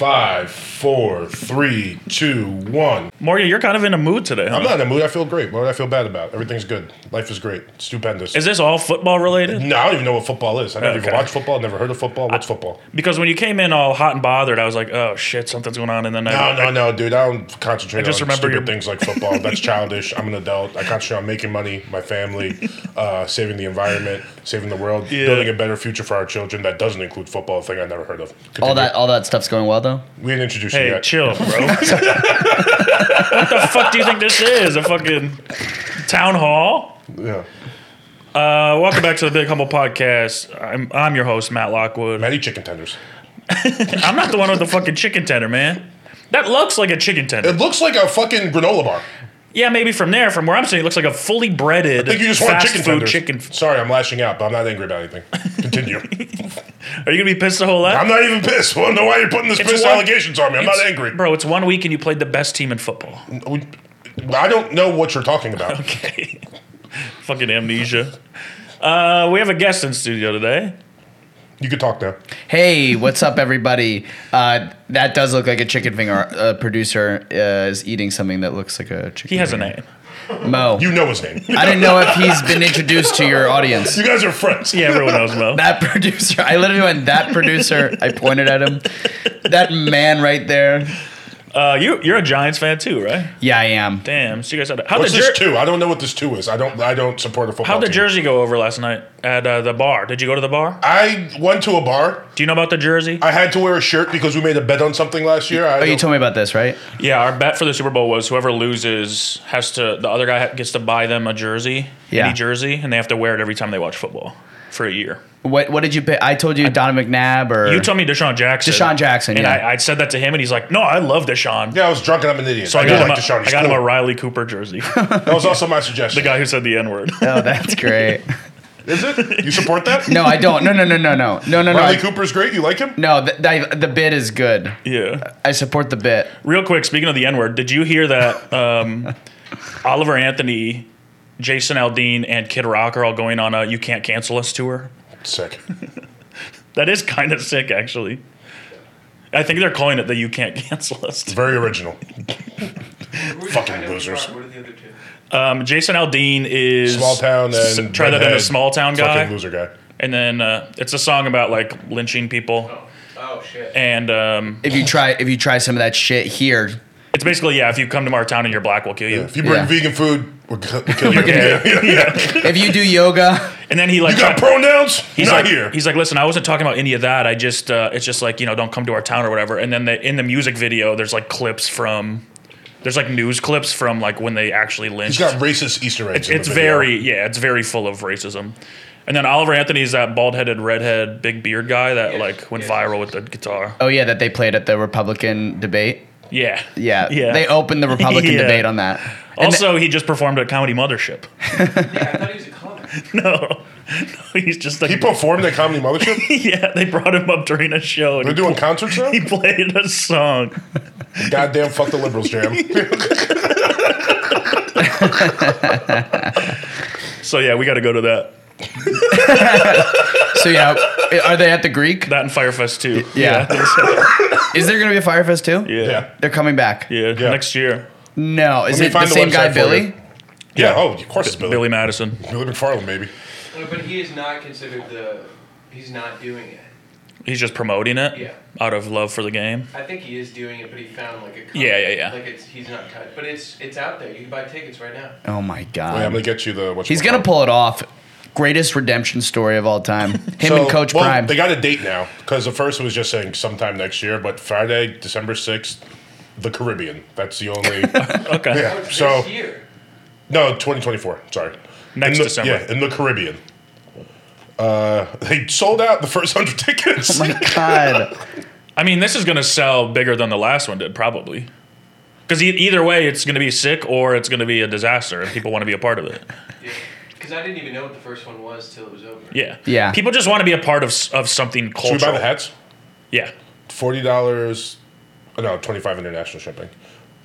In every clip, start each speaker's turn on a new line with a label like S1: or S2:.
S1: Five, four, three, two, one.
S2: Morgan, you're kind of in a mood today, huh?
S1: I'm not in a mood. I feel great. What do I feel bad about? Everything's good. Life is great. Stupendous.
S2: Is this all football related?
S1: no, I don't even know what football is. I never even
S2: Okay.
S1: watched football. Never heard of football. What's football?
S2: Because when you came in all hot and bothered, I was like, oh shit, something's going on. And then
S1: No,
S2: I,
S1: no, no, dude. I don't concentrate
S2: just
S1: on
S2: remember
S1: stupid
S2: your-
S1: things like football. That's childish. I'm an adult. I concentrate on making money, my family, uh, saving the environment, saving the world, building a better future for our children. That doesn't include football, a thing I never heard of.
S3: All
S1: Continue.
S3: that all that stuff's going well though.
S1: we didn't introduce you
S2: hey,
S1: yet.
S2: chill, bro. what the fuck do you think this is? A fucking town hall?
S1: Yeah.
S2: Uh, welcome back to the Big Humble Podcast. I'm, I'm your host, Matt Lockwood.
S1: Many chicken tenders.
S2: I'm not the one with the fucking chicken tender, man. That looks like a chicken tender.
S1: It looks like a fucking granola bar.
S2: Yeah, maybe from there, from where I'm sitting, it looks like a fully breaded
S1: I think you just want
S2: fast
S1: chicken
S2: food
S1: tenders.
S2: chicken.
S1: Sorry, I'm lashing out, but I'm not angry about anything. Continue.
S2: Are you gonna be pissed the whole lot?
S1: I'm not even pissed. I don't know why you're putting this
S2: It's
S1: piss
S2: one-
S1: allegations on me. I'm not
S2: It's-
S1: angry.
S2: bro. It's one week and you played the best team in football.
S1: We- I don't know what you're talking about.
S2: Okay, fucking amnesia. Uh, we have a guest in studio today.
S1: You could talk now.
S3: Hey, what's up, everybody? Uh, that does look like a chicken finger. A producer uh, is eating something that looks like a chicken.
S2: He has a
S3: finger.
S2: name.
S3: Mo.
S1: You know his name.
S3: I didn't know if he's been introduced to your audience.
S1: You guys are friends.
S2: Yeah, everyone knows Mo.
S3: That producer. I literally went. That producer. I pointed at him. That man right there.
S2: Uh, you you're a Giants fan too, right?
S3: Yeah, I am.
S2: Damn. So you guys had how
S1: What's
S2: the
S1: this
S2: jer-
S1: two? I don't know what this two is. I don't. I don't support a football.
S2: how the
S1: team.
S2: jersey go over last night at uh, the bar? Did you go to the bar?
S1: I went to a bar.
S2: Do you know about the jersey?
S1: I had to wear a shirt because we made a bet on something last year. I
S3: Oh, you
S1: don't-
S3: told me about this, right?
S2: Yeah, our bet for the Super Bowl was whoever loses has to the other guy ha- gets to buy them a jersey,
S3: Yeah.
S2: any jersey, and they have to wear it every time they watch football for a year.
S3: What What did you pick? I told you Donovan McNabb or
S2: You told me Deshaun Jackson.
S3: Deshaun Jackson,
S2: And
S3: yeah.
S2: I, I said that to him, and he's like, "No, I love Deshaun."
S1: yeah, I was drunk and I'm an idiot.
S2: So I,
S1: do
S2: got, him
S1: like
S2: a-
S1: Deshaun. He's
S2: I got him
S1: cool.
S2: a Riley Cooper jersey, the
S1: That was also my suggestion.
S2: guy who said the N word.
S3: Oh, that's great.
S1: Is it? You support that?
S3: No, I don't. No, no, no, no, no, no, no, no.
S1: Riley
S3: I-
S1: Cooper's great. You like him?
S3: No, the, the, the bit is good.
S2: yeah.
S3: I support the bit.
S2: Real quick, speaking of the N word, did you hear that um, Oliver Anthony, Jason Aldean, and Kid Rock are all going on a "You Can't Cancel Us" tour?
S1: Sick.
S2: That is kind of sick, actually. I think they're calling it the "You Can't Cancel Us." tour.
S1: Very original. Fucking
S4: What are the
S1: losers.
S4: other two?
S2: Um, Jason Aldean is
S1: Small town and
S2: s- try that in a
S1: redhead
S2: small town
S1: Fucking
S2: guy,
S1: loser guy.
S2: and then uh, it's a song about like lynching people,
S4: Oh shit.
S2: and um,
S3: If you try, if you try some of that shit here,
S2: it's basically yeah, if you come to our town and you're black, we'll kill you.
S1: If you bring
S3: Yeah.
S1: vegan food, we'll kill we'll kill you.
S2: Yeah.
S1: Yeah.
S3: if you do yoga,
S2: And then he like
S1: You got
S2: tried-
S1: pronouns?
S2: he's
S1: Not
S2: like
S1: here.
S2: he's like listen, I wasn't talking about any of that. I just uh, it's just like you know don't come to our town or whatever. And then the, in the music video, there's like clips from there's like news clips from like when they actually lynched.
S1: He's got racist Easter eggs. in the
S2: it's
S1: video.
S2: very yeah, it's very full of racism. And then Oliver Anthony is that bald-headed, redhead, big beard guy that
S4: Yes,
S2: like went
S4: yes.
S2: viral with the guitar.
S3: oh yeah, that they played at the Republican debate.
S2: Yeah.
S3: Yeah,
S2: Yeah.
S3: they opened the Republican
S2: Yeah.
S3: debate on that. And
S2: also, he just performed at Comedy Mothership.
S4: Yeah, I thought he was a comic.
S2: no. no, he's just a,
S1: He performed at Comedy Mothership?
S2: yeah. They brought him up during a show
S1: They're
S2: and
S1: doing concerts now?
S2: he played a song.
S1: Goddamn, fuck the liberals, Jam.
S2: So yeah, we got to go to that.
S3: so yeah, are they at the Greek?
S2: That and Firefest too.
S3: Yeah. Is there gonna be a Firefest too?
S2: yeah. Yeah.
S1: Yeah.
S3: They're coming back.
S1: Yeah.
S2: Next year,
S3: No, is
S1: me
S3: it the
S1: find the
S3: same guy,
S1: website for you.
S3: Billy?
S1: Yeah. Oh, of course it's Billy.
S2: Billy
S1: Billy,
S2: Madison.
S1: McFarland, baby.
S4: No, But he is not considered the. He's not doing it.
S2: He's just promoting it
S4: Yeah.
S2: out of love for the game.
S4: I think he is doing it, but he found like a. Comic.
S2: Yeah, yeah, yeah.
S4: Like it's he's not cut, but it's it's out there. You can buy tickets right now.
S3: Oh my
S1: Wait, I'm
S3: god,
S1: gonna get you the. what's
S3: he's
S1: it
S3: gonna
S1: called.
S3: pull it off. Greatest redemption story of all time. Him and
S1: So,
S3: Coach
S1: well,
S3: Prime.
S1: They got a date now because the first was just saying sometime next year, but Friday, December sixth, the Caribbean. That's the only.
S2: Okay.
S1: Yeah.
S4: Oh, it's
S1: So-
S4: this year.
S1: no, 2024. Sorry. In
S2: Next
S1: the-
S2: December.
S1: Yeah, in the Caribbean. Uh, they sold out the first hundred tickets.
S3: oh my god.
S2: I mean, this is gonna sell bigger than the last one did probably. Because e- either way, it's gonna be sick or it's gonna be a disaster, and people want to be a part of it.
S4: Yeah. Because I didn't even know what the first one was till it was over.
S2: Yeah.
S3: Yeah.
S2: People just want to be a part of s- of something
S1: Should we
S2: cultural.
S1: buy the hats?
S2: Yeah.
S1: Forty dollars. uh, No, twenty five international shipping.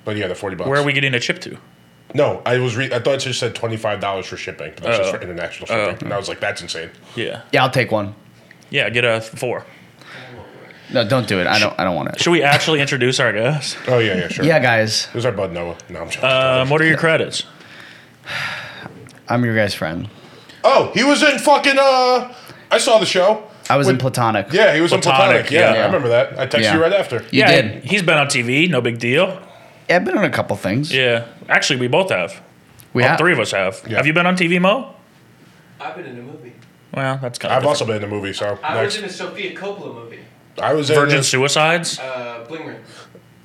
S1: But yeah, the forty bucks.
S2: Where are we getting a chip to?
S1: No, I was. Re- I thought it just said twenty five dollars for shipping, but that's just
S2: Oh.
S1: for international shipping. And I was like, that's insane.
S2: Yeah.
S3: Yeah, I'll take one.
S2: Yeah, get a th- four.
S3: No, don't do it. I don't. I don't want it.
S2: Should we actually introduce our guest?
S1: Oh yeah, yeah, sure.
S3: Yeah, guys.
S1: This is our bud Noah. No, I'm joking.
S2: Um, what are your credits?
S3: I'm your guys' friend.
S1: oh, he was in fucking. uh I saw the show.
S3: I was in
S1: With-
S3: platonic.
S1: Yeah, he was
S2: Platonic,
S1: in platonic. Yeah,
S2: yeah.
S1: I remember that. I texted
S3: Yeah.
S1: you right after.
S3: You
S2: yeah,
S3: did.
S2: He's been on TV. No big deal.
S3: Yeah, I've been on a couple things.
S2: Yeah. Actually, we both have.
S3: we
S2: All
S3: have.
S2: Oh, three of us have.
S1: Yeah.
S2: Have you been on TV, Mo?
S4: I've been in a movie.
S2: Well, that's kind of
S1: I've also been in the movie, so
S4: I was
S1: next.
S4: in a Sophia Coppola movie.
S1: I was in
S2: Virgin
S1: this-
S2: Suicides.
S4: Uh, Bling Ring.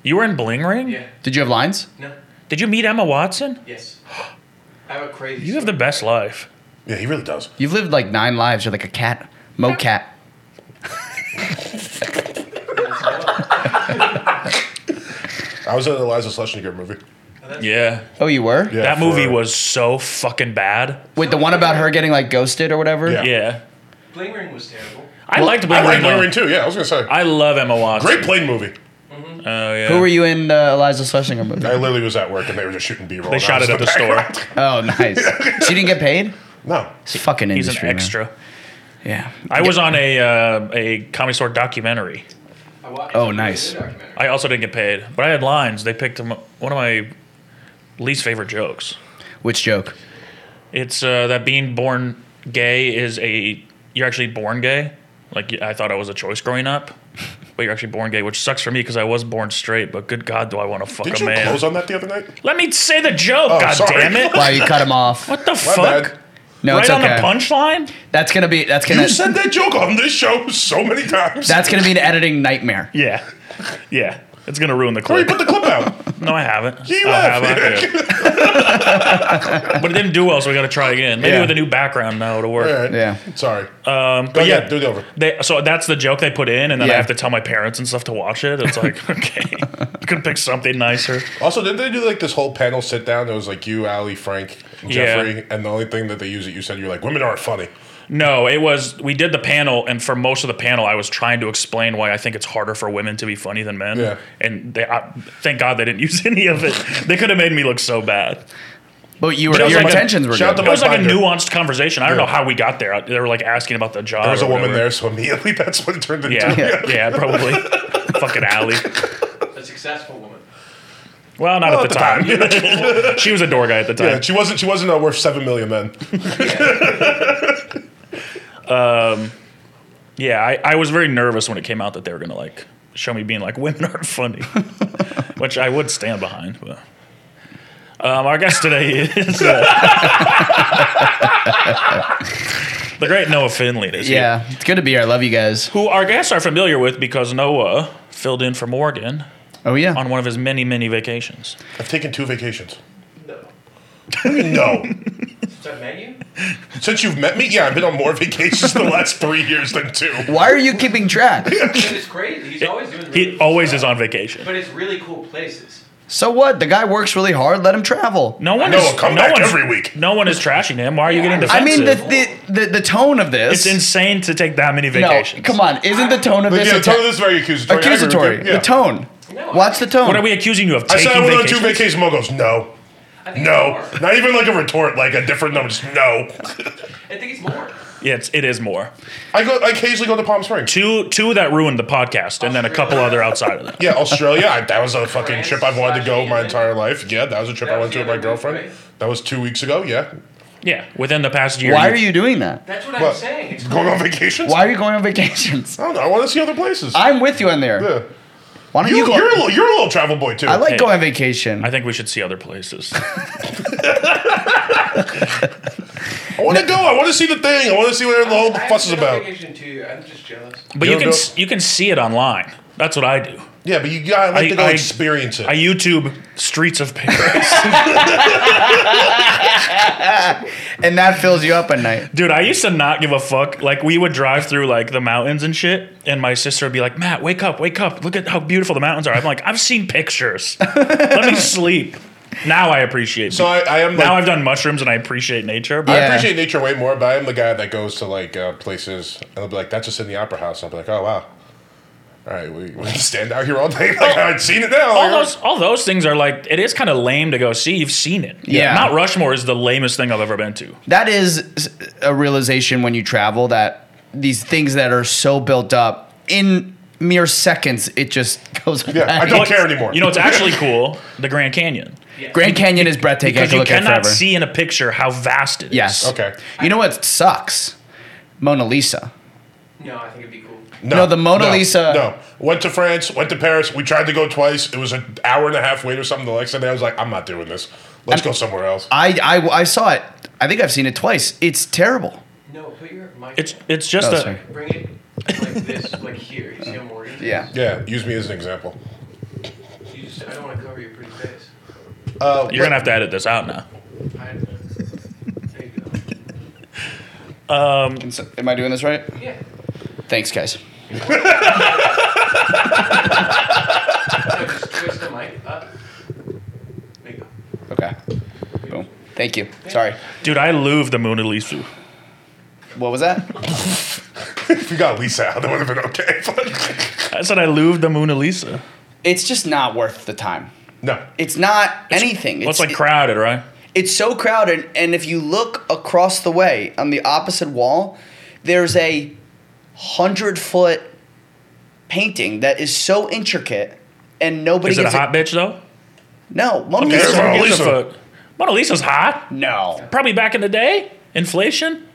S2: You were in Bling Ring.
S4: Yeah.
S3: Did you have lines?
S4: No.
S2: Did you meet Emma Watson?
S4: Yes. I have a crazy.
S2: You have the best life.
S1: Yeah, he really does.
S3: You've lived like nine lives. You're like a cat, mo cat.
S4: the.
S1: I was in an Eliza Schlesinger movie.
S2: Yeah.
S3: Oh, you were.
S1: Yeah,
S2: that
S1: for-
S2: movie was so fucking bad.
S3: Wait, the one about her getting like ghosted or whatever.
S1: Yeah.
S2: Yeah.
S4: Bling Ring was terrible.
S2: I
S3: Well,
S2: liked
S1: I
S2: Bling
S1: like
S2: Ring.
S1: Bling
S2: though.
S1: Ring too. Yeah, I was gonna say.
S2: I love Emma Watson.
S1: Great plane movie.
S2: Oh yeah.
S3: Who were you in the Eliza Schlesinger movie?
S1: I literally was at work and they were just shooting B roll.
S2: They shot it at the store.
S3: Oh, nice. she didn't get paid.
S1: No,
S3: It's fucking
S2: He's
S3: industry.
S2: an extra.
S3: Man. Yeah.
S2: I was on a uh, a comedy store documentary.
S4: I watched
S3: Oh,
S4: it. It was a
S3: nice.
S4: documentary.
S2: I also didn't get paid, but I had lines. They picked them- one of my least favorite jokes.
S3: Which joke?
S2: It's uh, that being born gay is a you're actually born gay. Like I thought I was a choice growing up, but you're actually born gay, which sucks for me because I was born straight. But good God, do I want to fuck
S1: did
S2: a
S1: you
S2: man?
S1: close on that the other night?
S2: Let me say the joke. God
S1: sorry.
S2: damn it!
S3: Wow, you cut him off.
S2: What the
S1: My
S2: fuck?
S1: bad.
S3: No,
S2: right
S3: it's
S2: on the
S3: okay.
S2: punchline.
S3: That's gonna be. That's gonna.
S1: You said that joke on this show so many times.
S3: that's gonna be an editing nightmare.
S2: Yeah, yeah. It's gonna ruin the
S1: Where you
S2: clip.
S1: put the clip out?
S2: No, I haven't.
S1: You
S2: I
S1: have.
S2: yeah. but it didn't do well, so we got to try again. Maybe
S3: Yeah.
S2: with a new background now it'll work.
S1: All right.
S3: Yeah.
S1: Sorry. Um, but yeah,
S2: ahead.
S1: do it over.
S2: They, so that's the joke they put in, and then I
S3: Yeah.
S2: have to tell my parents and stuff to watch it. It's like, okay, you could pick something nicer.
S1: Also, didn't they do like this whole panel sit down? It was like you, Ali, Frank, and
S2: Yeah.
S1: Jeffrey, and the only thing that they use that you said you're like women aren't funny.
S2: No, it was we did the panel, and for most of the panel, I was trying to explain why I think it's harder for women to be funny than men.
S1: Yeah.
S2: And they, I, thank God they didn't use any of it. They could have made me look so bad.
S3: But you were.
S2: Shout
S3: Your
S2: out to-
S3: intentions were
S1: shout
S3: good.
S1: out
S2: It was like a
S1: Binder.
S2: nuanced conversation. I don't
S1: Yeah.
S2: know how we got there. They were like asking about the job.
S1: There was
S2: or
S1: a woman
S2: whatever.
S1: there, so immediately that's what it turned into.
S2: Yeah, yeah, probably. Fucking Allie.
S4: A successful woman.
S2: Well, not
S1: Well,
S2: at the, time. she was a door guy at the time.
S1: Yeah, she wasn't. She wasn't uh, worth seven million then.
S2: Yeah, I, I was very nervous when it came out that they were gonna like show me being like women aren't funny, which I would stand behind. But um, our guest today is uh, the great Noah Finley. Is here,
S3: Yeah, it's good to be here. I love you guys.
S2: who our guests are familiar with because Noah filled in for Morgan
S3: Oh yeah.
S2: on one of his many many vacations.
S1: I've taken two vacations.
S4: No.
S1: No,
S4: Since I met you?
S1: since you've met me, yeah, I've been on more vacations the last three years than two.
S3: Why are you keeping track?
S4: Dude, it's crazy. He's always doing really
S2: He always is on vacation.
S4: But it's really cool places.
S3: So what? The guy works really hard. Let him travel.
S2: No one
S1: No,
S2: is
S1: come
S2: no
S1: back
S2: one's-
S1: every week.
S2: No one is trashing him. Why are you getting
S3: I
S2: defensive?
S3: mean the the, the, the tone of this.
S2: it's insane to take that many
S3: No,
S2: vacations.
S3: come on. Isn't the tone of
S1: But
S3: this
S1: yeah, the
S3: atta-
S1: tone of this is very accusatory. I agree with
S3: accusatory?
S1: you. Yeah.
S3: The tone.
S4: No,
S3: Watch the tone.
S2: What are we accusing you of?
S1: I said
S2: Taking
S1: I went on two
S2: vacations?
S1: vacations. Mo goes, no,
S4: I think
S1: no,
S4: it's more.
S1: not even like a retort, like a different number. Just no.
S4: I think it's more.
S2: Yeah, it's, it is more.
S1: I go. I occasionally go to Palm Springs.
S2: Two two that ruined the podcast, and then a couple other outside of that.
S1: Yeah, Australia. I, that was a fucking
S4: France
S1: trip I've wanted to go my
S4: slash
S1: entire life. Yeah, that was a trip
S4: That
S1: I
S4: was
S1: went to
S4: the
S1: with my
S4: other one,
S1: girlfriend.
S4: right?
S1: That was two weeks ago. Yeah.
S2: Yeah, within the past year.
S3: Why are you doing that?
S4: That's what, I'm
S1: What?
S4: saying. It's
S1: Going on vacations?
S3: Why are you going on vacations?
S1: I don't know. I want to see other places.
S3: I'm with you on there.
S1: yeah.
S3: Why don't
S1: You,
S3: you,
S1: you
S3: go?
S1: are a little, you're a little travel boy too.
S3: I like
S2: Hey.
S3: going on vacation.
S2: I think we should see other places.
S1: I want to go. I want to see the thing. I want to see what the whole
S4: I
S1: fuss is
S4: haven't been on
S1: about.
S4: vacation too. I'm just jealous.
S2: But
S1: You
S2: you can
S1: don't
S2: s- you can see it online. That's what I do.
S1: Yeah, but you gotta like
S2: I-
S1: to go
S2: I-
S1: experience it.
S2: I YouTube streets of Paris,
S3: and that fills you up at night.
S2: dude. I used to not give a fuck. Like we would drive through like the mountains and shit, and my sister would be like, "Matt, wake up, wake up! Look at how beautiful the mountains are." I'm like, "I've seen pictures. Let me sleep." Now I appreciate.
S1: so I, I am. Like,
S2: now I've done mushrooms and I appreciate nature. But
S1: I
S3: Yeah.
S1: appreciate nature way more, but I am the guy that goes to like uh, places and they'll be like, "That's just in the opera house." I'll be like, "Oh wow, all right, we, we can stand out here all day." Like
S2: Oh.
S1: I've seen it now.
S2: all those all those things are like it is kind of lame to go see. You've seen it.
S3: Yeah.
S2: Mount Rushmore is the lamest thing I've ever been to.
S3: That is s- a realization when you travel that these things that are so built up in mere seconds, it just goes.
S1: Yeah, I
S3: back.
S1: don't care anymore.
S2: You know, it's actually cool. The Grand Canyon.
S3: Grand Canyon is breathtaking. I
S2: Because
S3: could
S2: you
S3: look at it
S2: cannot
S3: forever.
S2: see in a picture how vast it is.
S3: Yes.
S1: Okay.
S3: You know what sucks? Mona Lisa.
S4: No, I think it'd be cool.
S3: No, the Mona Lisa-
S1: No, went to France, went to Paris. We tried to go twice. It was an hour and a half wait or something. The next day, I was like, I'm not doing this. Let's go somewhere else.
S3: I, I I saw it. I think I've seen it twice. It's terrible.
S4: No, put your mic.
S2: It's it's just
S3: Oh,
S2: a
S3: sorry.
S4: Bring it like this, like here. You see how I'm oriented?
S3: Yeah.
S1: yeah, use me as an example.
S4: You just, I don't want to cover your pretty face.
S1: Uh,
S2: you're gonna have to edit this out now.
S4: I, there you go.
S3: Can s- Am I doing this right?
S4: Yeah.
S3: Thanks, guys.
S4: No, just twist the mic up. There you go.
S3: Okay. Boom. Thank you. Sorry.
S2: Dude, I love the Mona Lisa.
S3: What was that?
S1: if you got Lisa out, that would have been okay. But
S2: I said I love the Mona Lisa.
S3: It's just not worth the time.
S1: no,
S3: It's not anything.
S2: Well, it's like
S3: it-
S2: crowded, right?
S3: it's so crowded and if you look across the way on the opposite wall there's a hundred foot painting that is so intricate and nobody
S2: Is it a
S3: gets
S2: hot bitch though?
S3: no Mona
S2: Who
S1: It's
S3: Lisa.
S1: Mona
S2: gives a
S1: Lisa.
S2: fuck? Mona Lisa's hot.
S3: no
S2: Probably back in the day, inflation.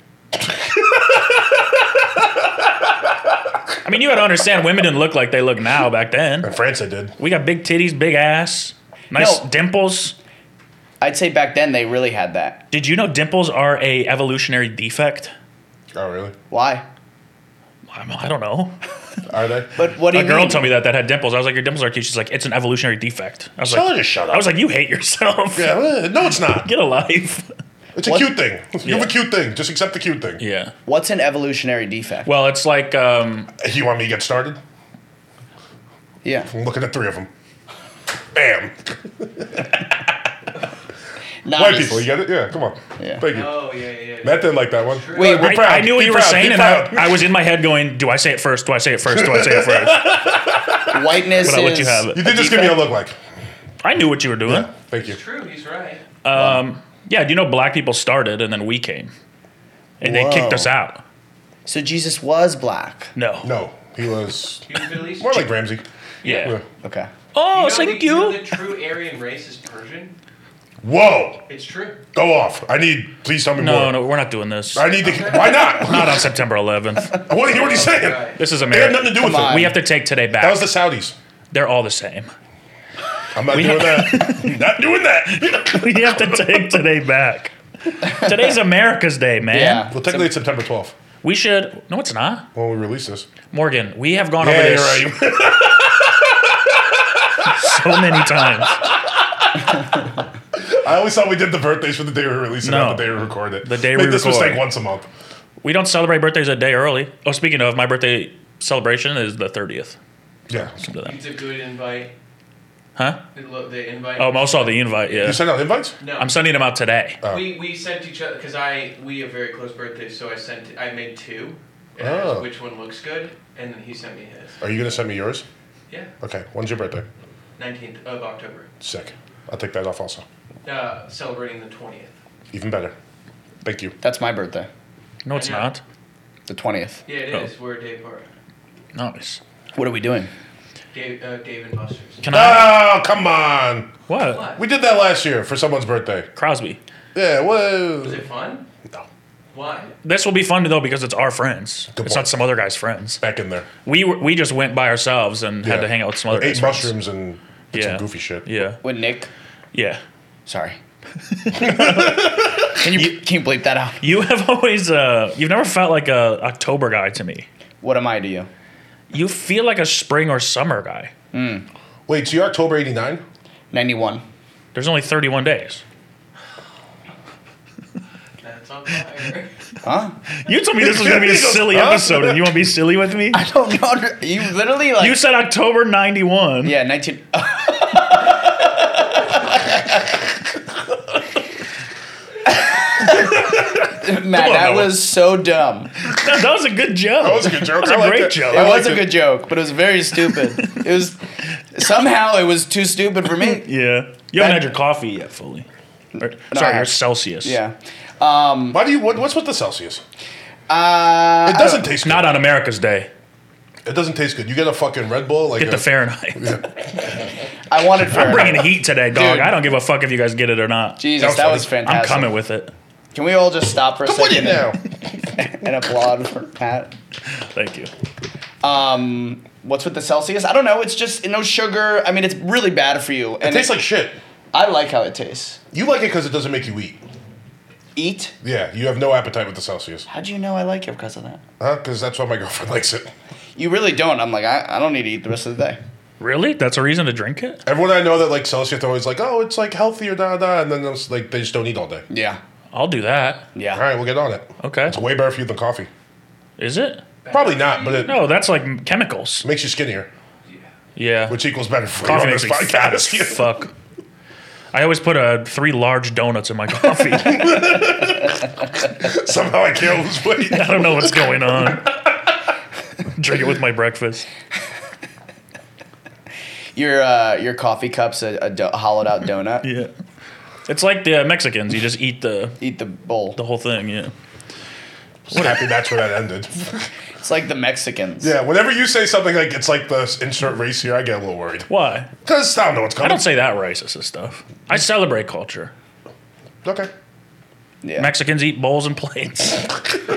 S2: I mean, you got to understand, women didn't look like they look now back then.
S1: in France I did.
S2: We got big titties, big ass, nice
S3: No.
S2: dimples.
S3: I'd say back then they really had that
S2: Did you know dimples are a evolutionary defect?
S1: Oh, really?
S3: why
S2: I don't- I don't know.
S1: Are they?
S3: but what do
S2: A
S3: you
S2: girl
S3: mean?
S2: told me that that had dimples. I was like, "Your dimples are cute." She's like, "It's an evolutionary defect." I was
S1: Tell her
S2: like,
S1: to shut up.
S2: "I was like, you hate yourself.
S1: yeah, uh, no, it's not.
S2: Get a life."
S1: It's a
S3: What?
S1: cute thing. You have
S2: Yeah.
S1: a cute thing. Just accept the cute thing.
S2: Yeah.
S3: what's an evolutionary defect
S2: Well, it's like um,
S1: You want me to get started?
S3: yeah
S1: I'm looking at three of them. Bam. White
S3: Nice.
S1: people, you get it? Yeah, come on.
S3: Yeah.
S1: Thank you.
S4: Oh, yeah, yeah. yeah.
S1: Matt didn't like that one.
S3: Wait,
S1: We're
S2: I,
S1: proud.
S2: I knew what
S1: Be
S2: you were
S1: proud. Be
S2: saying, and I,
S1: proud.
S2: I was in my head going, "Do I say it first? Do I say it first? Do I say it first?
S3: whiteness
S2: But I'll let
S3: is
S2: you have it.
S1: You did just give me a look like.
S2: I knew what you were doing.
S1: Thank you.
S4: It's true. He's right.
S2: Um, yeah. Do you know black people started and then we came, and
S3: Whoa.
S2: they kicked us out?
S3: so Jesus was black
S2: No.
S1: No, he was
S4: He's Middle Eastern.
S1: more like Ramsey.
S2: Yeah.
S1: Yeah.
S3: okay
S2: Oh,
S4: know
S2: thank
S4: the,
S2: you.
S4: know the true Aryan race is Persian.
S1: Whoa,
S4: It's true.
S1: go off. I need, please tell me
S2: No,
S1: more.
S2: no, we're not doing this.
S1: I need to, why not?
S2: Not on September 11th.
S1: I want to hear what he's saying.
S4: Right.
S2: This is
S1: They had nothing
S2: America.
S1: to do with
S3: Come on.
S1: it.
S2: We have to take today back.
S1: That was the Saudis.
S2: They're all the same.
S1: I'm not doing that. not doing that.
S2: We have to take today back. Today's America's Day, man.
S3: yeah
S1: well, technically it's September 12th
S2: We should. No, it's not.
S1: when we release this.
S2: Morgan, we have gone
S1: Yeah,
S2: over
S1: you're
S2: this
S1: right.
S2: so many times.
S1: I always thought we did the birthdays for the day we release it,
S2: No.
S1: not the day we record it.
S2: The day
S1: Make
S2: we
S1: this
S2: record.
S1: mistake once a month.
S2: We don't celebrate birthdays a day early. Oh, speaking of, my birthday celebration is the 30th.
S1: Yeah.
S2: To them.
S4: It's a good invite.
S2: Huh?
S4: The, lo- the invite.
S2: Oh, Mo saw the invite, yeah.
S1: You sent out invites?
S4: no.
S2: I'm sending them out today.
S4: We, we sent each other because I we have very close birthdays, so I sent I made two. And I
S1: Oh.
S4: asked which one looks good, and then he sent me his.
S1: Are you going to send me yours?
S4: Yeah,
S1: Okay. When's your birthday?
S4: nineteenth of October,
S1: Sick. I'll take that off also.
S4: uh, celebrating the twentieth.
S1: Even better. Thank you.
S3: that's my birthday
S2: No, it's
S4: I know.
S2: not.
S3: the 20th
S4: Yeah, it
S2: Oh.
S4: is. We're a day apart.
S2: Nice.
S3: what are we doing
S4: Dave, uh, Dave and Buster's.
S2: Can uh, I?
S1: Oh, come on.
S2: What?
S4: What?
S1: We did that last year for someone's birthday.
S2: Crosby.
S1: Yeah,
S4: Was
S1: well.
S4: it fun?
S1: No.
S4: Why?
S2: This will be fun though because it's our friends.
S1: Good
S2: it's
S1: point.
S2: not some other guy's friends.
S1: Back in there.
S2: We were, we just went by ourselves and had
S1: Yeah.
S2: to hang out with some other
S1: Ate
S2: guys' friends.
S1: mushrooms and did
S2: Yeah.
S1: some goofy shit.
S2: Yeah.
S3: with Nick
S2: Yeah.
S3: Sorry. can you can you bleep that out?
S2: You have always uh you've never felt like a October guy to me.
S3: What am I to you?
S2: You feel like a spring or summer guy.
S1: Wait, so you're October 89?
S3: Ninety one.
S2: There's only 31 days.
S4: That's on fire.
S3: Huh?
S2: You told me this was going to be a
S1: He goes,
S2: silly
S1: "Huh?"
S2: episode and you want to be silly with me?
S3: I don't know. under- You literally like.
S2: You said October 91.
S3: yeah, nineteen. Matt,
S1: on,
S3: that
S1: Noah.
S3: was so dumb.
S2: That, that was a good joke.
S1: That was a good joke.
S2: That was a
S1: I liked
S2: great
S1: it.
S2: joke.
S3: It
S1: I
S3: was
S1: liked
S3: a
S1: it.
S3: good joke, but it was very stupid. It was somehow it was too stupid for me.
S2: Yeah. You
S3: That-
S2: haven't had your coffee yet fully. Or-
S3: I
S2: sorry, your
S3: haven't.
S2: Celsius.
S3: Yeah.
S1: Why do you, what, what's with the Celsius?
S3: Uh,
S1: It doesn't taste good.
S2: Not on America's Day.
S1: It doesn't taste good. You get a fucking Red Bull, like
S2: Get the
S1: a-
S2: Fahrenheit.
S3: I wanted
S2: I'm
S3: Fahrenheit.
S2: bringing heat today, dog.
S3: Dude.
S2: I don't give a fuck if you guys get it or not.
S3: Jesus, that was
S2: funny.
S3: fantastic.
S2: I'm coming with it.
S3: Can we all just stop for a
S1: Come on in
S3: second
S1: now.
S3: and, and applaud for Pat?
S2: Thank you.
S3: Um, what's with the Celsius? I don't know. It's just no sugar. I mean, it's really bad for you.
S1: It
S3: And
S1: tastes like shit.
S3: I like how it tastes.
S1: You like it because it doesn't make you eat.
S3: Eat.
S1: Yeah, you have no appetite with the Celsius,
S3: How do you know I like it because of that?
S1: huh? Because that's why my girlfriend likes it.
S3: You really don't. I'm like, I, I don't need to eat the rest of the day.
S2: Really? That's a reason to drink it?
S1: Everyone I know that like Celsius, they're always like, "Oh, it's like healthier, da da," and then it's like they just don't eat all day.
S3: Yeah.
S2: I'll do that.
S1: All
S3: Yeah.
S1: right, we'll get on it.
S2: Okay.
S1: It's way better for you than coffee.
S2: Is it?
S1: Probably not, but it
S2: No, that's like chemicals.
S1: makes you skinnier,
S2: Yeah.
S1: which equals better for you
S2: coffee
S1: on
S2: makes
S1: this
S2: me fat as
S1: podcast.
S2: fuck. I always put uh, three large donuts in my coffee. I
S1: Somehow I can't lose weight.
S2: don't know what's going on. Drink it with my breakfast.
S3: Your uh, your coffee cup's a, a do- hollowed out donut.
S2: Yeah. It's like the uh, Mexicans. You just eat the,
S3: Eat the bowl.
S2: the whole thing. Yeah.
S1: Just happy that's where that ended.
S3: It's like the Mexicans.
S1: Yeah, whenever you say something like it's like the insert race here, I get a little worried
S2: Why?
S1: because I don't know what's
S2: I
S1: coming.
S2: don't say that racist stuff. I celebrate culture.
S1: okay.
S3: Yeah.
S2: Mexicans eat bowls and plates.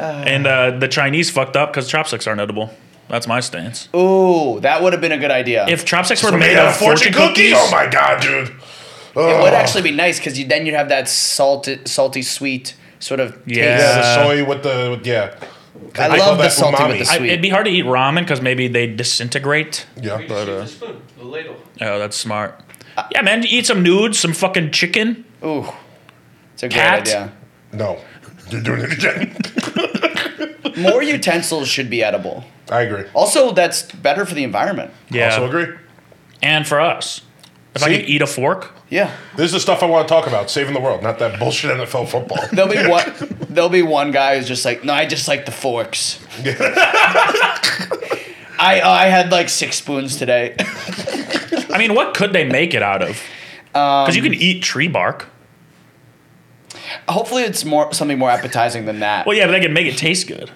S2: and uh, the Chinese fucked up because chopsticks aren't edible. That's my stance.
S3: Ooh, that would have been a good idea.
S2: If chopsticks were made out of fortune cookies,
S1: Oh my god, dude.
S3: it would actually be nice because you then you'd have that salty, salty, sweet sort of
S2: Yeah.
S1: Yeah,
S3: taste.
S1: the
S2: Uh,
S1: soy with the with- yeah. They
S3: I
S1: call
S3: love the
S1: that
S3: salty
S1: umami.
S3: with the
S2: I,
S3: sweet.
S2: it'd be hard to eat ramen because maybe they disintegrate.
S1: Yeah,
S4: We
S1: but
S4: just use
S1: uh,
S4: the spoon, the ladle.
S2: Oh, that's smart. yeah, man, you eat some nudes, some fucking chicken.
S3: Ooh, it's a great
S2: Cat?
S3: idea.
S1: no, you're doing it again.
S3: More utensils should be edible.
S1: I agree.
S3: Also, that's better for the environment.
S2: Yeah,
S1: Also agree.
S2: and for us, if I
S1: See?
S2: could eat a fork,
S3: Yeah,
S1: This is the stuff I want to talk about: saving the world, not that bullshit NFL football.
S3: there'll be one. There'll be one guy who's just like, no, I just like the forks. I I had like six spoons today.
S2: I mean, what could they make it out of?
S1: Um,
S2: Because you can eat tree bark.
S3: Hopefully, it's more something more appetizing than that.
S2: Well, yeah, but they can make it taste good.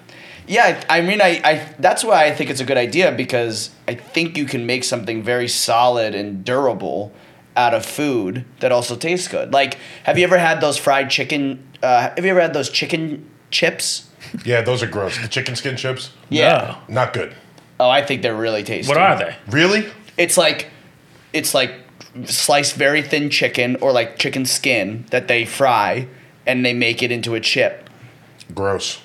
S3: Yeah, I I mean, I, I that's why I think it's a good idea because I think you can make something very solid and durable out of food that also tastes good. Like, have you ever had those fried chicken? Uh, have you ever had those chicken chips?
S1: yeah, those are gross. The chicken skin chips,
S2: No.
S1: not good.
S3: Oh, I think they're really tasty.
S2: What are they?
S1: Really?
S3: It's like, it's like sliced very thin chicken or like chicken skin that they fry and they make it into a chip.
S1: Gross.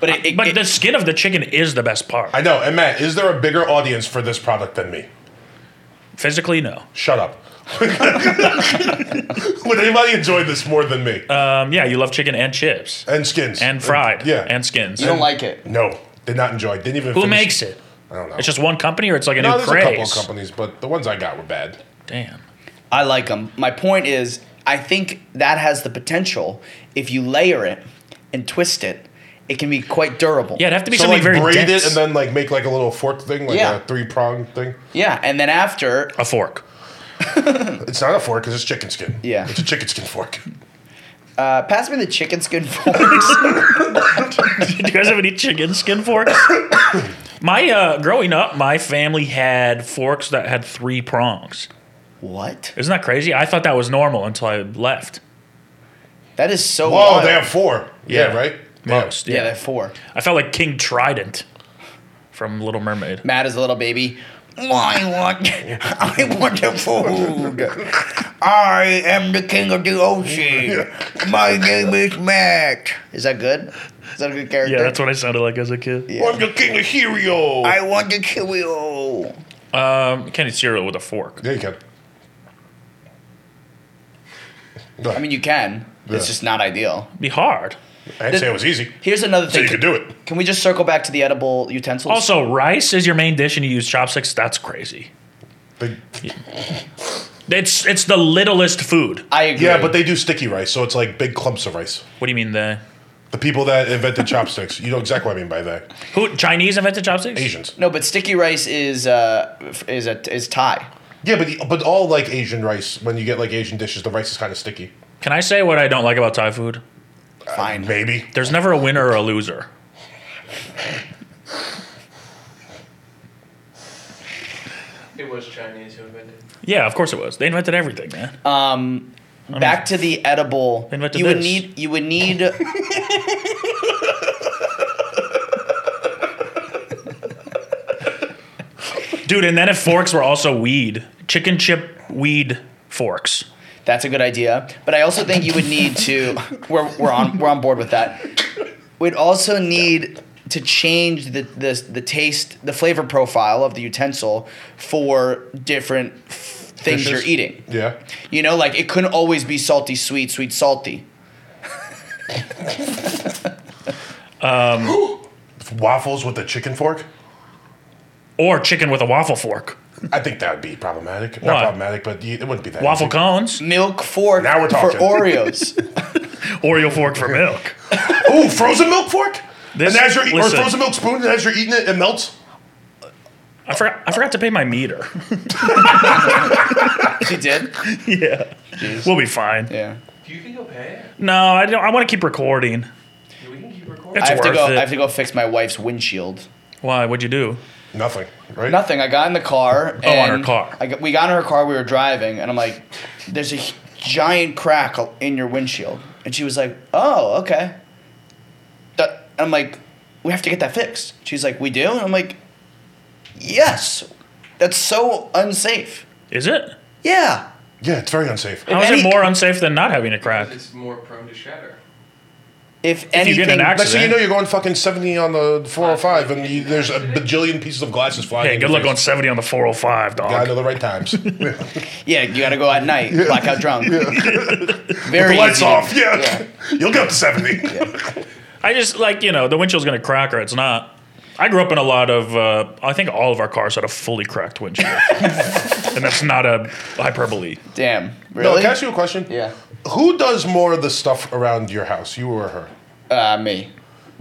S3: But it, it,
S2: But
S3: it-
S2: the skin of the chicken is the best part.
S1: I know. And Matt, is there a bigger audience for this product than me?
S2: Physically, no.
S1: Shut up. Would anybody enjoy this more than me?
S2: Um, yeah, you love chicken and chips
S1: and skins.
S2: and fried.
S1: yeah.
S2: and skins.
S3: you don't like it.
S1: no, did not enjoy. Didn't even.
S2: Who
S1: finish-
S2: makes it?
S1: I don't know.
S2: It's just one company, or it's like a
S1: no,
S2: new
S1: there's a couple of
S2: craze.
S1: companies, but the ones I got were bad.
S2: Damn.
S3: I like them. My point is, I think that has the potential if you layer it and twist it, it can be quite durable.
S2: Yeah, it'd have to be
S1: So
S2: something
S1: like
S2: very
S1: braid
S2: dense.
S1: it and then like make like a little fork thing, like
S3: Yeah.
S1: a three prong thing.
S3: Yeah, and then after,
S2: a fork.
S1: It's not a fork because it's chicken skin.
S3: Yeah.
S1: it's a chicken skin fork.
S3: uh, pass me the chicken skin forks.
S2: Do you guys have any chicken skin forks? my uh, growing up, my family had forks that had three prongs.
S3: what?
S2: Isn't that crazy? I thought that was normal until I left.
S3: That is so.
S1: Whoa,
S3: wild.
S1: Oh, they have four. Yeah, right. They have-
S2: Most.
S3: Yeah,
S2: Yeah.
S3: they have four.
S2: I felt like King Trident from Little Mermaid.
S3: Matt is a little baby. I want, I want the food. I am the king of the ocean. My name is Matt. Is that good? Is that a good character?
S2: Yeah, that's what I sounded like as a kid.
S1: I'm the king of hero.
S3: I want the kiwi.
S2: Um, you can't eat cereal with a fork.
S1: yeah, you can.
S3: I mean, you can.
S1: Yeah.
S3: It's just not ideal.
S2: It'd be hard.
S1: I'd say it was easy.
S3: Here's another
S1: So
S3: thing.
S1: you could do it.
S3: Can we just circle back to the edible utensils?
S2: Also, rice is your main dish and you use chopsticks. That's crazy.
S1: They-
S2: It's it's the littlest food.
S3: I agree.
S1: yeah, but they do sticky rice, so it's like big clumps of rice.
S2: What do you mean the
S1: The people that invented chopsticks, you know exactly what I mean by that.
S2: who Chinese invented chopsticks?
S1: Asians.
S3: no, but sticky rice is uh f- is a is Thai.
S1: Yeah, but but all like Asian rice. When you get like Asian dishes, the rice is kind of sticky.
S2: Can I say what I don't like about Thai food?
S3: Fine.
S1: Maybe.
S2: There's never a winner or a loser.
S4: It was Chinese who invented. it.
S2: Yeah, of course it was. They invented everything, man.
S3: Um, back to the edible.
S2: Then what to
S3: you would
S2: this?
S3: need. You would need.
S2: Dude, and then if forks were also weed, chicken chip weed forks.
S3: that's a good idea, but I also think you would need to. We're, we're on we're on board with that. We'd also need to change the, the the taste, the flavor profile of the utensil for different f- things
S1: Dishes.
S3: you're eating.
S1: Yeah.
S3: You know, like it couldn't always be salty, sweet, sweet, salty.
S1: Waffles with a chicken fork?
S2: Or chicken with a waffle fork.
S1: I think that would be problematic.
S2: Why?
S1: Not problematic, but you- it wouldn't be that
S2: Waffle
S1: easy.
S2: cones,
S3: Milk fork
S1: Now we're
S3: for
S1: talking.
S3: Oreos.
S2: Oreo fork for milk.
S1: Ooh, frozen milk fork?
S2: This-
S1: and as you're eat- or
S2: listen.
S1: frozen milk spoon, and as you're eating it, it melts.
S2: I forgot I forgot to pay my meter.
S3: you did?
S2: yeah. We'll be fine.
S3: Yeah.
S4: Do you think he'll pay it?
S2: No, I don't I want to keep recording.
S4: We can keep recording.
S2: It's
S3: I have to
S2: worth
S3: go.
S2: it.
S3: I have to go fix my wife's windshield.
S2: Why? What'd you do?
S1: Nothing, right?
S3: Nothing. I got in the car.
S2: Oh, on her
S3: and
S2: car.
S3: I got, we got in her car. We were driving, and I'm like, "There's a h- giant crack al- in your windshield," and she was like, "Oh, okay." That- and I'm like, "We have to get that fixed." She's like, "We do," and I'm like, "Yes, that's so unsafe."
S2: Is it?
S3: Yeah.
S1: Yeah, it's very unsafe.
S2: How is
S3: any-
S2: it more unsafe than not having a crack?
S4: It's more prone to shatter.
S3: If,
S2: you
S3: anything,
S2: get in an
S1: Next thing you
S2: accident-
S1: know, you're going fucking 70 on the 405, and you, there's a bajillion pieces of glasses flying.
S2: Hey,
S1: in
S2: good
S1: your
S2: luck on
S1: face.
S2: 70 on the 405, dog.
S1: Gotta know the right times. With
S3: yeah, you got to go at night, blackout drunk. Very
S1: the lights
S3: easy to-
S1: off, yeah. You'll get up to 70.
S2: I just like you know the windshield's gonna crack or it's not. I grew up in a lot of. Uh, I think all of our cars had a fully cracked windshield, and that's not a hyperbole.
S3: Damn.
S1: No,
S3: Really?
S1: can I ask you a question?
S3: yeah.
S1: Who does more of the stuff around your house, you or her?
S3: Uh, me.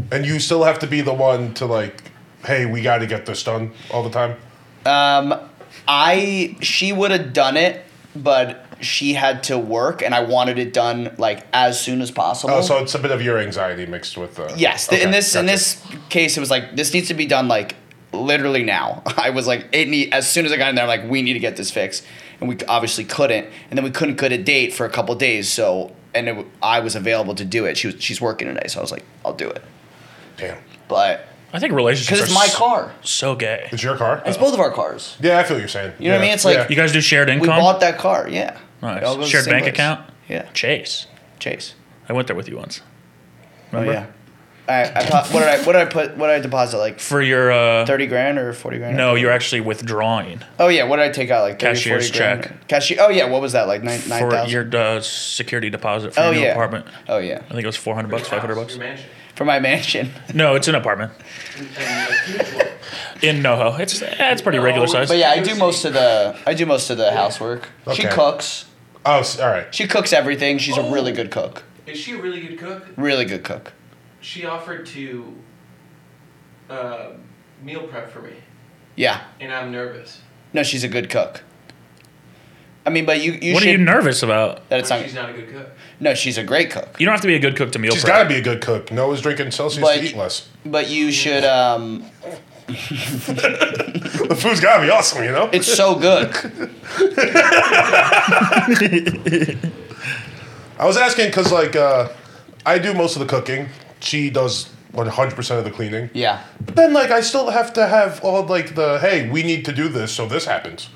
S1: And you still have to be the one to, like, hey, we gotta get this done all the time?
S3: Um, I she would have done it, but she had to work, and I wanted it done like as soon as possible.
S1: Oh, so it's a bit of your anxiety mixed with. Uh,
S3: yes, th- in
S1: okay,
S3: this in
S1: gotcha.
S3: this case, it was like this needs to be done like literally now. I was like, it need as soon as I got in there, I'm like, we need to get this fixed, and we obviously couldn't, and then we couldn't get a date for a couple days, so. And it, w- I was available to do it. She was, she's working today, so I was like, "I'll do it."
S1: Damn.
S3: But
S2: I think relationships
S3: because it's
S2: are
S3: my
S2: s-
S3: car,
S2: so gay.
S1: It's your car? Oh.
S3: it's both of our cars.
S1: yeah, I feel what you're saying.
S3: You know what I
S1: Yeah,
S3: mean? It's like-
S1: yeah.
S2: You guys do shared
S3: We
S2: income.
S3: bought that car, yeah.
S2: Nice.
S3: It all goes the
S2: Shared
S3: same
S2: bank
S3: place.
S2: account?
S3: yeah.
S2: Chase.
S3: Chase.
S2: I went there with you once.
S3: Oh
S2: Remember?
S3: yeah. I, I thought, what did I what did I put what did I deposit like
S2: For your uh,
S3: thirty grand or forty grand?
S2: no, you're actually withdrawing
S3: Oh yeah, what did I take out like 30,
S2: Cashier's
S3: 40 grand? Cashier. Oh yeah, what was that like nine nine
S2: for
S3: thousand?
S2: your uh, security deposit for
S3: oh
S2: your new
S3: yeah.
S2: apartment.
S3: Oh yeah,
S2: I think it was 400 bucks, 500 bucks.
S4: Your mansion.
S3: for my mansion.
S2: No, it's an apartment
S4: And, and a huge one.
S2: in NoHo. It's eh, it's pretty regular
S4: No,
S2: size.
S3: But yeah, I do most of the I do most of the housework. She
S1: Okay.
S3: cooks.
S1: Oh, s- all right.
S3: She cooks everything. She's a
S4: Oh.
S3: really good cook.
S4: Is she a really good cook?
S3: Really good cook.
S4: She offered to uh, meal prep for me,
S3: Yeah.
S4: and I'm nervous.
S3: No, she's a good cook. I mean, but you you
S2: what
S3: should
S2: are you nervous about?
S3: that it's
S4: What
S3: not.
S4: if she's not a good cook.
S3: No, she's a great cook.
S2: You don't have to be a good cook to meal
S1: She's
S2: prep.
S1: gotta be a good cook. Noah's drinking Celsius
S3: But-
S1: to eat less.
S3: But you should. um
S1: The food's gotta be awesome, you know?
S3: It's so good.
S1: I was asking because, like, uh, I do most of the cooking. She does 100% of the cleaning.
S3: yeah.
S1: But then, like, I still have to have all, like, the, hey, we need to do this, so this happens.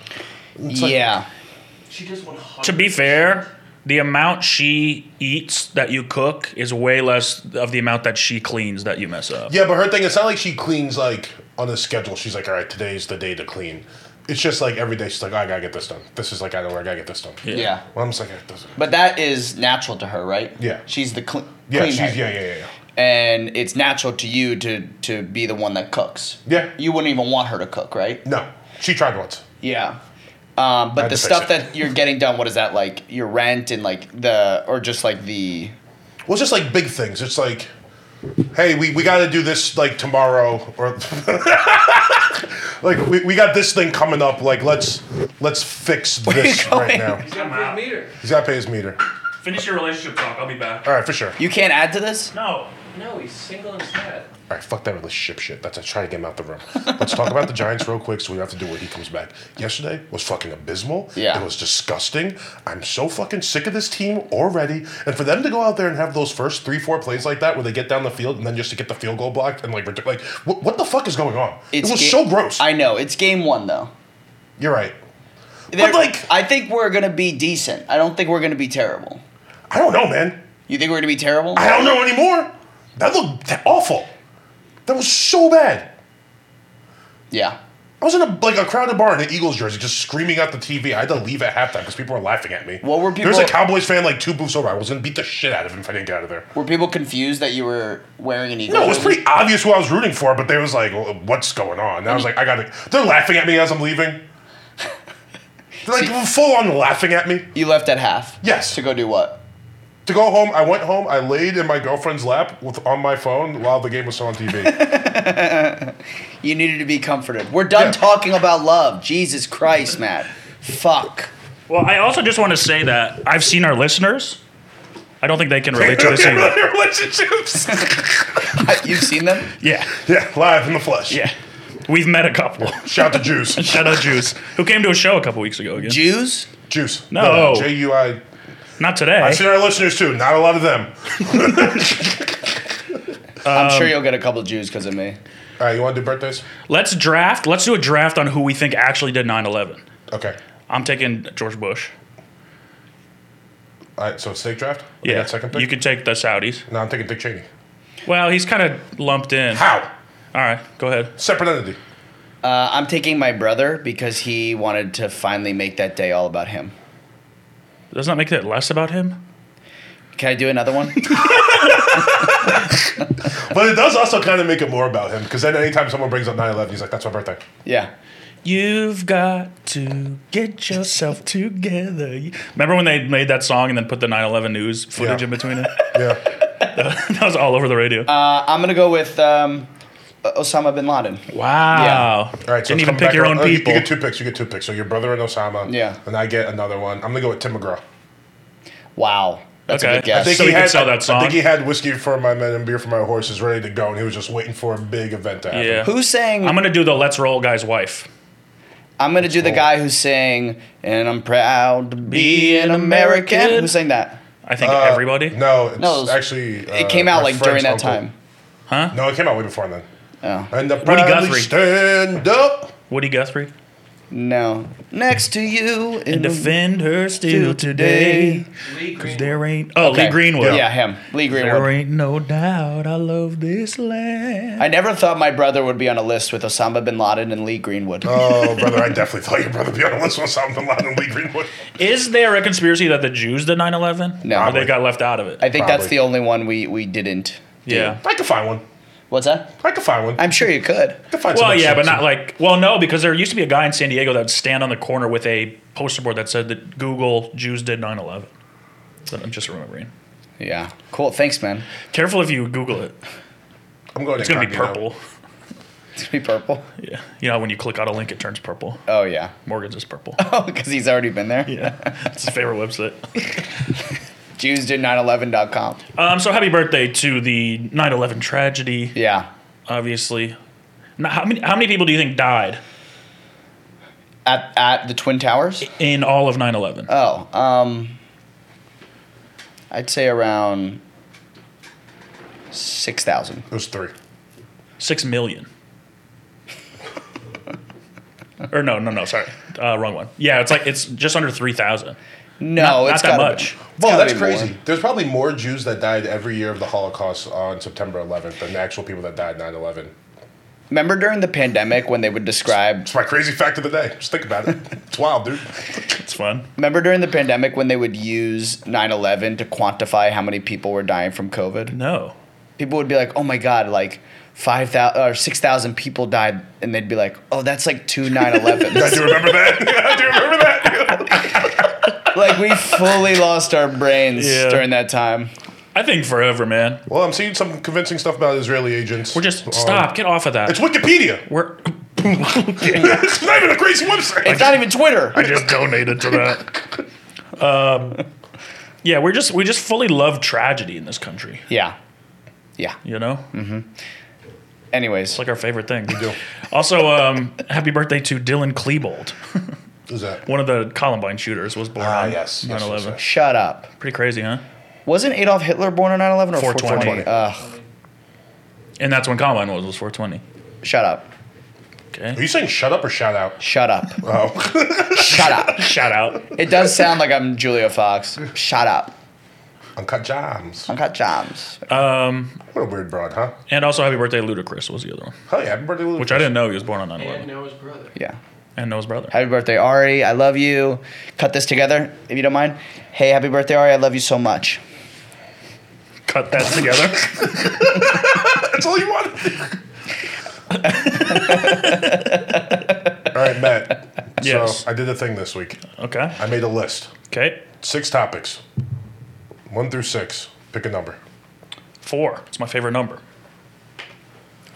S1: like-
S3: yeah.
S4: She does 100.
S2: To be fair, the amount she eats that you cook is way less of the amount that she cleans that you mess up.
S1: Yeah, but her thing, it's not like she cleans, like, on a schedule. She's like, all right, today's the day to clean. It's just, like, every day she's like, I gotta get this done. This is, like, I know where I gotta get this done.
S2: Yeah.
S3: Yeah.
S1: Well, I'm just like, "Eh, this-
S3: But that is natural to her, right?
S1: Yeah.
S3: She's the cl-
S1: yeah,
S3: clean
S1: she's,
S3: head.
S1: yeah, yeah, yeah, yeah.
S3: And it's natural to you to to be the one that cooks.
S1: Yeah.
S3: You wouldn't even want her to cook, right?
S1: No, she tried once.
S3: Yeah.
S1: I
S3: Um, but the
S1: just
S3: stuff
S1: fix it.
S3: that you're getting done, what is that like? Your rent and like the or just like the
S1: Well, it's just like big things. It's like, hey, we, we got to do this like tomorrow, or like we, we got this thing coming up. Like let's let's fix this right now.
S4: He's got a big meter.
S1: He's got to pay his meter.
S2: Finish your relationship talk. I'll be back.
S1: All right, for sure. All
S3: You can't add to this?
S2: No.
S4: No, he's single and sad.
S1: right, fuck that relationship shit. That's I try to get him out the room. Let's talk about the Giants real quick, so we don't have to do what he comes back. Yesterday was fucking abysmal.
S3: Yeah.
S1: it was disgusting. I'm so fucking sick of this team already. And for them to go out there and have those first three, four plays like that, where they get down the field and then just to get the field goal blocked and like, ridic- like what, what the fuck is going on?
S3: It's
S1: it was
S3: ga-
S1: so gross.
S3: I know. It's game one, though.
S1: You're right.
S3: They're-
S1: like-
S3: I think we're going to be decent. I don't think we're going to be terrible.
S1: I don't know, man.
S3: You think we're going to be terrible?
S1: I don't know anymore. That looked awful. That was so bad.
S3: yeah.
S1: I was in a like a crowded bar in an Eagles jersey, just screaming at the TV. I had to leave at halftime because people were laughing at me.
S3: What were
S1: There was a
S3: people-
S1: Cowboys fan like two booths over. I was gonna beat the shit out of him if I didn't get out of there.
S3: Were people confused that you were wearing an Eagles?
S1: No, it was
S3: jersey?
S1: pretty obvious who I was rooting for, but they was like, "Well, "What's going on?" And I was like, "I got to They're laughing at me as I'm leaving. They're like full on laughing at me.
S3: You left at half.
S1: Yes.
S3: To go do what?
S1: To go home, I went home. I laid in my girlfriend's lap with on my phone while the game was still on TV.
S3: You needed to be comforted. We're done
S1: Yeah.
S3: talking about love. Jesus Christ, Matt. Fuck.
S2: Well, I also just want to say that I've seen our listeners. I don't think they can relate to this either.
S1: relationships.
S3: You've seen them?
S2: Yeah.
S1: yeah, live in the flesh.
S2: Yeah. We've met a couple.
S1: Shout to Juice.
S2: Shout out Juice, who came to a show a couple weeks ago again.
S3: Jews?
S1: Juice.
S2: No.
S1: J U I.
S2: Not today.
S1: I've seen our listeners too. Not a lot of them.
S3: I'm
S1: Um,
S3: sure you'll get a couple Jews because of me.
S1: All right, you want to do birthdays?
S2: Let's draft. Let's do a draft on who we think actually did 9 11.
S1: Okay.
S2: I'm taking George Bush.
S1: All right, so snake draft. I
S2: Yeah.
S1: got second pick.
S2: You could take the Saudis.
S1: no, I'm taking Dick Cheney.
S2: Well, he's kind of lumped in. All
S1: How?
S2: right, go ahead.
S1: Separate entity.
S3: Uh, I'm taking my brother because he wanted to finally make that day all about him.
S2: Doesn't that make that less about him?
S3: Can I do another one?
S1: But it does also kind of make it more about him because then anytime someone brings up 9/11, he's like, "That's my birthday."
S3: yeah.
S2: You've got to get yourself together. You- Remember when they made that song and then put the 9 11 news footage
S1: Yeah.
S2: in between it?
S1: Yeah.
S2: that was all over the radio.
S3: Uh, I'm going to go with um, Osama bin Laden.
S1: All
S2: wow.
S1: right. So
S2: Didn't
S1: it's
S2: even
S1: coming
S2: pick
S1: back
S2: your
S1: around-
S2: own
S1: oh, you-
S2: people.
S1: You get two picks. You get two picks. So your brother and Osama.
S3: Yeah.
S1: And I get another one. I'm gonna go with Tim McGraw.
S3: Wow. That's
S2: Okay.
S3: a good guess.
S2: I think- So he could sell that
S1: I
S2: song?
S1: think he had whiskey for my men and beer for my horses ready to go, and he was just waiting for a big event to happen.
S2: yeah.
S3: who's saying
S2: I'm going to do the Let's Roll guy's wife.
S3: I'm gonna do the guy who sang "And I'm proud to be an American." Who sang that?
S2: I think
S1: Uh,
S2: everybody.
S1: No, it's
S3: No, it was-
S1: actually. uh,
S3: It came out
S1: my
S3: like during that
S1: friend's uncle.
S3: time.
S1: No, it came out way before then.
S3: Oh.
S1: And the proudly
S2: Guthrie.
S1: stand up.
S2: Woody Guthrie.
S3: No, next to you in
S2: And
S3: the
S2: defend her still
S3: today.
S2: today.
S4: Lee
S2: Cause
S4: Green.
S2: there ain't. Oh,
S3: Okay.
S2: Lee Greenwood.
S3: Yeah, him, Lee
S2: There
S3: Greenwood.
S2: ain't no doubt I love this land.
S3: I never thought my brother would be on a list with Osama bin Laden and Lee Greenwood.
S1: Oh, brother, I definitely thought your brother be on the list with something loud and Lee Greenwood.
S2: Is there a conspiracy that the Jews did 9 11?
S3: No.
S2: Or they got left out of it?
S3: I think that's
S1: probably.
S3: the only one we we didn't. do.
S2: yeah.
S1: I could find one.
S3: What's that?
S1: I could find one. I
S3: I'm sure you could.
S1: could find
S2: Well,
S1: some
S2: yeah, but
S1: exception.
S2: not like. Well, no, because there used to be a guy in San Diego that would stand on the corner with a poster board that said that Google Jews did 9 11. So I'm just remembering.
S3: Yeah. Cool. Thanks, man.
S2: Careful if you Google it.
S1: I'm going
S2: It's going to be
S1: incognito.
S2: purple.
S3: It's gonna be purple.
S2: Yeah. You know, when you click on a link, it turns purple.
S3: Oh yeah.
S2: Morgan's is purple.
S3: Oh, because he's already been there.
S2: Yeah. It's his favorite website.
S3: Jews did 9/11.com.
S2: Um, so happy birthday to the 9 11 tragedy,
S3: Yeah.
S2: obviously. Now, how, many, how many people do you think died
S3: At at the Twin Towers.
S2: in all of 9 11?
S3: Oh, um, I'd say around six thousand.
S1: It was three.
S2: Six million. or no, no, no, sorry. Uh, wrong one. Yeah, it's like, it's just under 3,000.
S3: No,
S2: Not
S3: it's
S2: that
S3: gotta be-
S2: much.
S3: it's
S1: Well,
S3: gotta
S1: that's
S3: be more.
S1: crazy. There's probably more Jews that died every year of the Holocaust on September 11th than the actual people that died 9 11.
S3: Remember during the pandemic when they would describe?
S1: It's my crazy fact of the day. Just think about it. It's wild, dude.
S2: It's fun.
S3: Remember during the pandemic when they would use 9/11 to quantify how many people were dying from COVID?
S2: No.
S3: People would be like, "Oh my god, like." 5,000 or 6,000 people died, and they'd be like, oh, that's like two 9
S1: I
S3: 11s.
S1: do remember that. I do remember that.
S3: like, we fully lost our brains
S2: Yeah.
S3: during that time.
S2: I think forever, man.
S1: Well, I'm seeing some convincing stuff about Israeli agents.
S2: We're just,
S1: on-
S2: stop, get off of that.
S1: It's Wikipedia.
S2: We're,
S1: it's not even a crazy website.
S3: It's not even Twitter.
S2: I just donated to that. Um, Yeah, we're just we just fully love tragedy in this country.
S3: Yeah. Yeah.
S2: You know, it's
S3: Anyways,
S2: like our favorite thing.
S1: Mm-hmm. do.
S2: Also, um, happy birthday to Dylan Klebold,
S1: Is that?
S2: one of the Columbine shooters, was born
S1: Ah,
S2: on
S1: yes, yes, yes,
S2: 9/11.
S1: yes.
S3: shut up.
S2: Pretty crazy, huh?
S3: Wasn't Adolf Hitler born on 9/11 or
S2: 420?
S3: 420? Ugh,
S2: And that's when Columbine was was 420.
S3: shut up.
S1: Are
S2: Okay.
S1: you saying shut up or shout out?
S3: Shut up.
S1: Oh,
S3: Shut up.
S2: Shout out.
S3: It does sound like I'm Julio Fox. Shut up.
S1: uncut jams.
S3: I got jobs.
S1: What a weird broad, huh?
S2: Um, And also, happy birthday Ludacris was the other one,
S1: Oh yeah, happy birthday, Ludacris.
S2: which I didn't know he was born on 9/11.
S4: And Noah's brother.
S3: Yeah.
S2: and Noah's brother.
S3: Happy birthday, Ari. I love you. Cut this together if you don't mind. Hey, happy birthday, Ari. I love you so much.
S2: Cut that together.
S1: That's all you want. all right, Matt.
S2: Yes.
S1: So I did a thing this week.
S2: okay.
S1: I made a list.
S2: Okay.
S1: Six topics. One through six. Pick a number.
S2: Four. It's my favorite number.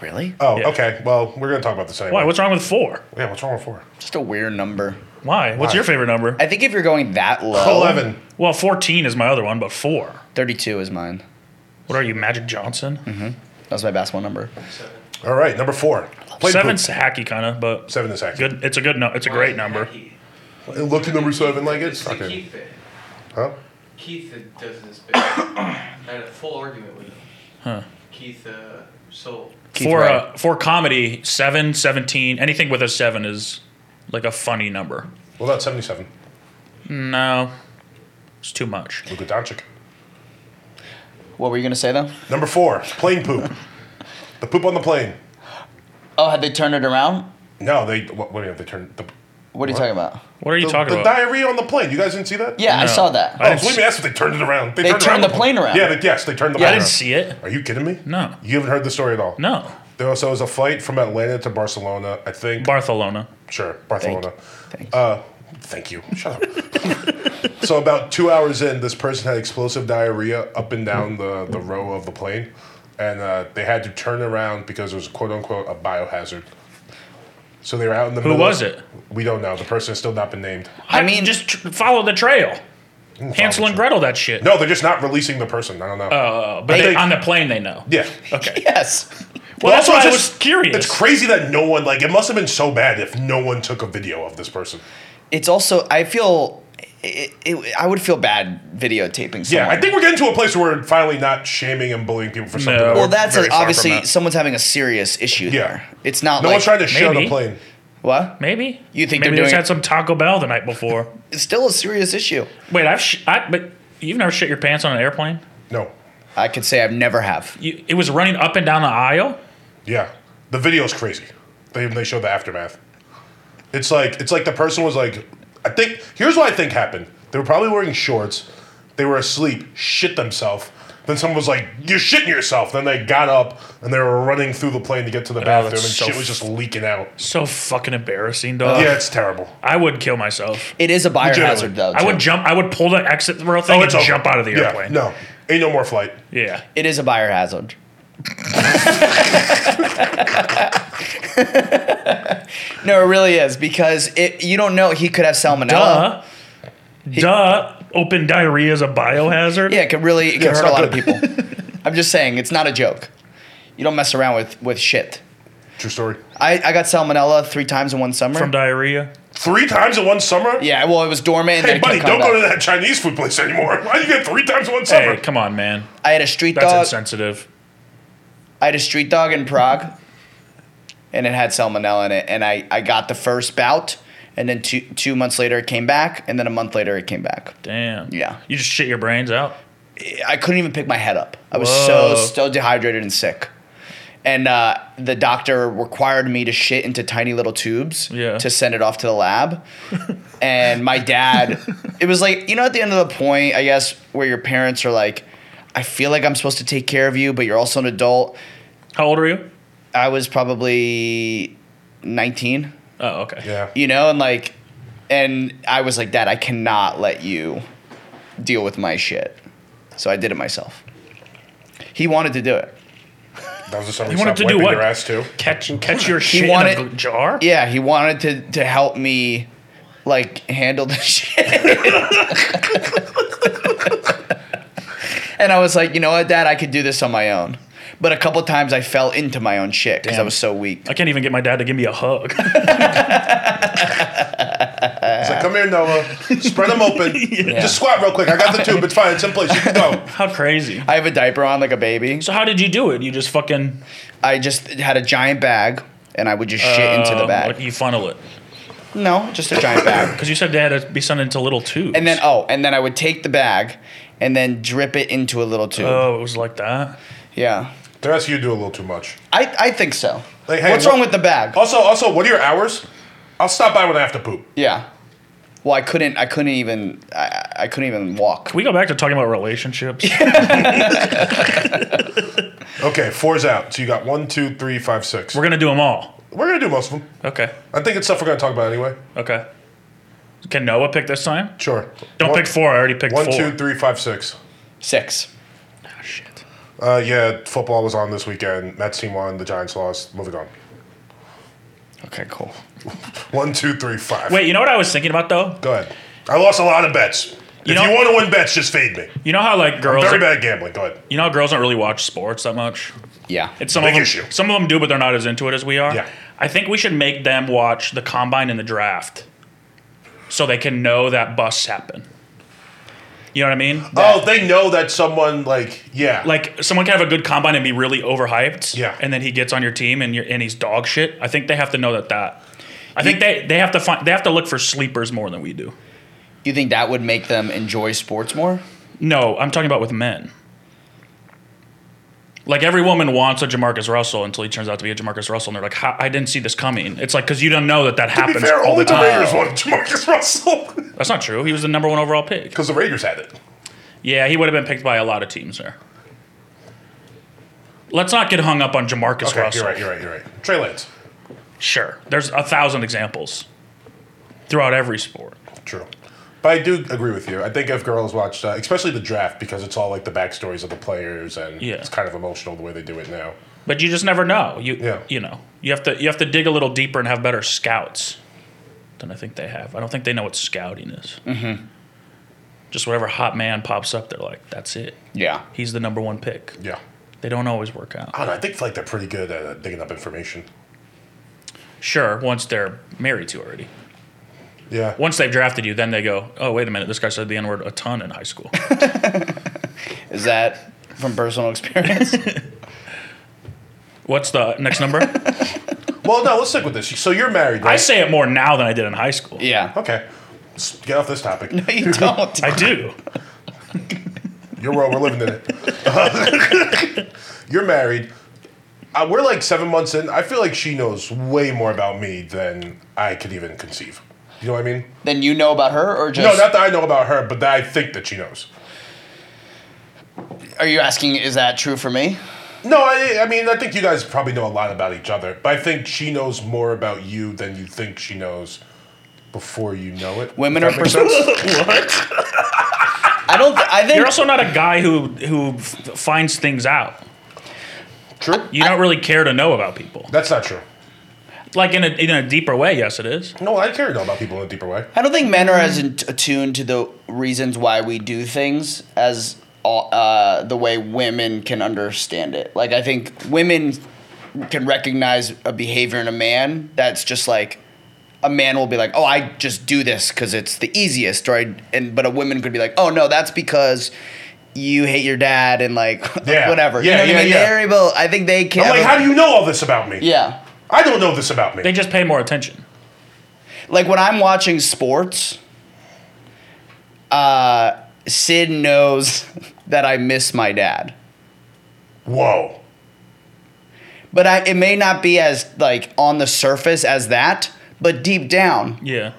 S3: Really?
S1: Oh,
S2: Yeah.
S1: okay. Well, we're gonna talk about this anyway.
S2: Why? What's wrong with four?
S1: yeah, what's wrong with four?
S3: Just a weird number.
S2: Why? What's
S1: Why?
S2: your favorite number?
S3: I think if you're going that low,
S1: Eleven.
S2: Well, 14 is my other one, but four.
S3: 32 is mine.
S2: What are you, Magic Johnson?
S3: That's my basketball number.
S4: Seven.
S1: All right, number four. Play
S2: Seven's
S1: poop.
S2: hacky kind of, but
S1: Seven is accurate.
S2: good. It's a good number. It's a great number.
S4: He-
S1: Look at number seven like
S4: It's
S1: it's
S4: the
S1: okay.
S4: Keith bit.
S1: Huh?
S4: Keith that does this bit. I had a full argument with him. Keith uh, Soul.
S3: Keith
S2: for
S3: Ray.
S2: uh, for comedy, seven, 17, anything with a seven is like a funny number.
S1: Well, that's seventy-seven.
S2: No, it's too much.
S1: Luka Doncic.
S3: What were you going to say, though?
S1: Number four. Plane poop. the poop on the plane.
S3: Oh, had they turned it around?
S1: No, they. What, what do you have? They turned the.
S3: What are you talking about?
S2: What are you
S1: the,
S2: talking
S1: the
S2: about?
S1: diarrhea on the plane. You guys didn't see that?
S3: Yeah, I
S2: No.
S3: saw that.
S2: I
S1: Oh,
S2: didn't
S1: believe
S2: see-
S1: me, that's what they turned it around. They,
S3: They turned the
S1: around.
S3: plane around.
S1: Yeah, they, yes, they turned the
S2: I
S1: plane
S2: didn't
S1: around.
S2: see it.
S1: Are you kidding me?
S2: No,
S1: You haven't heard the story at all.
S2: no.
S1: There was, there was a flight from Atlanta to Barcelona, I think.
S2: Barcelona.
S1: sure, Barcelona.
S3: Thanks.
S1: Uh, thank you. Shut up. so about two hours in, this person had explosive diarrhea up and down the, the row of the plane, and uh, they had to turn around because it was quote unquote a biohazard. So they were out in the
S2: Who
S1: middle.
S2: was
S1: of-
S2: it?
S1: We don't know. The person has still not been named.
S3: I mean-
S2: just tr- follow the trail. Hansel and Gretel, that shit.
S1: No, they're just not releasing the person. I don't know.
S2: Uh, but they,
S1: They-
S2: on the plane, they know.
S1: yeah.
S2: Okay.
S3: yes.
S2: Well, that's
S1: also,
S2: why I
S1: it's
S2: was
S1: just-
S2: curious.
S1: It's crazy that no one like it must have been so bad if no one took a video of this person.
S3: It's also, I feel, it, it, I would feel bad videotaping someone.
S1: Yeah, I think we're getting to a place where we're finally not shaming and bullying people for something.
S2: No.
S1: that
S3: Well,
S2: we're
S3: that's
S2: very
S3: a,
S2: far from
S3: obviously
S2: that.
S3: someone's having a serious issue
S1: Yeah.
S3: there. It's not
S1: no
S3: like
S1: one's trying to shit on
S2: maybe.
S1: a plane.
S3: what?
S2: Maybe
S3: You think
S2: maybe
S3: they're
S2: they just
S3: doing-
S2: had some Taco Bell the night before?
S3: It's still a serious issue.
S2: Wait, I've sh- I, but you've never shit your pants on an airplane.
S1: No.
S3: I could say I've never have.
S2: You, it was running up and down the aisle.
S1: Yeah, the video's crazy. They they show the aftermath. It's like it's like the person was like, I think here's what I think happened. They were probably wearing shorts. They were asleep, shit themselves. Then someone was like, "You're shitting yourself." Then they got up and they were running through the plane to get to the bathroom, and
S2: Oh, that's so
S1: shit was just leaking out.
S2: So fucking embarrassing, dog.
S1: yeah, it's terrible.
S2: I would kill myself.
S3: It is a biohazard
S1: Legitimately.
S3: though.
S2: I would
S3: too.
S2: jump. I would pull the exit rail thing and
S1: Oh, over.
S2: jump out of the
S1: Yeah,
S2: airplane.
S1: no, ain't no more flight.
S2: Yeah.
S3: It is a biohazard. no, it really is because it, you don't know he could have salmonella.
S2: Duh. Duh. Open diarrhea is a biohazard.
S3: Yeah, it could really it could
S1: Yeah, it's
S3: hurt a
S1: not
S3: lot of people. I'm just saying it's not a joke. You don't mess around with with shit.
S1: True story.
S3: I, I got salmonella three times in one summer.
S2: From diarrhea.
S1: Three times in one summer.
S3: yeah, well, it was dormant. And then
S1: Hey,
S3: it kept
S1: buddy,
S3: coming
S1: don't go
S3: back.
S1: to that Chinese food place anymore. Why do you get three times in one summer?
S2: Hey, come on, man.
S3: I had a street
S2: That's
S3: dog.
S2: insensitive.
S3: I had a street dog in Prague, and it had salmonella in it. And I, I got the first bout, and then two two months later it came back, and then a month later it came back.
S2: Damn.
S3: Yeah.
S2: You just shit your brains out.
S3: I couldn't even pick my head up. I was
S2: Whoa.
S3: so so dehydrated and sick. And uh, the doctor required me to shit into tiny little tubes
S2: Yeah.
S3: to send it off to the lab. and my dad, it was like you know at the end of the point, I guess, where your parents are like, I feel like I'm supposed to take care of you, but you're also an adult.
S2: How old are you?
S3: I was probably 19,
S2: Oh, okay.
S1: yeah.
S3: you know, and like, and I was like, Dad, I cannot let you deal with my shit. So I did it myself. He wanted to do it.
S1: That was the summer.
S2: You wanted
S1: stop
S2: to do
S1: wiping
S2: what?
S1: Your ass too.
S2: Catch catch your shit
S3: wanted-
S2: in a gl- jar.
S3: Yeah, he wanted to, to help me, like, handle the shit. And I was like, you know what, Dad, I could do this on my own. But a couple times I fell into my own shit because I
S2: Damn.
S3: was so weak.
S2: I can't even get my dad to give me a hug.
S1: It's like, come here, Noah. Spread them open.
S2: Uh, Yeah.
S1: Just squat real quick. I got the tube. It's fine. It's in place. You can go.
S2: How crazy.
S3: I have a diaper on like a baby.
S2: So how did you do it? You just fucking
S3: I just had a giant bag and I would just shit into the
S2: um,
S3: bag.
S2: like, you funnel it
S3: No, just a giant bag.
S2: because you said they had to be sent into little tubes.
S3: And then oh, and then I would take the bag and then drip it into a little tube.
S2: oh, it was like that.
S3: yeah.
S1: They're asking you to do a little too much.
S3: I, I think so.
S1: Like, hey, Oh.
S3: What's
S1: what-
S3: wrong with the bag?
S1: Also, also, what are your hours? I'll stop by when I have to poop.
S3: Yeah. Well, I couldn't I couldn't even I, I couldn't even walk.
S2: Can we go back to talking about relationships?
S1: Okay, four's out. So you got one, two, three, five, six.
S2: We're gonna do them all.
S1: We're gonna do most of them.
S2: Okay.
S1: I think it's stuff we're gonna talk about anyway.
S2: Okay. Can Noah pick this time?
S1: Sure.
S2: Don't
S1: One-
S2: pick four. I already picked
S1: One,
S2: four.
S1: two, three, five, six.
S3: Six.
S2: Ah, shit.
S1: Uh, yeah, football was on this weekend. Mets team won. The Giants lost. Moving on.
S3: Okay, cool.
S1: One, two, three, five.
S2: Wait, you know what I was thinking about though?
S1: Go ahead. I lost a lot of bets.
S2: You
S1: if
S2: know-
S1: you want to win bets, just fade me.
S2: You know how like girls,
S1: Very bad at gambling. Go ahead.
S2: you know how girls don't really watch sports that much.
S3: Yeah.
S2: It's some
S1: Big
S2: of them.
S1: issue.
S2: Some of them do, but they're not as into it as we are.
S1: Yeah.
S2: I think we should make them watch the combine and the draft, so they can know that busts happen. You know what I mean?
S1: oh, they know that someone like yeah.
S2: Like someone can have a good combine and be really overhyped.
S1: Yeah.
S2: And then he gets on your team and you're and he's dog shit. I think they have to know that that. I think they, they have to find they have to look for sleepers more than we do.
S3: you think that would make them enjoy sports more?
S2: No, I'm talking about with men. Like every woman wants a Jamarcus Russell until he turns out to be a Jamarcus Russell, and they're like, "How- "I didn't see this coming." It's like because you don't know that that
S1: to be
S2: happens
S1: fair,
S2: all
S1: only
S2: the
S1: the
S2: time.
S1: Raiders won Jamarcus Russell
S2: That's not true. He was the number one overall pick.
S1: because the Raiders had it.
S2: Yeah, he would have been picked by a lot of teams there. Let's not get hung up on Jamarcus
S1: Okay,
S2: Russell.
S1: you're right. You're right. You're right. Trey Lance.
S2: Sure, there's a thousand examples throughout every sport.
S1: True. But I do agree with you. I think if girls watched, uh, especially the draft, because it's all like the backstories of the players, and
S2: Yeah.
S1: it's kind of emotional the way they do it now.
S2: But you just never know. You
S1: Yeah.
S2: you know you have to you have to dig a little deeper and have better scouts than I think they have. I don't think they know what scouting is. Mm-hmm. Just whatever hot man pops up, they're like, that's it.
S3: Yeah.
S2: He's the number one pick.
S1: Yeah.
S2: They don't always work out.
S1: I don't know. I think like they're pretty good at uh, digging up information.
S2: Sure, once they're married to already.
S1: Yeah.
S2: Once they've drafted you, then they go, oh wait a minute, this guy said the n word a ton in high school.
S3: Is that from personal experience?
S2: What's the next number?
S1: Well, no. Let's stick with this. So you're married, right?
S2: I say it more now than I did in high school.
S3: yeah.
S1: Okay. Let's get off this topic.
S3: No, you don't.
S2: I do.
S1: Your world, we're living in it. You're married. Uh, we're like seven months in. I feel like she knows way more about me than I could even conceive. You know what I mean?
S3: then you know about her or
S1: No,
S3: just
S1: not that I know about her, but that I think that she knows.
S3: are you asking is that true for me?
S1: No, I, I mean, I think you guys probably know a lot about each other, but I think she knows more about you than you think she knows before you know it.
S3: Women
S1: If
S3: are
S1: that makes
S3: pers-
S1: sense.
S2: what?
S3: I don't th- I think
S2: You're also not a guy who who f- finds things out.
S1: True.
S2: You don't really care to know about people.
S1: That's not true.
S2: Like in a in a deeper way, yes, it is.
S1: No, I care to know about people in a deeper way.
S3: I don't think men are as in- attuned to the reasons why we do things as all, uh, the way women can understand it. Like I think women can recognize a behavior in a man that's just like a man will be like, "Oh, I just do this because it's the easiest," right? And but a woman could be like, "Oh no, that's because." You hate your dad and like
S1: Yeah.
S3: whatever.
S1: Yeah,
S3: you know what
S1: yeah,
S3: I mean?
S1: yeah.
S3: They're able. I think they can.
S1: I'm like, how do you know all this about me?
S3: yeah.
S1: I don't know this about me.
S2: They just pay more attention.
S3: like when I'm watching sports, uh, Sid knows that I miss my dad,
S1: Whoa.
S3: but I, it may not be as like on the surface as that. But deep down,
S2: Yeah,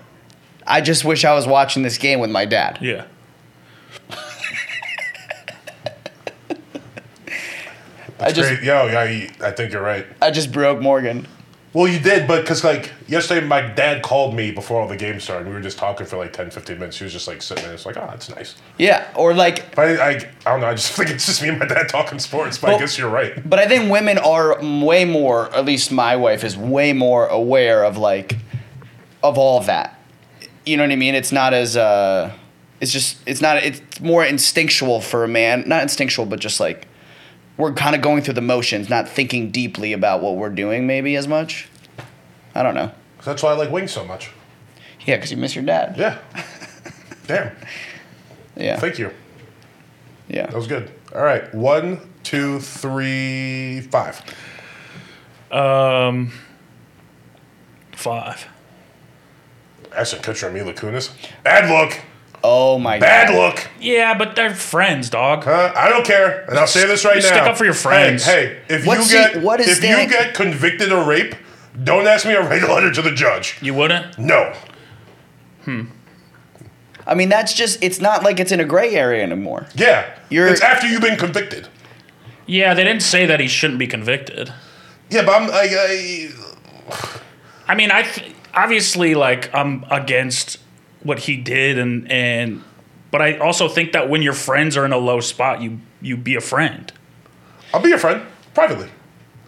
S3: I just wish I was watching this game with my dad.
S2: yeah.
S3: I just,
S1: Great. Yo, yeah, you- I think you're right.
S3: I just broke Morgan.
S1: Well, you did, but because like yesterday, my dad called me before all the games started. We were just talking for like 10, 15 minutes. He was just like sitting there. It's like, oh, that's nice.
S3: Yeah, or like,
S1: But I, I, I don't know. I just think it's just me and my dad talking sports. But
S3: Well-
S1: I guess you're right.
S3: but I think women are way more. At least my wife is way more aware of like, of all of that. You know what I mean? It's not as uh, It's just it's not it's more instinctual for a man, not instinctual, but just like we're kind of going through the motions, not thinking deeply about what we're doing maybe as much. I don't know.
S1: That's why I like wings so much.
S3: Yeah, because you miss your dad.
S1: Yeah. Damn.
S3: Yeah.
S1: Thank you. That
S3: Yeah.
S1: was good. All right. One, two, three, five.
S2: Um, five.
S1: Ashton Kutcher and Mila Kunis. Bad look.
S3: Oh my
S1: Bad look.
S2: Yeah, but they're friends, dog.
S1: Huh? I don't care. And I'll say this right
S2: You
S1: now.
S2: stick up for your friends.
S1: Hey, hey if
S3: What's
S1: you get
S3: the- what is
S1: if
S3: that-
S1: you get convicted of rape, don't ask me to write a letter to the judge.
S2: You wouldn't?
S1: No.
S3: God. I mean, that's just it's not like it's in a gray area anymore.
S1: Yeah.
S3: You're-
S1: it's after you've been convicted.
S2: Yeah, they didn't say that he shouldn't be convicted.
S1: Yeah, but I'm like I,
S2: I mean, I th- obviously like I'm against what he did, and and but I also think that when your friends are in a low spot, you you be a friend.
S1: I'll be your friend privately.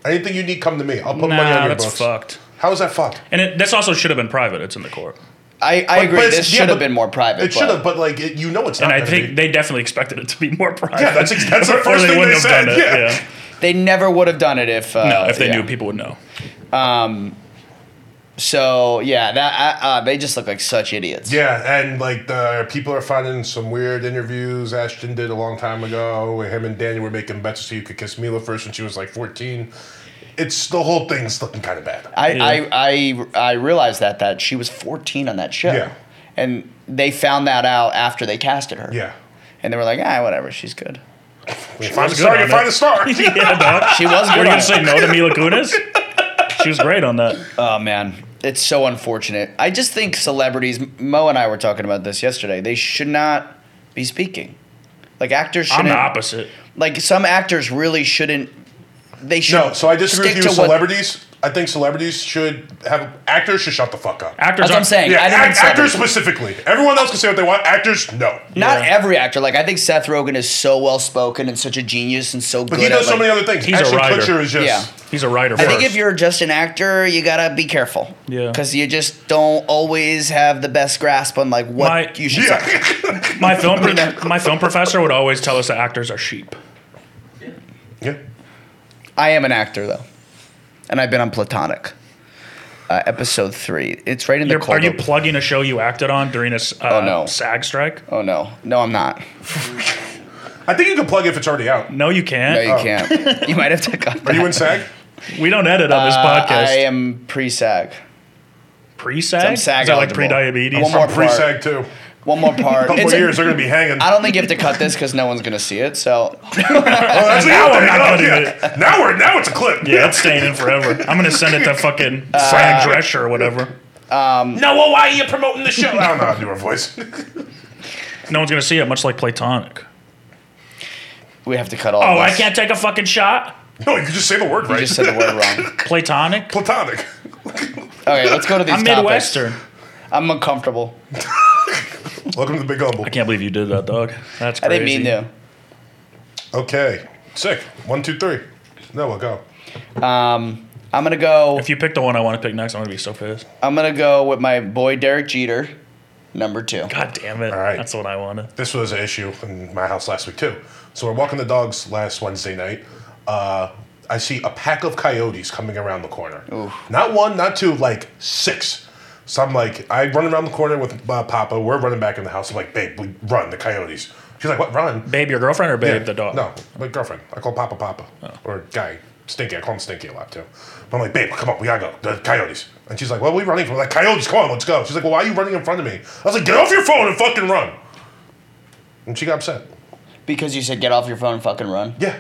S1: Anything you need, come to me. I'll put money on
S2: Nah,
S1: your
S2: that's
S1: books.
S2: fucked.
S1: How is that fucked?
S2: And it, this also should have been private. It's in the court,
S3: I, I agree.
S1: but it's-
S3: this
S1: yeah,
S3: should have
S1: but
S3: been more private.
S1: It should have, but like it, you know, it's
S2: and
S1: not.
S2: I
S1: gonna
S2: think
S1: be.
S2: they definitely expected it to be more private.
S1: Yeah, that's ex- that's the
S2: Or
S1: first thing
S2: wouldn't
S1: they said,
S2: have
S1: yeah.
S3: They never would have done it if uh,
S2: No, if they
S3: yeah.
S2: knew, people would know.
S3: So yeah, that uh, uh, they just look like such idiots.
S1: Yeah, and like the people are finding some weird interviews Ashton did a long time ago. Where him and Daniel were making bets to see who could kiss Mila first when she was like fourteen. It's the whole thing's looking kind of bad.
S3: I,
S2: Yeah.
S3: I I I realized that that she was 14 on that show.
S1: Yeah.
S3: And they found that out after they casted her.
S1: Yeah,
S3: And they were like, ah, whatever, she's good.
S1: When you find a
S2: was
S1: star,
S2: good
S1: you
S2: on
S1: find
S2: it.
S1: a star.
S2: yeah, dog.
S3: She was
S2: Were
S3: good.
S2: you
S3: on
S2: gonna
S3: it.
S2: say no to Mila Kunis? She was great on that.
S3: Oh man, it's so unfortunate. I just think celebrities. Mo and I were talking about this yesterday. They should not be speaking. Like actors
S2: I'm
S3: shouldn't.
S2: the opposite.
S3: Like some actors really shouldn't. They should.
S1: No, so I disagree
S3: stick
S1: with you.
S3: to what-
S1: Celebrities, I think celebrities should have actors should shut the fuck up.
S2: Actors.
S3: That's what I'm
S2: aren't-
S3: saying.
S1: yeah,
S3: I didn't
S1: act-
S3: say
S1: actors
S3: that.
S1: specifically. Everyone else can say what they want. Actors, no.
S3: Not
S2: Yeah.
S3: every actor. Like I think Seth Rogen is so well spoken and such a genius and so
S1: But
S3: good.
S1: he does
S3: at,
S1: so
S3: like-
S1: many other things.
S2: He's a
S1: Ashton
S2: writer.
S1: Kutcher is just.
S3: Yeah.
S2: He's a writer.
S3: I
S2: first.
S3: think if you're just an actor, you gotta be careful.
S2: Yeah.
S3: Because you just don't always have the best grasp on like what
S2: My-
S3: you should say.
S1: Yeah.
S2: My film, pro- my film professor would always tell us that actors are sheep.
S1: yeah.
S3: I am an actor though, and I've been on Platonic, uh, episode three. It's right in the
S2: You're,
S3: cold.
S2: are you plugging a show you acted on during a s- uh,
S3: Oh, no.
S2: SAG strike?
S3: oh no, no, I'm not.
S1: I think you can plug if it's already out.
S2: No, you
S3: No, you
S2: can't.
S1: Oh.
S3: can't. You might have to cut.
S1: Are you
S3: that.
S1: in SAG?
S2: we don't edit on this
S3: Uh,
S2: podcast.
S3: I am pre-sag.
S2: Pre-SAG?
S3: I'm SAG
S2: Is that like
S3: eligible.
S2: pre-diabetes? Oh,
S3: One more-
S1: Pre SAG too.
S3: One more part.
S1: couple
S3: It's a-
S1: years, they're going to be hanging.
S3: I don't think you have to cut this because no one's gonna see it. So
S1: Oh, that's the
S2: Now
S1: other
S2: I'm
S1: thing.
S2: not
S1: Oh,
S2: cutting
S1: yeah. Now we're now it's a clip.
S2: Yeah, it's staying in forever. I'm gonna send it to fucking Frank Drescher or whatever.
S1: No, well, why are you promoting the show? I don't know how to do her voice.
S2: No one's gonna see it, much like Platonic.
S3: we have to cut all.
S2: Oh,
S3: of
S2: I
S3: this.
S2: can't take a fucking shot.
S1: no, you could just say the word
S3: You
S1: right.
S3: just said the word wrong.
S2: Platonic.
S1: Platonic.
S3: Okay, let's go to these.
S2: I'm
S3: topics.
S2: Midwestern.
S3: I'm uncomfortable.
S1: Welcome to the Big Humble.
S2: I can't believe you did that, dog. That's
S3: I
S2: crazy.
S3: didn't mean to.
S1: Okay, sick. One, two, three. No, we'll go.
S3: Um, I'm gonna go.
S2: If you pick the one I want to pick next, I'm gonna be so pissed.
S3: I'm gonna go with my boy Derek Jeter, number two.
S2: God damn it.
S1: All right.
S2: That's what I wanted.
S1: This was an issue in my house last week too. So we're walking the dogs last Wednesday night. Uh, I see a pack of coyotes coming around the corner. Not one, not two, like six. So I'm like, I run around the corner with uh, Papa. We're running back in the house. I'm like, babe, we run the coyotes. She's like, what? Run?
S2: Babe, your girlfriend or babe,
S1: Yeah.
S2: the dog? Oh.
S1: No, my girlfriend. I call Papa Papa. Or guy. Stinky. I call him Stinky a lot too. But I'm like, babe, come on, we gotta go. The coyotes. And she's like, well, we running from like coyotes. Come on, let's go. She's like, well, why are you running in front of me? I was like, get off your phone and fucking run. And she got upset.
S3: Because you said get off your phone and fucking run.
S1: Yeah.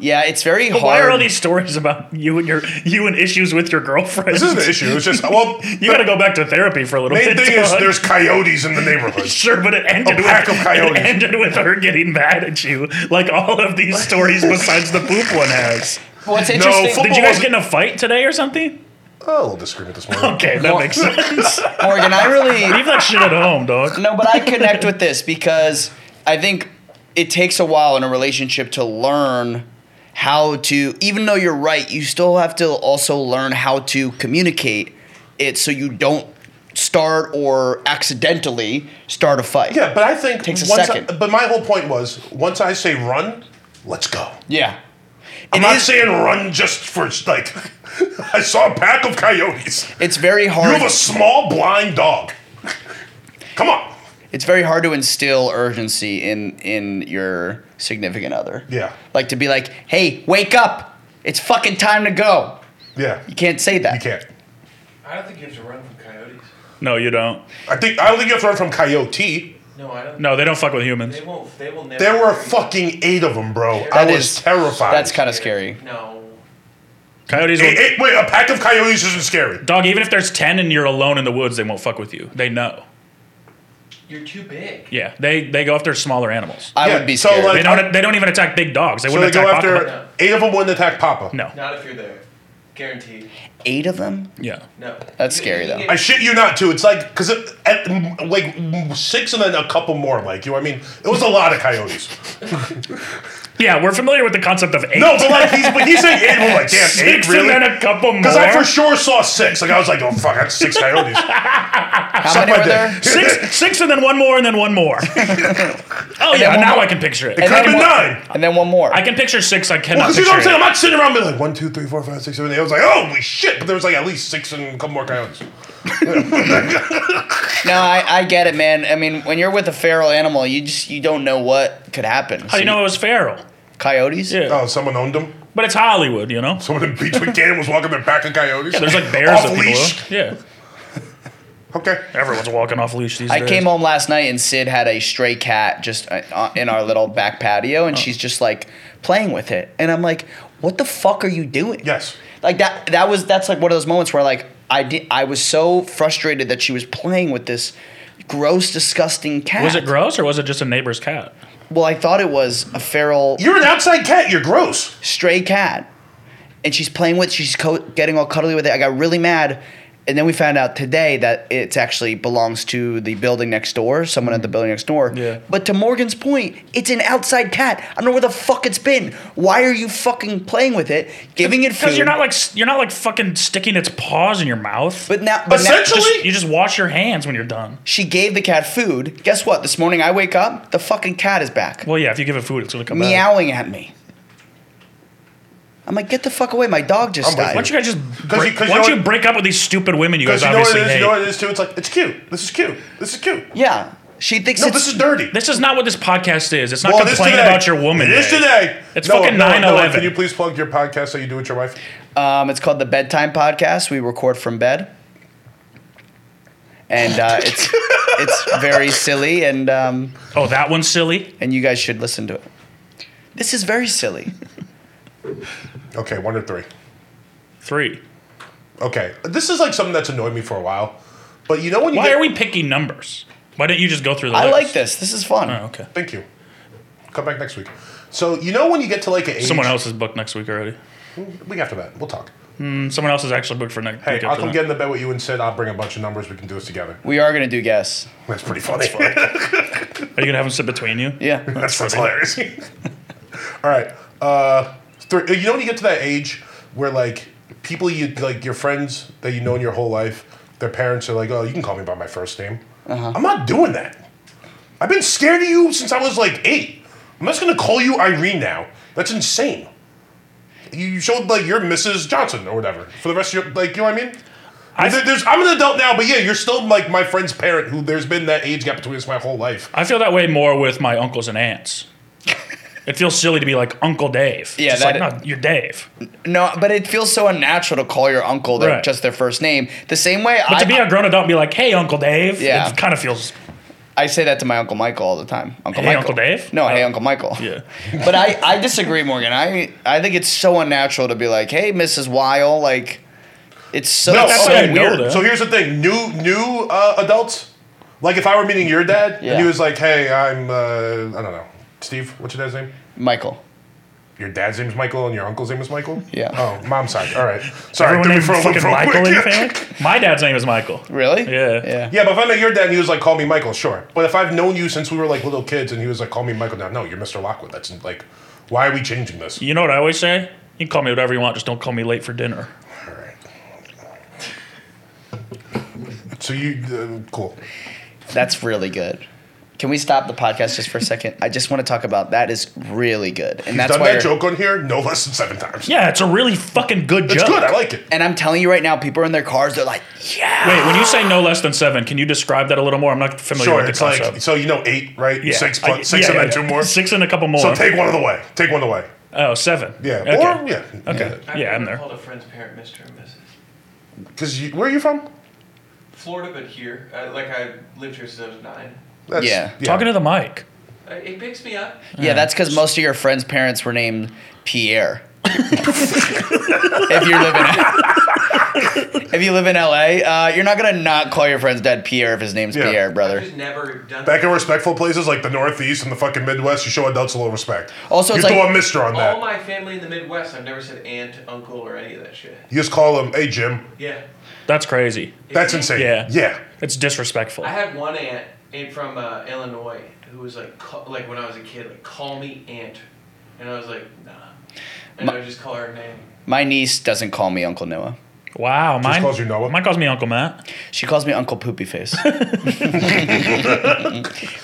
S3: Yeah, it's very hard.
S2: Why are all these stories about you and your you and issues with your girlfriend?
S1: This isn't an issue. It's just well.
S2: You got to go back to therapy for a little
S1: Main
S2: bit.
S1: thing is
S2: dog.
S1: there's coyotes in the neighborhood.
S2: sure, but it ended
S1: a pack
S2: with
S1: of coyotes.
S2: it ended with her getting mad at you, like all of these stories besides the poop one has.
S3: What's interesting?
S1: football-
S2: Did you guys get in a fight today or something?
S1: Oh, a little disagreement this morning.
S2: Okay, that makes sense.
S3: Morgan, I really
S2: Leave that shit at home, dog.
S3: no, but I connect with this because I think it takes a while in a relationship to learn how to, even though you're right, you still have to also learn how to communicate it so you don't start or accidentally start a fight.
S1: Yeah, but I think
S3: Takes a
S1: once I-
S3: second.
S1: but my whole point was once I say run, let's go.
S3: Yeah.
S1: I'm
S3: It
S1: not
S3: is-
S1: saying run just for like. I saw a pack of coyotes.
S3: It's very
S1: You
S3: hard.
S1: have a small blind dog. Come on.
S3: it's very hard to instill urgency in in your significant other.
S1: Yeah.
S3: Like to be like, "Hey, wake up! It's fucking time to go."
S1: Yeah.
S3: You can't say that.
S1: You can't.
S4: I don't think you have to run from coyotes.
S2: No, you don't.
S1: I think I don't think you have to run from coyote.
S4: No, I don't.
S2: No, they don't fuck with humans.
S4: They won't. They will never.
S1: There were
S4: hurt you.
S1: fucking eight of them, bro. I
S3: That
S1: was
S3: is-
S1: terrified.
S3: That's kind of scary.
S4: No.
S2: Coyotes
S1: Hey,
S2: will.
S1: hey, wait, a pack of coyotes isn't scary.
S2: Dog, even if there's 10 and you're alone in the woods, they won't fuck with you. They know.
S4: You're too big.
S2: Yeah, they, they go after smaller animals.
S3: I
S1: Yeah,
S3: would be
S1: so,
S3: scared.
S2: They
S1: like-
S2: don't, they don't even attack big dogs. They
S1: So they
S2: wouldn't
S1: go
S2: attack
S1: after
S2: Aquaman.
S4: Papa.
S1: eight of them wouldn't attack Papa.
S2: No.
S4: Not if you're there. Guaranteed.
S3: Eight of them?
S2: Yeah.
S4: No.
S3: That's
S4: You-
S3: scary,
S4: you
S3: though.
S4: get-
S1: I shit you not too. It's like because it, at, mm, like mm, six and then a couple more. Like you, know what I mean, it was a lot of coyotes.
S2: Yeah, we're familiar with the concept of eight.
S1: No, but like he's but he's saying eight. We're like damn,
S2: Six
S1: eight really.
S2: and then a couple more.
S1: because I for sure saw six. Like I was like, oh fuck, that's six coyotes.
S3: How
S1: Suck
S3: many
S1: my
S3: were there?
S1: dick.
S2: six, six and then one more and then one more. oh yeah,
S3: one
S2: now
S3: more.
S2: I can picture it.
S1: It could have
S3: then
S1: been
S3: one-
S1: nine.
S3: And then one more.
S2: I can picture six. I cannot
S1: Well, because you
S2: picture
S1: know what I'm saying. I'm
S2: eight.
S1: not sitting around being like one, two, three, four, five, six, seven, eight. I was like, holy shit! But there was like at least six and a couple more coyotes.
S3: no, I, I get it, man. I mean, when you're with a feral animal, you just you don't know what could happen.
S2: How do Oh, you know it was feral?
S3: Coyotes?
S2: Yeah.
S1: Oh, someone owned them.
S2: But it's Hollywood, you know?
S1: Someone in Beach with Cannon was walking their pack of coyotes.
S2: There's like bears
S1: off
S2: that people
S1: leash.
S2: own. Yeah.
S1: Okay.
S2: Everyone's walking off leash these
S3: I
S2: days.
S3: came home last night and Sid had a stray cat just uh, uh, in our little back patio,
S2: Oh.
S3: and she's just like playing with it, and I'm like, "What the fuck are you doing?"
S1: Yes.
S3: like that. That was that's like one of those moments where like I did. I was so frustrated that she was playing with this gross, disgusting cat.
S2: Was it gross or was it just a neighbor's cat?
S3: Well, I thought it was a feral
S1: You're an outside cat. You're gross.
S3: stray cat, and she's playing with. She's co- getting all cuddly with it. I got really mad, and then we found out today that it's actually belongs to the building next door. Someone
S1: Mm.
S3: at the building next door.
S2: Yeah.
S3: But to Morgan's point, it's an outside cat. I don't know where the fuck it's been. Why are you fucking playing with it, giving it food?
S2: Because you're not like s- you're not like fucking sticking its paws in your mouth.
S3: But now, but now-
S1: Essentially-
S2: just, you just wash your hands when you're done.
S3: she gave the cat food. Guess what? This morning I wake up, the fucking cat is back,
S2: Well, yeah, if you give it food, it's gonna come back.
S3: meowing at me. I'm like, get the fuck away! My dog just
S1: I'm with
S3: died.
S2: Why don't you guys just break,
S1: 'cause
S2: why don't
S1: you know-
S2: you break up with these stupid women you
S1: Because
S2: guys
S1: you know what
S2: obviously
S1: it is.
S2: hate?
S1: You know what it is too. It's like it's cute. This is cute. This is cute.
S3: yeah, she thinks
S1: No,
S3: it's
S1: this is dirty.
S2: this is not what this podcast is. It's not
S1: Well, it is
S2: complaining
S1: today.
S2: about your woman.
S1: It is
S2: day.
S1: today.
S2: It's
S1: Noah,
S2: fucking
S1: Noah, Noah,
S2: 9/11.
S1: Can you please plug your podcast that you do with your wife?
S3: Um, it's called the Bedtime Podcast. We record from bed, and uh, it's it's very silly, and um,
S2: Oh, that one's silly.
S3: and you guys should listen to it. This is very silly.
S1: Okay, one or three.
S2: Three.
S1: Okay, this is like something that's annoyed me for a while, but you know when you
S2: Why
S1: get,
S2: are we picking numbers? Why don't you just go through the
S3: I
S2: list?
S3: like this. This is fun.
S2: Oh, okay.
S1: Thank you. Come back next week. So you know when you get to like an age.
S2: Someone else is booked next week already.
S1: Week after that, we'll talk.
S2: Mm, Someone else is actually booked for next
S1: Hey,
S2: week.
S1: I'll
S2: after
S1: come
S2: that.
S1: get in the bed with you and Sid. I'll bring a bunch of numbers. We can do this together.
S3: We are gonna do guess.
S1: That's pretty funny.
S2: Are you gonna have them sit between you?
S3: Yeah.
S1: That's, hilarious. All right. Uh, three, you know when you get to that age where like people you like your friends that you know in your whole life, their parents are like, "Oh, you can call me by my first name." I'm not doing that. I've been scared of you since I was like eight. I'm just gonna call you Irene now. That's insane. You you showed like you're Mrs. Johnson or whatever for the rest of your like you know what I mean.
S2: I-
S1: There- there's, I'm an adult now, but yeah, you're still like my friend's parent who there's been that age gap between us my whole life.
S2: I feel that way more with my uncles and aunts. it feels silly to be like Uncle Dave.
S3: Yeah,
S2: Just
S3: that-
S2: like, no, you're Dave.
S3: No, but it feels so unnatural to call your uncle their,
S2: Right.
S3: just their first name. The same way
S2: But
S3: I,
S2: to be a grown adult and be like, hey, Uncle Dave,
S3: Yeah.
S2: it kind of feels.
S3: I say that to my uncle Michael all the time. Uncle
S2: Hey,
S3: Michael.
S2: Uncle Dave?
S3: No, hey
S2: Oh.
S3: Uncle Michael.
S2: Yeah.
S3: but I, I disagree, Morgan. I I think it's so unnatural to be like, hey, Mrs. Weil, like it's so,
S1: No,
S2: That's
S3: so
S2: what
S1: okay.
S2: I know,
S3: weird.
S2: though.
S1: So here's the thing: new new uh, adults. Like if I were meeting your dad
S3: Yeah.
S1: and he was like, "Hey, I'm uh, I don't know, Steve. What's your dad's name?
S3: Michael.
S1: Your dad's name's Michael and your uncle's name is Michael.
S3: Yeah.
S1: Oh, mom's side. All right. Sorry.
S2: Everyone
S1: threw me
S2: named
S1: for a loop
S2: fucking
S1: real
S2: Michael in
S1: quick.
S2: your family? My dad's name is Michael.
S3: Really?
S2: Yeah.
S3: Yeah.
S1: Yeah, but if I met your dad and he was like, "Call me Michael," sure. But if I've known you since we were like little kids and he was like, "Call me Michael," now no, you're Mr. Lockwood. That's like, why are we changing this?
S2: You know what I always say? You can call me whatever you want, just don't call me late for dinner.
S1: All right. So you uh, cool?
S3: That's really good. Can we stop the podcast just for a second? I just want to talk about that is really good. And
S1: He's
S3: that's
S1: done
S3: why
S1: that
S3: you're-
S1: joke on here no less than seven times.
S2: Yeah, it's a really fucking good
S1: it's
S2: joke.
S1: good. I like it.
S3: And I'm telling you right now, people are in their cars, they're like, yeah.
S2: Wait, when you say no less than seven, can you describe that a little more? I'm not familiar
S1: Sure,
S2: with the
S1: it's
S2: concept.
S1: like so you know eight, right?
S2: Yeah,
S1: Six
S2: I-
S1: plus six
S2: yeah,
S1: and then
S2: yeah,
S1: two
S2: yeah.
S1: more.
S2: Six and a couple more.
S1: So take one of the way. Take one away.
S2: oh, seven.
S1: Yeah.
S2: Okay.
S1: Or yeah.
S2: Okay.
S4: I've
S2: Yeah, I'm
S4: never
S2: there.
S4: Called a friend's parent Mr. and Mrs.
S1: Because you, where are you from?
S4: Florida, but here, I, like I lived here since I was nine.
S1: That's,
S3: Yeah.
S2: Talking to the mic.
S4: I, it picks me up.
S3: Yeah, that's because most of your friends' parents were named Pierre. if you live in if you live in LA, uh, you're not gonna not call your friend's dad Pierre if his name's
S1: Yeah.
S3: Pierre,
S4: I've
S3: brother.
S4: just never done
S1: Back in
S4: that.
S1: respectful places like the Northeast and the fucking Midwest, you show adults a little respect.
S3: Also,
S1: you
S3: it's
S1: throw
S3: like-
S1: a mister on that.
S4: All Oh my family in the Midwest, I've never said aunt, uncle, or any of that shit.
S1: you just call them, "Hey Jim."
S4: Yeah.
S2: That's crazy.
S1: That's
S4: Yeah.
S1: insane.
S2: Yeah.
S1: Yeah.
S2: It's disrespectful.
S4: I had one aunt, aunt from uh, Illinois, who was like, ca- like when I was a kid, like, call me aunt. And I was like, nah. And I would just call her name.
S3: My niece doesn't call me Uncle Noah.
S2: Wow, mine
S1: calls you Noah.
S2: Mine calls me Uncle Matt.
S3: She calls me Uncle Poopy Face.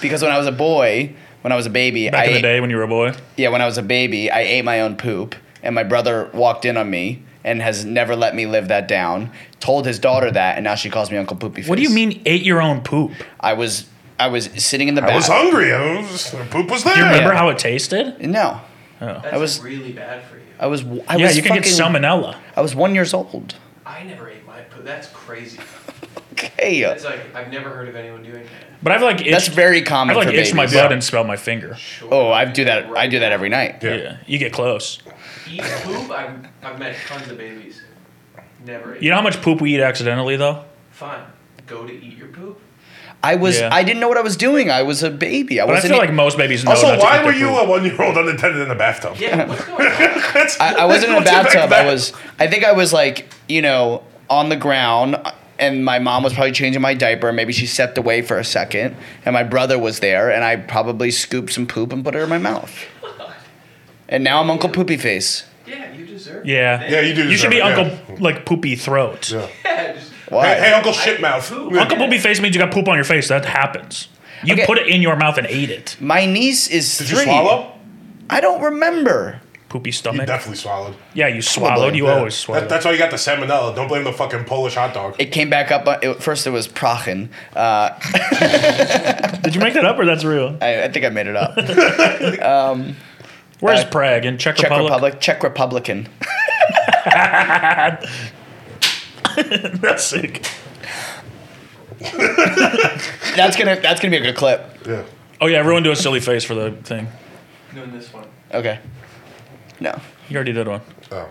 S3: because when I was a boy, when I was a baby,
S2: Back
S3: I
S2: in the day when you were a boy.
S3: yeah, when I was a baby, I ate my own poop, and my brother walked in on me and has never let me live that down. Told his daughter that, and now she calls me Uncle Poopy Face.
S2: What do you mean ate your own poop? Do
S3: I was I was sitting in the
S1: I was
S3: bathroom.
S1: hungry. I was, the poop was there.
S2: you remember
S3: Yeah.
S2: how it tasted?
S3: No,
S4: That's
S3: I was-
S4: really bad for you.
S3: I was I
S2: yeah,
S3: was
S2: you can get
S3: fucking-
S2: salmonella.
S3: I was one years old.
S4: I never ate my poop. That's crazy.
S3: Okay,
S4: That's like, I've never heard of anyone doing that.
S2: But I've like itched,
S3: that's very
S2: I've
S3: common
S2: like
S3: for
S2: itched
S3: babies.
S2: my butt
S1: Yeah.
S2: and smelled my finger.
S4: Sure.
S3: Oh, I do that. I do that every night.
S1: Yeah.
S2: yeah. You get close.
S4: Eat poop? I've, I've met tons of babies. Never ate.
S2: You know how much poop we eat accidentally though?
S4: Fine. Go to eat your poop.
S3: I was
S2: Yeah.
S3: I didn't know what I was doing. I was a baby. I
S2: But I
S3: wasn't
S2: feel like most babies know.
S1: Also,
S2: not to eat
S1: why
S2: their
S1: were you
S2: poop.
S1: a one-year-old unattended in a bathtub?
S4: Yeah, what's going on?
S1: That's-
S3: I, I wasn't in a
S1: what's your back
S3: bathtub. I
S1: back?
S3: was. I think I was like you know on the ground, and my mom was probably changing my diaper. Maybe she stepped away for a second, and my brother was there, and I probably scooped some poop and put it in my mouth. And now I'm Uncle Poopy Face.
S4: Yeah, you deserve
S2: Yeah.
S4: it.
S1: Yeah, you do.
S2: You
S1: deserve
S2: should be
S1: it, yeah.
S2: Uncle like poopy throat.
S1: Yeah.
S4: Yeah, just,
S3: Why?
S1: Hey, oh. hey, Uncle
S4: I-
S1: Shitmouth.
S4: Who-
S2: Uncle poopy face means you got poop on your face. That happens. You
S3: Okay.
S2: put it in your mouth and ate it.
S3: My niece is
S1: Did you
S3: three.
S1: swallow?
S3: I don't remember.
S2: Poopy
S1: You
S2: stomach.
S1: definitely swallowed.
S2: yeah, you swallowed. You
S1: Yeah.
S2: always
S1: That-
S2: swallow.
S1: that's why you got the salmonella. Don't blame the fucking Polish hot dog.
S3: It came back up. uh, It, first, it was Prachen. Uh,
S2: Did you make that up or that's real?
S3: I, I think I made it up.
S2: Where's
S3: uh,
S2: Prague in Czech,
S3: Czech
S2: Republic?
S3: Republic. Czech Republican.
S2: that's sick.
S3: That's gonna. That's gonna be a good clip.
S1: Yeah.
S2: Oh yeah, everyone do a silly face for the thing.
S4: Doing this one.
S3: Okay. No.
S2: You already did one.
S1: Oh.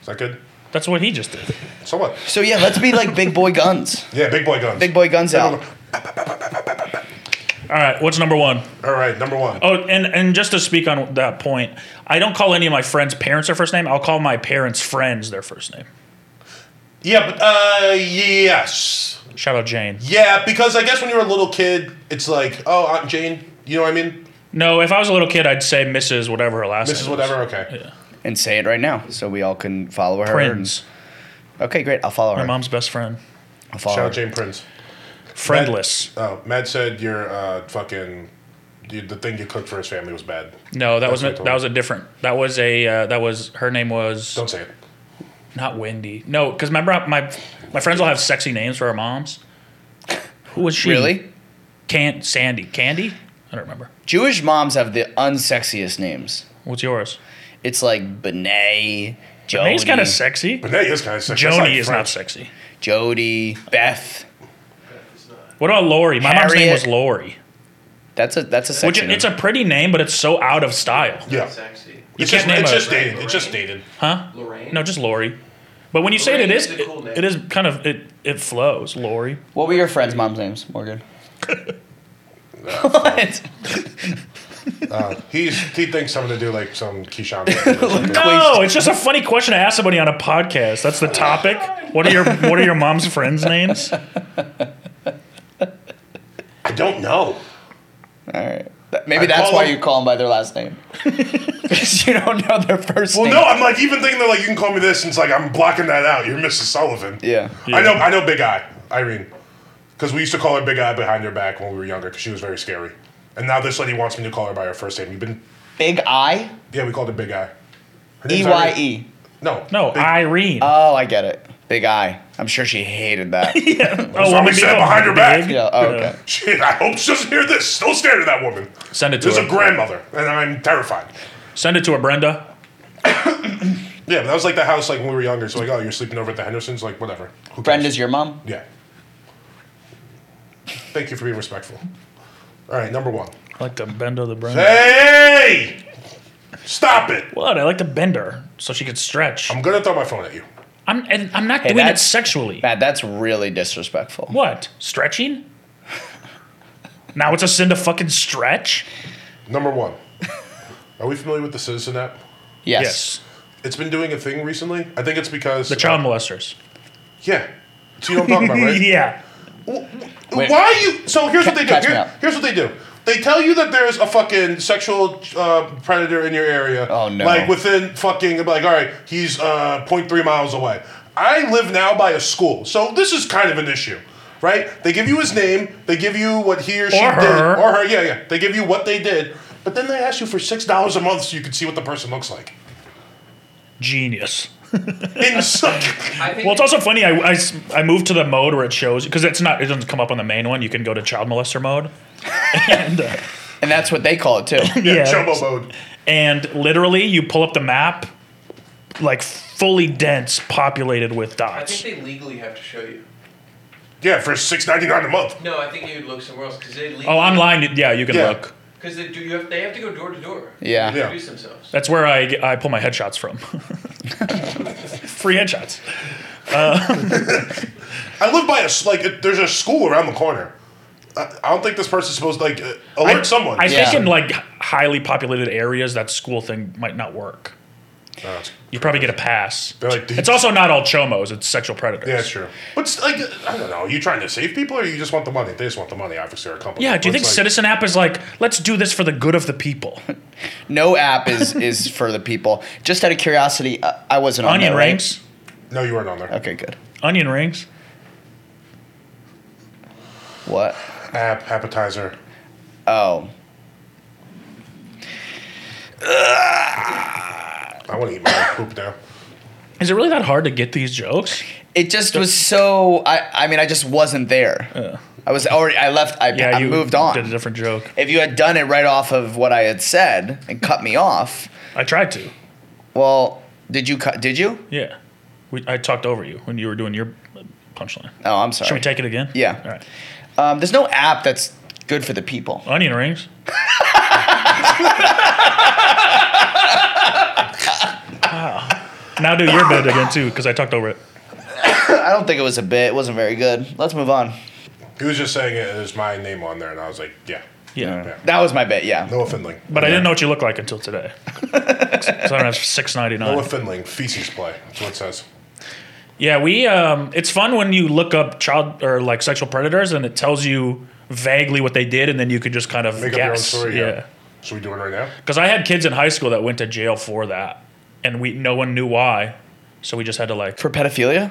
S1: Is that good?
S2: That's what he just did.
S1: So what?
S3: So yeah, let's be like big boy guns.
S1: Yeah, big boy guns.
S3: Big boy guns out.
S2: All right, what's number one?
S1: All right, number one.
S2: Oh, and and just to speak on that point, I don't call any of my friends' parents their first name. I'll call my parents' friends their first name.
S1: Yeah, but uh, yes.
S2: Shout out Jane.
S1: Yeah, because I guess when you're a little kid, it's like, oh, Aunt Jane. You know what I mean?
S2: No, if I was a little kid, I'd say Mrs. Whatever her last name.
S1: Mrs.
S2: is.
S1: Whatever. Okay.
S3: And say it right now, so we all can follow her. and-
S2: Prince.
S3: Okay, great. I'll follow
S2: My
S3: her.
S2: mom's best friend.
S3: I'll follow
S1: Shout out
S3: her.
S1: Jane Prince.
S2: Friendless.
S1: Oh, Matt said your uh, fucking you, the thing you cooked for his family was bad.
S2: No, that
S1: That's what I
S2: wasn't.
S1: told
S2: That
S1: her.
S2: was a different. That was a. Uh, that was her name was
S1: Don't say it.
S2: not Wendy. No, because remember how my my friends all have sexy names for our moms. Who was she?
S3: Really?
S2: Can't Sandy Candy? I don't remember.
S3: Jewish moms have the unsexiest names.
S2: What's yours?
S3: It's like Benay, Jody,
S2: Name's kind of sexy.
S1: But that is kind of sexy. That's
S2: Joni
S1: like
S2: is not
S1: French.
S2: sexy.
S3: Jody, Beth.
S4: It's not.
S2: What about Lori? My mom's name
S3: Harriet.
S2: was Lori.
S3: That's a that's a sexy
S2: Which
S3: name.
S2: it's a pretty name, but it's so out of style.
S1: Yeah.
S4: Sexy.
S1: It's
S2: can't
S1: just,
S2: name
S1: it's
S2: a-
S1: just dated. It's just dated.
S2: Huh?
S4: Lorraine?
S2: No, just Lori. But when you say it, it
S4: Lorraine
S2: is
S4: is a
S2: it-
S4: cool name.
S2: it is kind of it it flows. Lori.
S3: what were your friends' moms' names, Morgan? what?
S1: He's he thinks I'm gonna do like some Keyshawn.
S2: No, it's just a funny question to ask somebody on a podcast. That's the topic. What are your What are your mom's friends' names?
S1: I don't know.
S3: All right. That- Maybe
S1: I
S3: that's
S1: call
S3: why
S1: them-
S3: you call them by their last name. Because you don't know their first
S1: Well,
S3: name.
S1: no, I'm like even thinking that like you can call me this, and it's like I'm blocking that out. You're Mrs. Sullivan.
S3: Yeah.
S1: I know. I know. Big Eye. Irene, because we used to call her Big Eye behind her back when we were younger because she was very scary. And now this lady wants me to call her by her first name. You've been,
S3: Big I?
S1: yeah, we called her Big Eye. Her
S3: E
S1: name's
S3: Y
S1: Irene.
S3: E.
S1: No.
S2: No,
S1: Big-
S2: Irene.
S3: Oh, I get it. Big I. I'm sure she hated that.
S2: oh,
S1: what we
S2: maybe
S1: said
S2: don't
S1: behind her back.
S2: big.
S3: yeah, oh, okay.
S1: Shit, I hope she doesn't hear this. Don't stare at that woman.
S2: Send it to
S1: This
S2: her.
S1: is a grandmother, and I'm terrified.
S2: Send it to her, Brenda.
S1: Yeah, but that was like the house like when we were younger. So like, oh, you're sleeping over at the Hendersons, like whatever. Who cares?
S3: Brenda's your mom?
S1: Yeah. Thank you for being respectful. All right, number one.
S2: I like to bend her the Brenda.
S1: Hey! Stop it!
S2: What? I like to bend her so she could stretch.
S1: I'm gonna throw my phone at you.
S2: I'm and I'm not doing it
S3: that's-
S2: sexually.
S3: Matt, that's really disrespectful.
S2: What? Stretching? now it's a sin to fucking stretch?
S1: Number one. Are we familiar with the Citizen app?
S3: Yes.
S1: It's been doing a thing recently. I think it's because
S2: The child molesters.
S1: Yeah. So you know what I'm talking about, right?
S2: yeah.
S3: Wait.
S1: Why are you? So here's what they do.
S3: Catch me
S1: Here-
S3: up.
S1: here's what they do. They tell you that there's a fucking sexual uh, predator in your area.
S3: Oh, no.
S1: Like within fucking like all right, he's uh, 0.3 miles away. I live now by a school, so this is kind of an issue, right? They give you his name. They give you what he or she
S2: Or her.
S1: did, or her. Yeah, yeah. They give you what they did, but then they ask you for six dollars a month so you can see what the person looks like.
S2: Genius.
S1: In some-
S4: I think
S2: Well, it's also funny. I, I s- I moved to the mode where it shows because it's not it doesn't come up on the main one. You can go to child molester mode, and uh,
S3: And that's what they call it, too.
S1: yeah,
S2: Yeah.
S1: Chobo mode.
S2: and literally you pull up the map, like fully dense, populated with
S4: I
S2: dots.
S4: think they legally have to show you.
S1: Yeah, for six ninety nine a month.
S4: No, I think you'd look somewhere else because they legally.
S2: Oh, online, yeah, you can
S1: Yeah.
S2: look.
S4: Because they do. You have, they have to go door to door.
S3: Yeah.
S4: To
S1: Yeah.
S4: Introduce themselves.
S2: That's where I, I pull my headshots from. Free headshots.
S1: I live by a s- like it- there's a school around the corner. I, I don't think this person's supposed to like uh, alert
S2: I-
S1: someone.
S2: I
S3: Yeah.
S2: think in like highly populated areas, that school thing might not work.
S1: No, it's-
S2: You probably get a pass.
S1: Oh, They're like,
S2: it's also not all chomos; it's sexual predators.
S1: yeah, it's true. But it's like I don't know, are you trying to save people or you just want the money? They just want the money. Obviously, they're a company.
S2: Yeah, do you
S1: But
S2: think
S1: it's like,
S2: Citizen App is like, let's do this for the good of the people?
S3: No app is, is for the people. Just out of curiosity, uh, I wasn't on
S2: Onion
S3: that, right?
S2: rings?
S1: No, you weren't on there.
S3: Okay, good.
S2: Onion rings?
S3: What?
S1: App appetizer.
S3: Oh.
S1: I want to eat my own poop now.
S2: Is it really that hard to get these jokes?
S3: It just was so. I, I mean, I just wasn't there. I was already. I left. I,
S2: Yeah,
S3: I
S2: you
S3: moved on.
S2: Did a different joke.
S3: if you had done it right off of what I had said and cut me off,
S2: I tried to.
S3: well, did you cut? Did you?
S2: Yeah, we, I talked over you when you were doing your punchline.
S3: Oh, I'm
S2: Should
S3: sorry.
S2: we take it again?
S3: Yeah.
S2: All right.
S3: um, there's no app that's good for the people.
S2: Onion rings. wow. Now do your bit again too, because I talked over it.
S3: I don't think it was a bit. It wasn't very good. Let's move on.
S1: He was just saying it is my name on there, and I was like, yeah,
S2: Yeah.
S1: Yeah.
S3: That was my bit. Yeah.
S1: Noah Findling.
S2: But I didn't know what you looked like until today. Because I don't have six ninety
S1: Noah
S2: nine.
S1: Findling feces play. That's what it says.
S2: Yeah, we. Um, it's fun when you look up child or like sexual predators, and it tells you vaguely what they did, and then you could just kind of
S1: Make
S2: guess.
S1: up your own story.
S2: yeah.
S1: Yeah. Should we do it right now?
S2: Because I had kids in high school that went to jail for that, and we no one knew why, so we just had to like
S3: For pedophilia?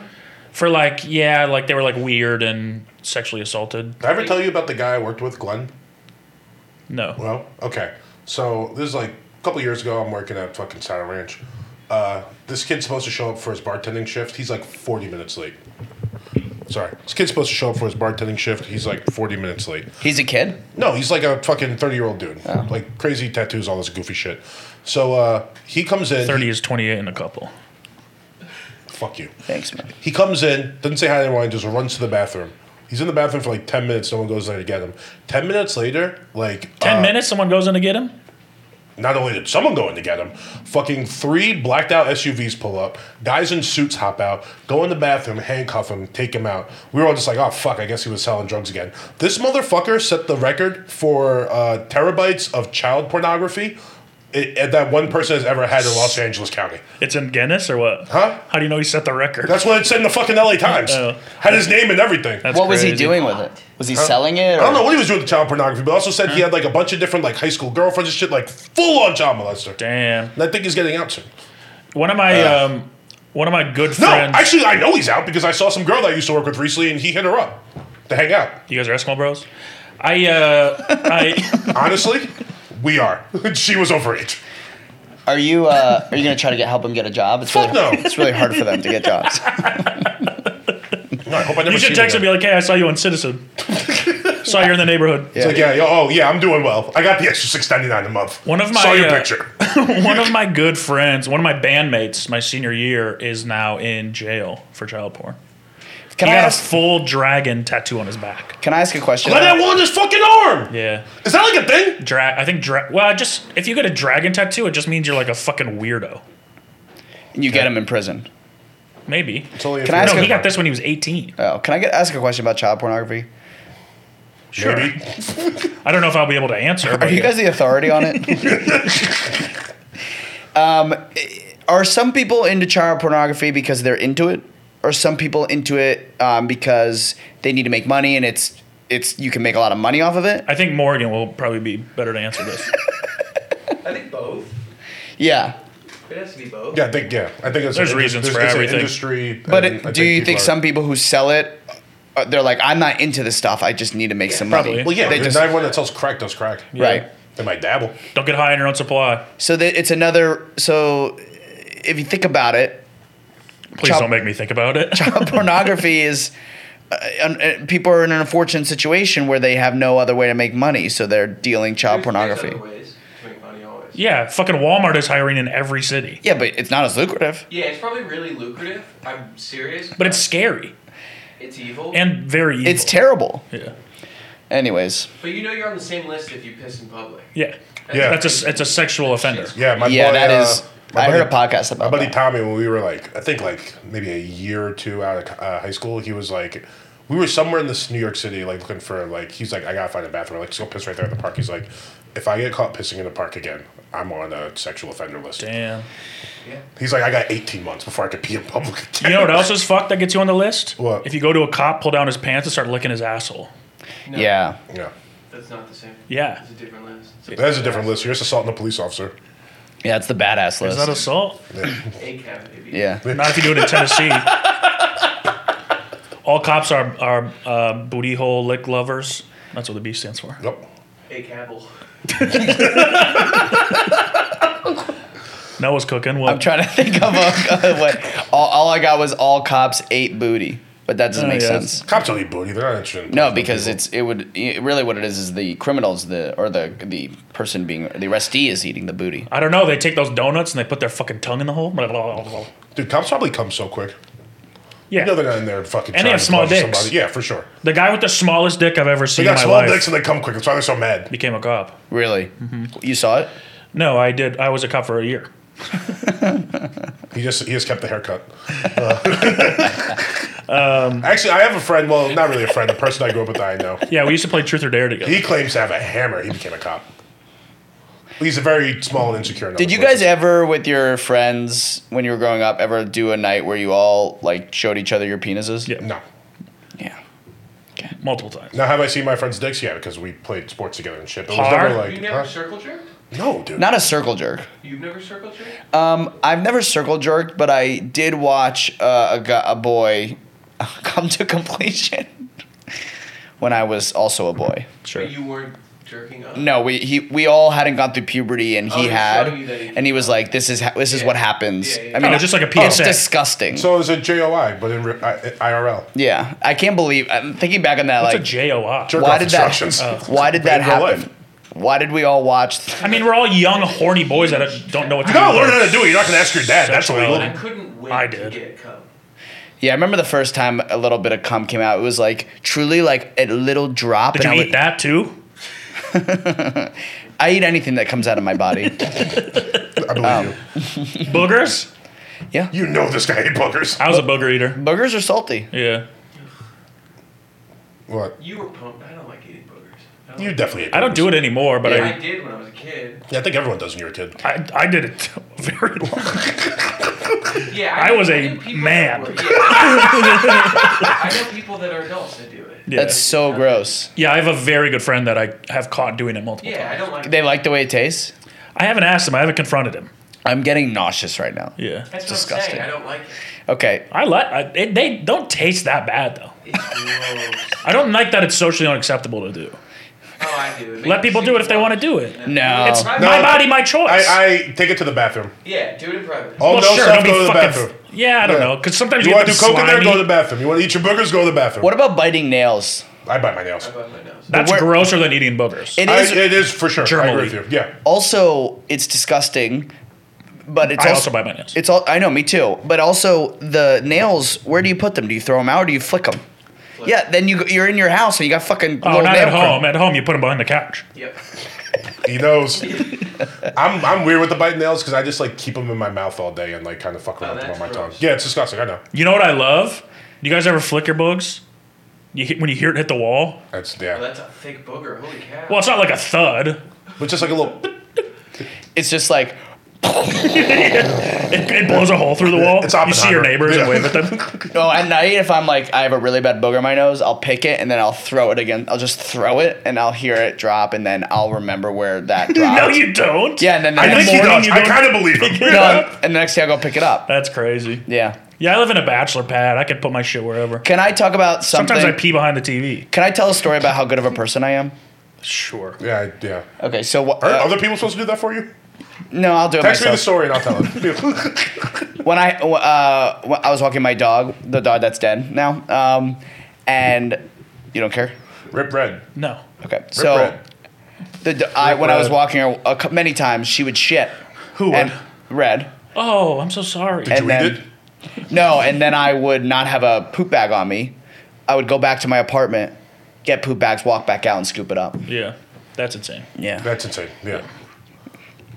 S2: for like yeah, like they were like weird and sexually assaulted.
S1: Did I ever tell you about the guy I worked with, Glenn?
S2: No.
S1: Well, okay. So this is like a couple years ago. I'm working at fucking Saddle Ranch. Uh, this kid's supposed to show up for his bartending shift. He's like 40 minutes late. Sorry, this kid's supposed to show up for his bartending shift. He's like 40 minutes late.
S3: He's a kid.
S1: No, he's like a fucking 30 year old dude. Like crazy tattoos, all this goofy shit. So uh, he comes in.
S2: Thirty
S1: he-
S2: is twenty eight in a couple.
S1: fuck you.
S3: Thanks, man.
S1: He comes in, doesn't say hi to anyone, just runs to the bathroom. He's in the bathroom for like 10 minutes. No one goes there to get him. 10 minutes later, like.
S2: Ten
S1: uh,
S2: minutes, someone goes in to get him.
S1: Not only did someone go in to get him, fucking three blacked out SUVs pull up, guys in suits hop out, go in the bathroom, handcuff him, take him out. We were all just like, oh fuck, I guess he was selling drugs again. This motherfucker set the record for uh, terabytes of child pornography i i- that one person has ever had in Los Angeles County.
S2: It's in Guinness or what?
S1: Huh?
S2: How do you know he set the record?
S1: That's what it said in the fucking LA Times.
S2: Oh.
S1: Had his name and everything.
S2: That's
S3: what was he
S2: crazy.
S3: doing with it? Was he selling it?
S1: I don't know what he was doing with child pornography, but also said he had like a bunch of different like high school girlfriends and shit, like full on child molester.
S2: Damn.
S1: And I think he's getting out soon.
S2: One of my
S3: Ugh.
S2: um, one of my good
S1: Uh. No,
S2: friends.
S1: actually, I know he's out because I saw some girl that I used to work with recently, and he hit her up to hang out.
S2: you guys are Eskimo Bros. I uh, I
S1: Honestly, we are. she was overage.
S3: Are you uh, are you gonna try to get help him get a job? It's
S1: Fuck
S3: really,
S1: no.
S3: It's really hard for them to get jobs.
S1: No, I hope I never
S2: you
S1: see
S2: should text him and
S1: again.
S2: be like, hey, I saw you on Citizen. saw you're in the neighborhood.
S1: It's like, yeah, yo, oh yeah, I'm doing well. I got the extra six ninety nine a month.
S2: One of my,
S1: saw your
S2: uh,
S1: picture.
S2: one of my good friends, one of my bandmates, my senior year, is now in jail for child porn.
S3: Can
S2: he
S3: I
S2: had a
S3: ask?
S2: full dragon tattoo on his back.
S3: Can I ask a question?
S1: Let that one his fucking arm.
S2: Yeah,
S1: Is that like a thing?
S2: dra- I think dra- well, just if you get a dragon tattoo, it just means you're like a fucking weirdo.
S3: you get him in prison.
S2: Maybe.
S3: Can I ask
S2: no,
S3: a-
S2: he got this when he was 18.
S3: Oh, can I get ask a question about child pornography?
S2: Sure.
S1: Maybe.
S2: I don't know if I'll be able to answer.
S3: Are
S2: But
S3: you guys the authority on it? um, are some people into child pornography because they're into it? Are some people into it um, because they need to make money and it's it's you can make a lot of money off of it?
S2: I think Morgan will probably be better to answer this.
S4: I think both.
S3: Yeah,
S4: It has to be both.
S1: Yeah, I think yeah. I think it's
S2: There's
S1: it's-
S2: reasons
S1: it's-
S2: for
S1: it's an
S2: everything.
S1: Industry,
S3: but
S1: and
S3: it-
S1: I
S3: do you think
S1: people are-
S3: some people who sell it? uh, They're like, I'm not into this stuff. I just need to make some money.
S2: probably.
S1: Well, yeah,
S3: they
S1: they
S3: just
S1: not everyone that sells crack does crack.
S3: right.
S1: They might dabble.
S2: Don't get high on your own supply.
S3: So that it's another. So if you think about it,
S2: Please
S3: Child-
S2: don't make me think about it.
S3: pornography is uh, un- uh, people are in an unfortunate situation where they have no other way to make money, so they're dealing child
S4: There's- there's
S3: pornography.
S4: other ways to make money always.
S2: yeah, fucking Walmart is hiring in every city,
S3: Yeah, but it's not as lucrative.
S4: Yeah, it's probably really lucrative. I'm serious.
S2: but it's scary
S4: it's evil.
S2: and very evil.
S3: It's terrible.
S2: Yeah.
S3: Anyways,
S4: but you know you're on the same list if you piss in public.
S2: Yeah.
S1: Yeah.
S2: That's a it's a sexual offender.
S1: Yeah, my
S3: yeah,
S1: buddy,
S3: that
S1: uh,
S3: is.
S1: my
S3: I
S1: buddy-
S3: heard a podcast
S1: My
S3: about
S1: buddy
S3: that.
S1: Tommy, when we were like, I think like maybe a year or two out of uh, high school, he was like, we were somewhere in this New York City, like looking for like, he's like, I gotta find a bathroom. Like, just go piss right there in the park. He's like, if I get caught pissing in the park again, I'm on a sexual offender list.
S2: Damn.
S4: Yeah.
S1: He's like, I got 18 months before I could pee in public
S2: You
S1: again.
S2: know what else is fucked that gets you on the list?
S1: What?
S2: If you go to a cop, pull down his pants, and start licking his asshole.
S4: No,
S3: Yeah,
S1: yeah,
S4: That's not the same.
S2: Yeah.
S4: It's a different list. It's
S1: that's a different list. You're just assaulting a police officer.
S3: yeah, it's the badass
S2: Is that
S3: list.
S2: assault?
S4: ACAB, baby.
S3: Yeah,
S2: Not if you do it in Tennessee. All cops are are uh, booty hole lick lovers. That's what the B stands for.
S1: Yep.
S4: ACABL.
S2: Noah's cooking. Well,
S3: I'm trying to think of a, what. All, all I got was all cops ate booty, but that doesn't
S2: Oh,
S3: make
S2: yeah.
S3: sense.
S1: Cops don't eat booty. They're not interested. in
S3: No,
S1: punishing
S3: because
S1: people.
S3: it's it would it, really what it is is the criminals the or the the person being the arrestee is eating the booty.
S2: I don't know. They take those donuts and they put their fucking tongue in the hole. Blah, blah, blah, blah.
S1: dude. Cops probably come so quick.
S2: Yeah.
S1: You know they're not in there fucking.
S2: And they
S1: trying
S2: have
S1: to
S2: small
S1: pleasure
S2: dicks.
S1: Somebody. Yeah, for sure.
S2: The guy with the smallest dick I've ever
S1: They
S2: seen in
S1: got
S2: my
S1: small
S2: life
S1: dicks and they come quick. That's why they're so mad.
S2: became a cop.
S3: Really,
S2: Mm-hmm.
S3: you saw it?
S2: No, I did. I was a cop for a year.
S1: He just he just kept the haircut. Uh, Actually, I have a friend. Well, not really a friend. A person I grew up with that I know.
S2: Yeah, we used to play Truth or Dare together.
S1: He claims to have a hammer. He became a cop. He's a very small and insecure. in
S3: Did
S1: other
S3: you guys
S1: places.
S3: ever with your friends when you were growing up ever do a night where you all like showed each other your penises?
S2: Yeah.
S1: No.
S3: Yeah.
S2: Multiple times.
S1: Now have I seen my friend's dicks? Yeah, because we played sports together and shit. But it was
S2: Hard?
S1: never like
S4: You've never
S1: huh?
S4: circle jerked?
S1: no, dude.
S3: Not a circle jerk.
S4: You've never circle jerked?
S3: Um, I've never circle jerked, but I did watch uh, a gu- a boy come to completion when I was also a boy.
S2: Sure.
S4: But you weren't jerking up?
S3: No, we he we all hadn't gone through puberty, and
S4: Oh,
S3: he
S4: he was
S3: had,
S4: showing you that he-
S3: and he was like, "This is ha- this is
S4: Yeah.
S3: what happens."
S4: Yeah, yeah, yeah.
S3: I mean,
S2: Oh, just like a
S3: It's
S2: PSA.
S3: disgusting.
S1: so it was a JOI, but in re- I, IRL.
S3: yeah, I can't believe. I'm thinking back on that.
S2: That's
S3: like,
S2: a JOI.
S1: Jerk
S3: why
S1: off
S3: did that?
S1: instructions.
S2: Oh.
S3: why did that
S1: In real life.
S3: happen? Why did we all watch?
S2: I mean, we're all young, horny boys that don't know what to do.
S1: No,
S2: with
S1: learn how
S2: our
S1: to do it. You're not going to ask your dad. That's
S2: sexuality.
S1: illegal.
S4: I couldn't wait
S2: I
S4: to
S2: did.
S4: get cum.
S3: yeah, I remember the first time a little bit of cum came out. It was like truly like a little drop.
S2: Did
S3: and
S2: you
S3: I
S2: eat
S3: would-
S2: that too?
S3: I eat anything that comes out of my body.
S1: I believe
S3: Oh.
S1: you.
S2: Boogers?
S3: yeah,
S1: You know this guy ate boogers.
S2: I was a booger eater.
S3: burgers are salty.
S2: Yeah.
S1: What?
S4: You were pumped. I don't like eating boogers. I don't
S1: You
S4: like-
S1: definitely. Ate
S2: I don't do it anymore, but
S4: I did when I was a kid.
S1: Yeah, I think everyone does when you're a kid.
S2: I, I I did it very long.
S4: Yeah,
S2: I
S4: know-
S2: was a
S4: know people that
S2: man.
S4: were- yeah. I know people that are adults that do it.
S2: Yeah.
S3: That's so gross.
S2: yeah, I have a very good friend that I have caught doing it multiple
S4: Yeah, I
S2: times.
S4: don't like.
S3: They like the way it tastes.
S2: I haven't asked him. I haven't confronted him.
S3: I'm getting nauseous right now.
S2: Yeah.
S4: That's what
S3: Disgusting.
S4: I'm saying. I don't like it.
S3: Okay.
S2: I like. I, it, they don't taste that bad though.
S4: It's gross.
S2: I don't like that it's socially unacceptable to do.
S4: oh, I do. It
S2: Let
S4: makes
S2: people
S4: me
S2: do it if they
S4: sick.
S2: want to do it.
S3: No.
S2: It's
S4: No.
S2: my body, my choice.
S1: I, I take it to the bathroom.
S4: Yeah, do it in private.
S1: All
S2: well,
S1: no
S2: sure,
S1: stuff,
S2: don't be
S1: go to the
S2: fucking.
S1: bathroom.
S2: yeah, I don't
S1: Yeah.
S2: know. Because sometimes
S1: You
S2: you,
S1: want to
S2: get
S1: do coke in there?
S2: slimy.
S1: Go to the bathroom. You want to eat your boogers? Go to the bathroom.
S3: What about biting nails?
S1: I bite my nails.
S4: I bite my nose.
S2: That's
S3: Where-
S2: grosser than eating boogers.
S3: It
S1: I,
S3: is
S1: it is for sure. I agree
S2: Germally.
S1: with you. Yeah.
S3: also it's disgusting, but it's
S2: I
S3: also,
S2: also bite my nails.
S3: it's all I know, me too. But also the nails, where do you put them? Do you throw them out or do you flick them?
S4: Flick.
S3: Yeah, then you go- you're in your house and you got fucking
S2: Oh,
S3: little
S2: not
S3: nail
S2: at
S3: print.
S2: home. At home, you put them behind the couch.
S4: Yep.
S1: He knows. I'm I'm weird with the biting nails because I just like keep them in my mouth all day and like kind of fuck around with them on
S4: that's
S1: my tongue.
S4: gross.
S1: Yeah, it's disgusting. I know.
S2: You know what I love? You guys ever flick your boogs? You hit, when you hear it hit the wall.
S1: That's
S4: Well,
S1: yeah.
S4: Oh, that's a thick booger. Holy cow.
S2: Well, it's not like a thud.
S1: But just like a little.
S3: It's just like
S2: It, it blows a hole through the wall.
S1: It's
S2: you see your
S1: Oppenheimer.
S2: neighbors and
S1: Yeah.
S2: wave at them.
S3: no. At night, if I'm like I have a really bad booger in my nose, I'll pick it and then I'll throw it again. I'll just throw it and I'll hear it drop and then I'll remember where that dropped.
S2: no, you don't.
S3: Yeah, and then the
S1: I
S3: next
S1: think he
S2: morning
S1: does.
S2: you
S1: I
S2: go-
S1: kind of believe him.
S3: no, and the next day I'll go pick it up.
S2: That's crazy.
S3: Yeah.
S2: Yeah, I live in a bachelor pad. I could put my shit wherever.
S3: Can I talk about something?
S2: Sometimes I pee behind the TV.
S3: Can I tell a story about how good of a person I am?
S2: Sure.
S1: Yeah, I- yeah.
S3: Okay, so what?
S1: Aren't
S3: uh,
S1: other people supposed to do that for you?
S3: no, I'll do it
S1: Text me the
S3: myself.
S1: story and I'll tell it.
S3: When I uh, when I was walking my dog, the dog that's dead now, um, and you don't care.
S1: Rip red.
S2: No.
S3: Okay,
S1: Rip
S3: so
S1: red.
S3: the do- I, when I was
S1: red.
S3: walking her a, cou- many times, she would shit.
S2: Who would?
S3: And red.
S2: oh, I'm so sorry.
S1: Did you
S3: and
S1: eat
S3: then- No, and then I would not have a poop bag on me. I would go back to my apartment, get poop bags, walk back out, and scoop it up.
S2: yeah, that's insane.
S1: it?
S3: Yeah.
S1: That's insane. Yeah.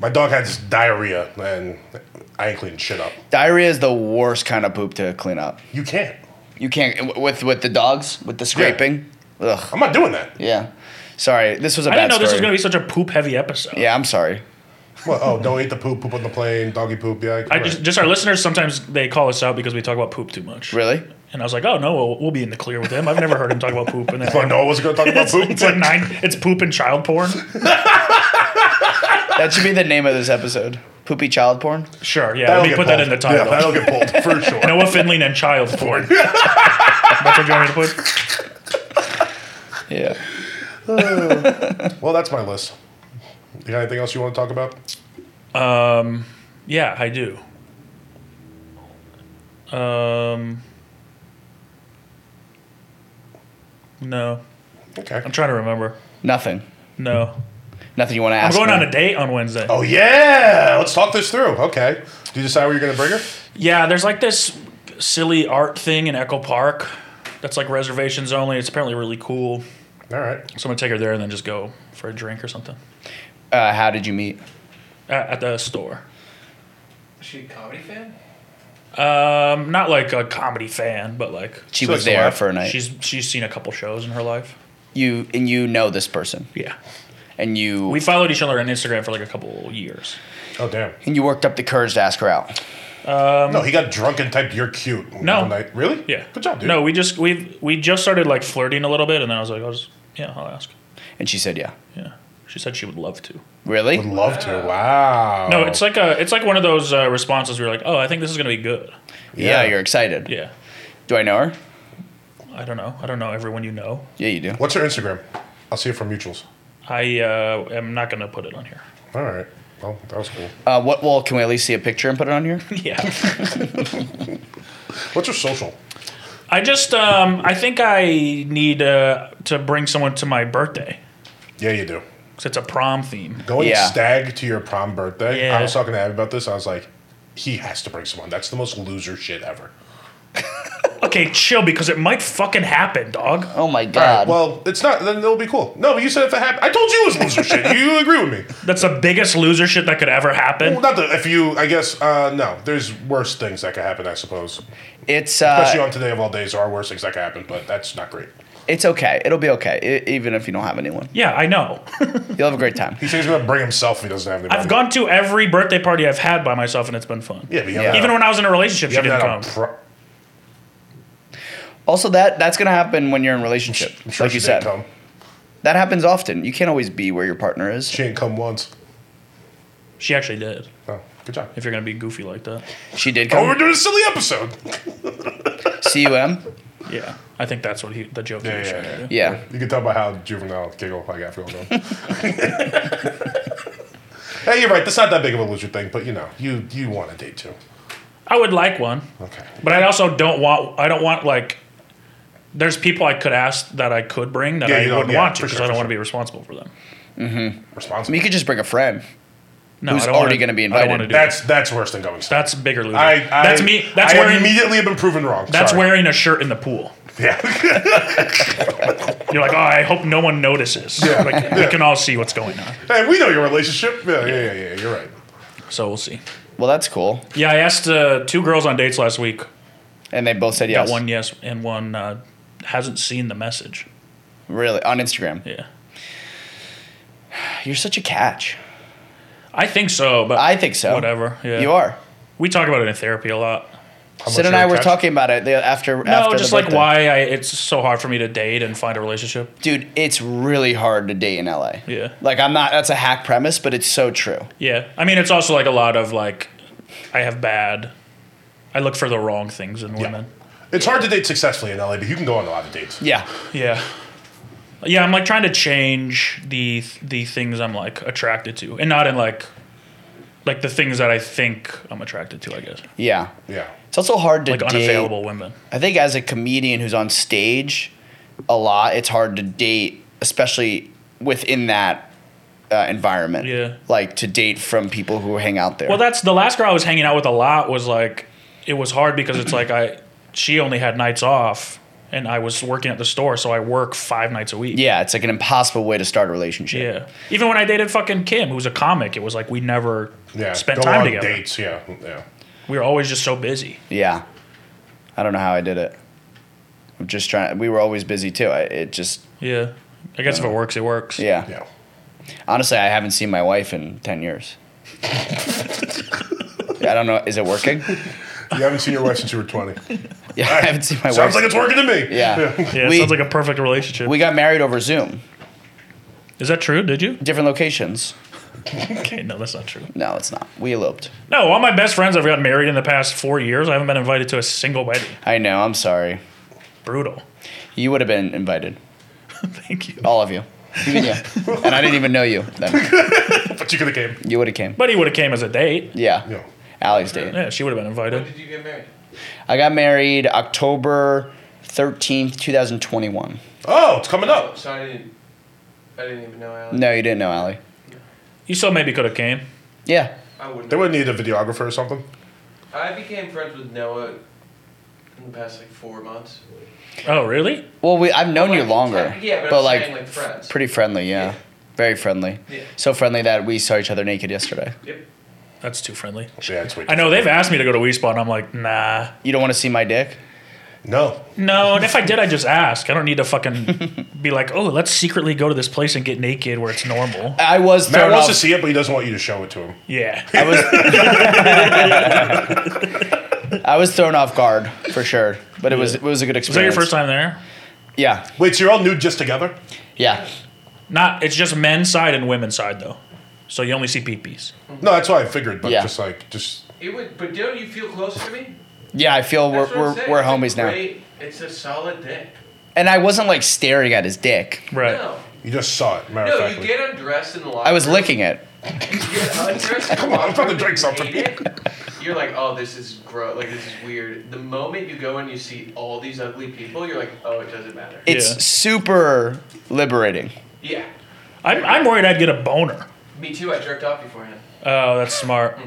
S1: My dog has diarrhea and I ain't cleaning shit up.
S3: Diarrhea is the worst kind of poop to clean up.
S1: You can't.
S3: You can't w- with with the dogs with the scraping. Ugh.
S1: I'm not doing that.
S3: Yeah. Sorry, this was a
S2: I
S3: bad
S2: didn't know this was
S3: story.
S2: going to be such a poop heavy episode.
S3: Yeah, I'm sorry.
S1: Well, oh, don't eat the poop. Poop on the plane. Doggy poop. Yeah.
S2: I
S1: right.
S2: just, just our listeners sometimes they call us out because we talk about poop too much.
S3: Really?
S2: And I was like, oh no, we'll, we'll be in the clear with him. I've never heard him talk about poop. And then
S1: But no, I wasn't going to talk about
S2: it's,
S1: poop.
S2: it's like nine. It's poop and child porn.
S3: That should be the name of this episode. Poopy child porn.
S2: Sure. Yeah.
S1: That'll
S2: Let me
S1: get
S2: put that in
S1: pulled.
S2: the title.
S1: Yeah, that'll get pulled for sure.
S2: Noah Finley and child porn. That's what you want me to put.
S3: Yeah.
S1: Well, that's my list. You got anything else you want to talk about?
S2: Yeah, I do. Um. No,
S1: Okay.
S2: I'm trying to remember.
S3: Nothing.
S2: No,
S3: Nothing you want to
S2: I'm
S3: ask.
S2: going
S3: me?
S2: on a date on Wednesday.
S1: Oh yeah, let's talk this through. Okay. Do you decide where you're gonna bring her?
S2: Yeah, there's like this silly art thing in Echo Park that's like reservations only. It's apparently really cool.
S1: All right.
S2: So I'm gonna take her there and then just go for a drink or something
S3: Uh, how did you meet?
S2: at, at the store.
S4: Is she a comedy fan?
S2: Um, not like a comedy fan, but like
S3: She
S1: So
S3: was
S1: it's a
S3: there
S1: lot.
S3: for a night.
S2: she's she's seen a couple shows in her life.
S3: you and you know this person,
S2: Yeah,
S3: and you
S2: we followed each other on Instagram for like a couple years.
S1: Oh damn.
S3: and you worked up the courage to ask her out.
S1: no, he got drunk and typed "You're cute."
S2: Um, No.
S1: one night. Really?
S2: Yeah.
S1: Good job, dude.
S2: No, we just we we just started like flirting a little bit, and then I was like, I was yeah, I'll ask.
S3: And she said, "Yeah,
S2: Yeah, she said she would love to.
S3: really."
S1: Would love to. Wow.
S2: Uh, No, it's like a it's like one of those uh, responses where you're like, oh, I think this is gonna be good.
S3: Yeah.
S1: Yeah.
S3: you're excited.
S2: Yeah,
S3: Do I know her?
S2: I don't know, I don't know everyone you know.
S3: Yeah, you do.
S1: What's her Instagram? I'll see it from mutuals.
S2: I uh, am not gonna put it on here.
S1: All right. Well, that was cool.
S3: Uh, what? Well, can we at least see a picture and put it on here?
S2: yeah,
S1: What's your social?
S2: I just um, I think I need uh, to bring someone to my birthday
S1: Yeah, you do.
S2: 'cause it's a prom theme.
S1: Going
S3: Yeah.
S1: stag to your prom birthday.
S2: Yeah.
S1: I was talking to Abby about this. I was like, he has to bring someone. That's the most loser shit ever.
S2: Okay, chill because it might fucking happen, dog.
S3: Oh my
S1: All right.
S3: god.
S1: Well, it's not. Then it'll be cool. No, but you said if it happened, I told you it was loser shit. You agree with me?
S2: That's the biggest loser shit that could ever happen.
S1: Well, not that if you, I guess, uh, no. There's worse things that could happen, I suppose.
S3: it's
S1: Especially
S3: uh,
S1: on today of all days, there are worse things that could happen, but that's not great.
S3: it's okay. It'll be okay, e- even if you don't have anyone.
S2: Yeah, I know.
S3: You'll have a great time.
S1: He says he's gonna bring himself if he doesn't have anybody.
S2: I've gone to every birthday party I've had by myself, and it's been fun.
S1: Yeah, but you
S3: Yeah.
S1: have
S2: Even when I was in a relationship,
S1: you
S2: she
S1: have
S2: didn't
S1: that on
S2: come.
S1: pro-
S3: Also, that that's gonna happen when you're in a relationship,
S1: I'm sure
S3: like
S1: she
S3: you said.
S1: didn't come.
S3: That happens often. You can't always be where your partner is.
S1: She didn't come once.
S2: She actually did.
S1: Oh. Good job.
S2: if you're gonna be goofy like that.
S3: She did
S1: Oh, we're
S3: come.
S1: doing a silly episode.
S3: CUM.
S2: Yeah, I think that's what he the joke he
S1: Yeah,
S2: was
S1: yeah,
S2: trying to
S1: yeah.
S2: do.
S3: Yeah.
S1: You can tell by how juvenile giggle I got going on. hey, you're right. That's not that big of a loser thing, but you know, you you want a date too.
S2: I would like one,
S1: Okay.
S2: but I also don't want. I don't want like. There's people I could ask that I could bring that
S1: Yeah, you
S2: I
S1: don't-
S2: wouldn't
S1: yeah,
S2: want to
S1: for
S2: because
S1: sure,
S2: I don't
S1: for
S2: want to
S1: sure.
S2: be responsible for them.
S1: Responsible.
S3: You could just bring a friend.
S2: No,
S3: Who's
S2: I don't wanna-
S3: already gonna be
S2: I don't wanna
S3: invited.
S2: do that.
S1: That's that's worse than going. Stop.
S2: That's bigger loser.
S1: I, I
S2: that's me. That's
S1: I
S2: wearing.
S1: immediately have been proven wrong.
S2: That's
S1: Sorry.
S2: wearing a shirt in the pool.
S1: Yeah.
S2: You're like, oh, I hope no one notices. Like, We can all see what's going on.
S1: hey, we know your relationship. Yeah, yeah, yeah, yeah. You're right.
S2: So we'll see.
S3: Well, that's cool.
S2: Yeah, I asked uh, two girls on dates last week.
S3: And they both said yes.
S2: Got one yes and one uh, hasn't seen the message.
S3: Really? On Instagram.
S2: Yeah.
S3: You're such a catch.
S2: I think so, but
S3: I think so.
S2: Whatever. Yeah.
S3: You are.
S2: We talk about it in therapy a lot.
S1: How much
S3: Sid and
S1: you're
S3: I were
S1: attached?
S3: talking about it the, after.
S2: No,
S3: after the
S2: just like
S3: birthday.
S2: why I, it's so hard for me to date and find a relationship.
S3: Dude, it's really hard to date in LA.
S2: Yeah.
S3: Like, I'm not, that's a hack premise, but it's so true.
S2: Yeah. I mean, it's also like a lot of like, I have bad, I look for the wrong things in women.
S1: It's hard to date successfully in LA, but you can go on a lot of dates.
S3: Yeah.
S2: Yeah. Yeah, I'm like trying to change the the things I'm like attracted to, and not in like, like the things that I think I'm attracted to. I guess
S3: Yeah.
S1: Yeah.
S3: It's also hard to
S2: like
S3: date.
S2: unavailable women.
S3: I think as a comedian who's on stage a lot, it's hard to date, especially within that uh, environment.
S2: Yeah.
S3: Like to date from people who hang out there.
S2: Well, that's the last girl I was hanging out with a lot was like, it was hard because it's like I, she only had nights off, and I was working at the store, so I work five nights a week.
S3: yeah, it's like an impossible way to start a relationship.
S2: Yeah. Even when I dated fucking Kim, who was a comic, it was like we never
S1: Yeah.
S2: spent
S1: go
S2: time
S1: on
S2: together.
S1: dates. Yeah. Yeah.
S2: We were always just so busy.
S3: Yeah. I don't know how I did it. I'm just trying. We were always busy too. I, it just,
S2: Yeah. I guess if it works, it works.
S3: yeah.
S1: Yeah.
S3: Honestly, I haven't seen my wife in 10 years. I don't know. Is it working?
S1: You haven't seen your wife since you were 20.
S3: Yeah, I haven't seen my wife.
S1: Sounds like it's working to me.
S3: yeah.
S2: Yeah, it
S3: We-
S2: sounds like a perfect relationship.
S3: We got married over Zoom,
S2: Is that true? Did you?
S3: different locations.
S2: Okay, no, that's not true.
S3: No, it's not. We eloped.
S2: No, all my best friends I've gotten married in the past four years. I haven't been invited to a single wedding.
S3: I know. I'm sorry.
S2: Brutal.
S3: You would have been invited,
S2: Thank you.
S3: all of you, even you. and I didn't even know you then.
S1: But you could have came.
S3: You would have came.
S2: But he would have came as a date.
S3: Yeah.
S1: Yeah.
S3: Allie's date.
S2: Yeah, she would have been
S4: When
S2: invited.
S4: did you get married?
S3: I got married October thirteenth, two thousand twenty-one.
S1: Oh, it's coming
S4: Oh,
S1: up.
S4: so I didn't. I didn't even know Alan.
S3: No, you didn't know Allie.
S2: You still maybe could have came.
S3: Yeah.
S4: I wouldn't.
S1: They would need a videographer or something.
S4: I became friends with Noah in the past like four months.
S2: Oh, really?
S3: Well, we I've known
S4: Well,
S3: you
S4: like,
S3: longer,
S4: yeah, but I'm
S3: like,
S4: saying, like,
S3: f-
S4: friends.
S3: pretty friendly. Yeah.
S4: Yeah.
S3: Very friendly.
S4: Yeah.
S3: So friendly that we saw each other naked yesterday.
S4: Yep.
S2: That's too friendly.
S1: Yeah, it's weird.
S2: I know they've asked me to go to Wii Spot, and I'm like, nah.
S3: You don't want to see my dick?
S1: No.
S2: No, and if I did, I just ask. I don't need to fucking be like, oh, let's secretly go to this place and get naked where it's normal.
S3: I was
S1: Matt
S3: thrown
S1: wants
S3: off.
S1: to see it, but he doesn't want you to show it to him.
S2: Yeah.
S3: I was I was thrown off guard for sure, but it was it was a good
S2: Was that your
S3: experience.
S2: first time there?
S3: Yeah,
S1: Wait, so you're all nude just together?
S3: yeah.
S2: Not. It's just men's side and women's side though. So you only see peepees.
S1: No, that's what I figured, but
S3: Yeah.
S1: just like, just.
S4: It would, but don't you feel closer to me?
S3: Yeah, I feel we're
S4: That's what I'm
S3: we're,
S4: saying.
S3: we're
S4: It's a
S3: homies now.
S4: great- It's a solid dick.
S3: And I wasn't like staring at his dick.
S2: Right.
S4: No,
S1: You just saw it, matter of
S4: no,
S1: fact.
S4: you get undressed in the locker.
S3: I was
S4: room,
S3: licking it.
S4: You get undressed.
S1: Come on, I'm about to drink something.
S4: You're like, oh, this is gross. Like this is weird. The moment you go and you see all these ugly people, you're like, oh, it doesn't matter.
S3: It's
S2: Yeah.
S3: super liberating.
S4: yeah.
S2: I'm, I'm worried I'd get a boner.
S4: Me too. I jerked off beforehand.
S2: Oh, that's smart.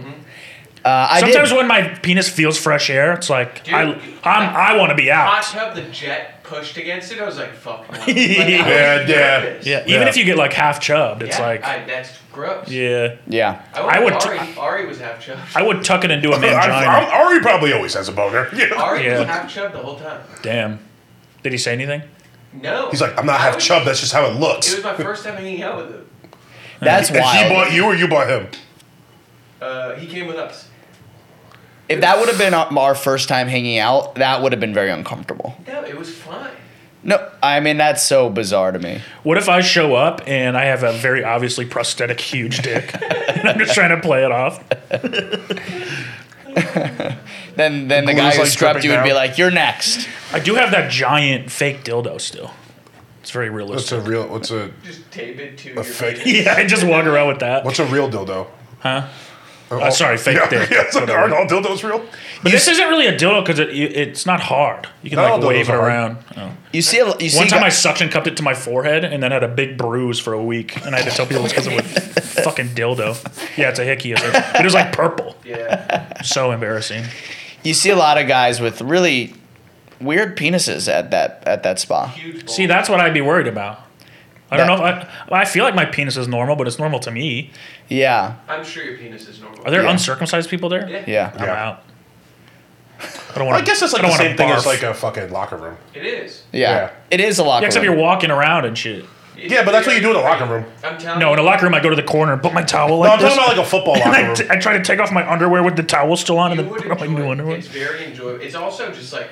S3: Uh, I
S2: Sometimes
S3: did.
S2: when my penis feels fresh air, it's like I
S4: Dude.
S2: I'm, I want to be
S4: Hot
S2: out.
S4: tub, the jet pushed against it. I was like, fuck. No. Like, I
S2: Yeah,
S4: was
S1: yeah.
S4: nervous.
S2: Yeah. Even
S1: Yeah.
S2: if you get like half chubbed, it's
S4: Yeah,
S2: like
S4: I, that's gross.
S2: yeah.
S3: yeah.
S4: I,
S2: I
S4: would.
S2: would t-
S4: Ari, Ari was half chubbed.
S2: I would tuck it into a
S1: I,
S2: mangina.
S1: I'm- Ari probably always has a boner. Yeah.
S4: Ari
S2: Yeah.
S4: was half chubbed the whole time.
S2: Damn. Did he say anything?
S4: No.
S1: He's like, I'm not
S4: I
S1: half
S4: was-
S1: chub. That's just how it looks.
S4: It was my first time hanging out with him.
S3: That's
S1: and he
S3: wild.
S1: bought you or you bought him?
S4: Uh, he came with us.
S3: If that would have been our our first time hanging out, that would have been very uncomfortable.
S4: No, it was fine.
S3: No, I mean that's so bizarre to me.
S2: What if I show up and I have a very obviously prosthetic huge dick? and I'm just trying to play it off.
S3: Then then the,
S1: glue's,
S3: guy who
S1: like,
S3: strapped
S1: dripping
S3: you would be
S1: down.
S3: like, "You're next."
S2: I do have that giant fake dildo still. It's very
S1: What's
S2: realistic.
S1: a real? What's a
S4: Just tape it to
S1: a
S4: your
S1: fake?
S2: yeah, I just walk around with that.
S1: What's a real dildo?
S2: Huh?
S1: Oh,
S2: Uh, sorry, fake
S1: yeah,
S2: dick.
S1: Yeah, it's like,
S2: Whatever.
S1: aren't all dildos real?
S2: But this isn't really a dildo because it, you- it's not hard. You can
S1: Not all
S2: like wave
S1: dildos
S2: it
S1: are hard.
S2: around. Oh.
S3: You see, a, you see.
S2: One time I
S3: guy-
S2: suction cupped it to my forehead and then had a big bruise for a week. And I had to tell people it's because of a fucking dildo. Yeah, it's a hickey. It's like- It was like purple.
S4: Yeah.
S2: So embarrassing.
S3: you see a lot of guys with really weird penises at that at that spa.
S4: Huge bowl.
S2: See, that's what I'd be worried about. I don't know.
S3: That-
S2: If I, well, I feel like my penis is normal, but it's normal to me.
S3: Yeah,
S4: I'm sure your penis is normal.
S2: Are there
S3: Yeah.
S2: uncircumcised people there?
S4: Yeah.
S3: yeah.
S2: I'm
S1: Yeah.
S2: out. I don't want.
S1: I guess it's like the same thing as like a fucking locker room.
S4: It is.
S3: Yeah.
S1: Yeah.
S3: It is a locker
S2: except
S3: room.
S2: you're walking around and shit.
S1: Yeah, but that's what you do in a locker room.
S4: I'm telling
S2: No,
S4: you.
S2: in a locker room, I go to the corner and put my towel.
S1: No,
S2: Like
S1: I'm talking
S2: this,
S1: about like a football
S2: and
S1: locker
S2: I,
S1: room.
S2: t- I try to take off my underwear with the towel still on,
S4: You
S2: and then
S4: would
S2: put on my new
S4: enjoy
S2: underwear.
S4: it. It's very enjoyable. It's also just like,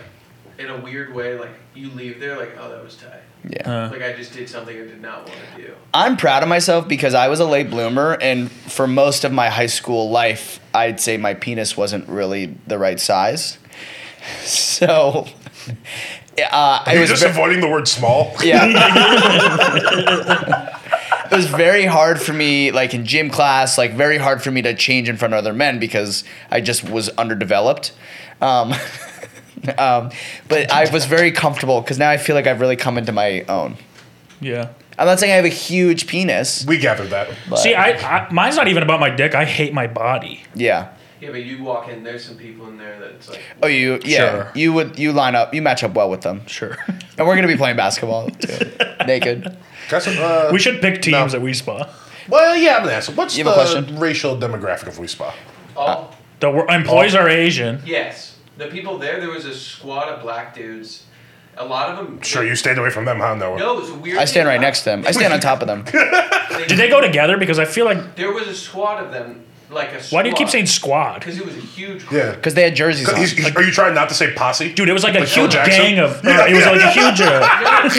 S4: in a weird way, like you leave there like, oh, that was tight.
S3: Yeah.
S2: Uh,
S4: Like I just did something I did not want to do.
S3: I'm proud of myself because I was a late bloomer, and for most of my high school life, I'd say my penis wasn't really the right size. So, uh, it
S1: You're
S3: was
S1: just
S3: ve-
S1: avoiding the word small.
S3: yeah. it was very hard for me, like in gym class, like very hard for me to change in front of other men because I just was underdeveloped. Um, um, but I was very comfortable because now I feel like I've really come into my own.
S2: yeah.
S3: I'm not saying I have a huge penis.
S1: We gathered that.
S3: But
S2: See, I, I mine's not even about my dick. I hate my body.
S3: yeah.
S4: Yeah, but you walk in, there's some people in there that's like,
S3: Oh, you yeah.
S2: Sure.
S3: You would you line up. You match up well with them,
S2: Sure.
S3: and we're gonna be playing basketball too, naked.
S1: Guess, uh,
S2: we should pick teams
S1: No.
S2: that we spa.
S1: well, yeah, I'm gonna ask. What's
S3: You
S1: the
S3: have a question?
S1: racial demographic of WeSpa?
S4: oh,
S2: The wor- employees are Asian.
S4: yes. The people there, there was a squad of black dudes. A lot of them.
S1: Sure, you stayed away from them, huh, Noah?
S4: No, it was weird.
S3: I stand right next to them. I stand on top of them.
S2: Did they go together? Because I feel like
S4: There was a squad of them, like a. Squad.
S2: why do you keep saying squad?
S4: Because it was a huge group.
S1: Yeah.
S3: Because they had jerseys on.
S1: He's- he's- are you trying not to say posse?
S2: Dude, it was like a
S1: Michael
S2: huge
S1: Jackson?
S2: gang of. uh, it was like a huge. Uh,
S4: No, this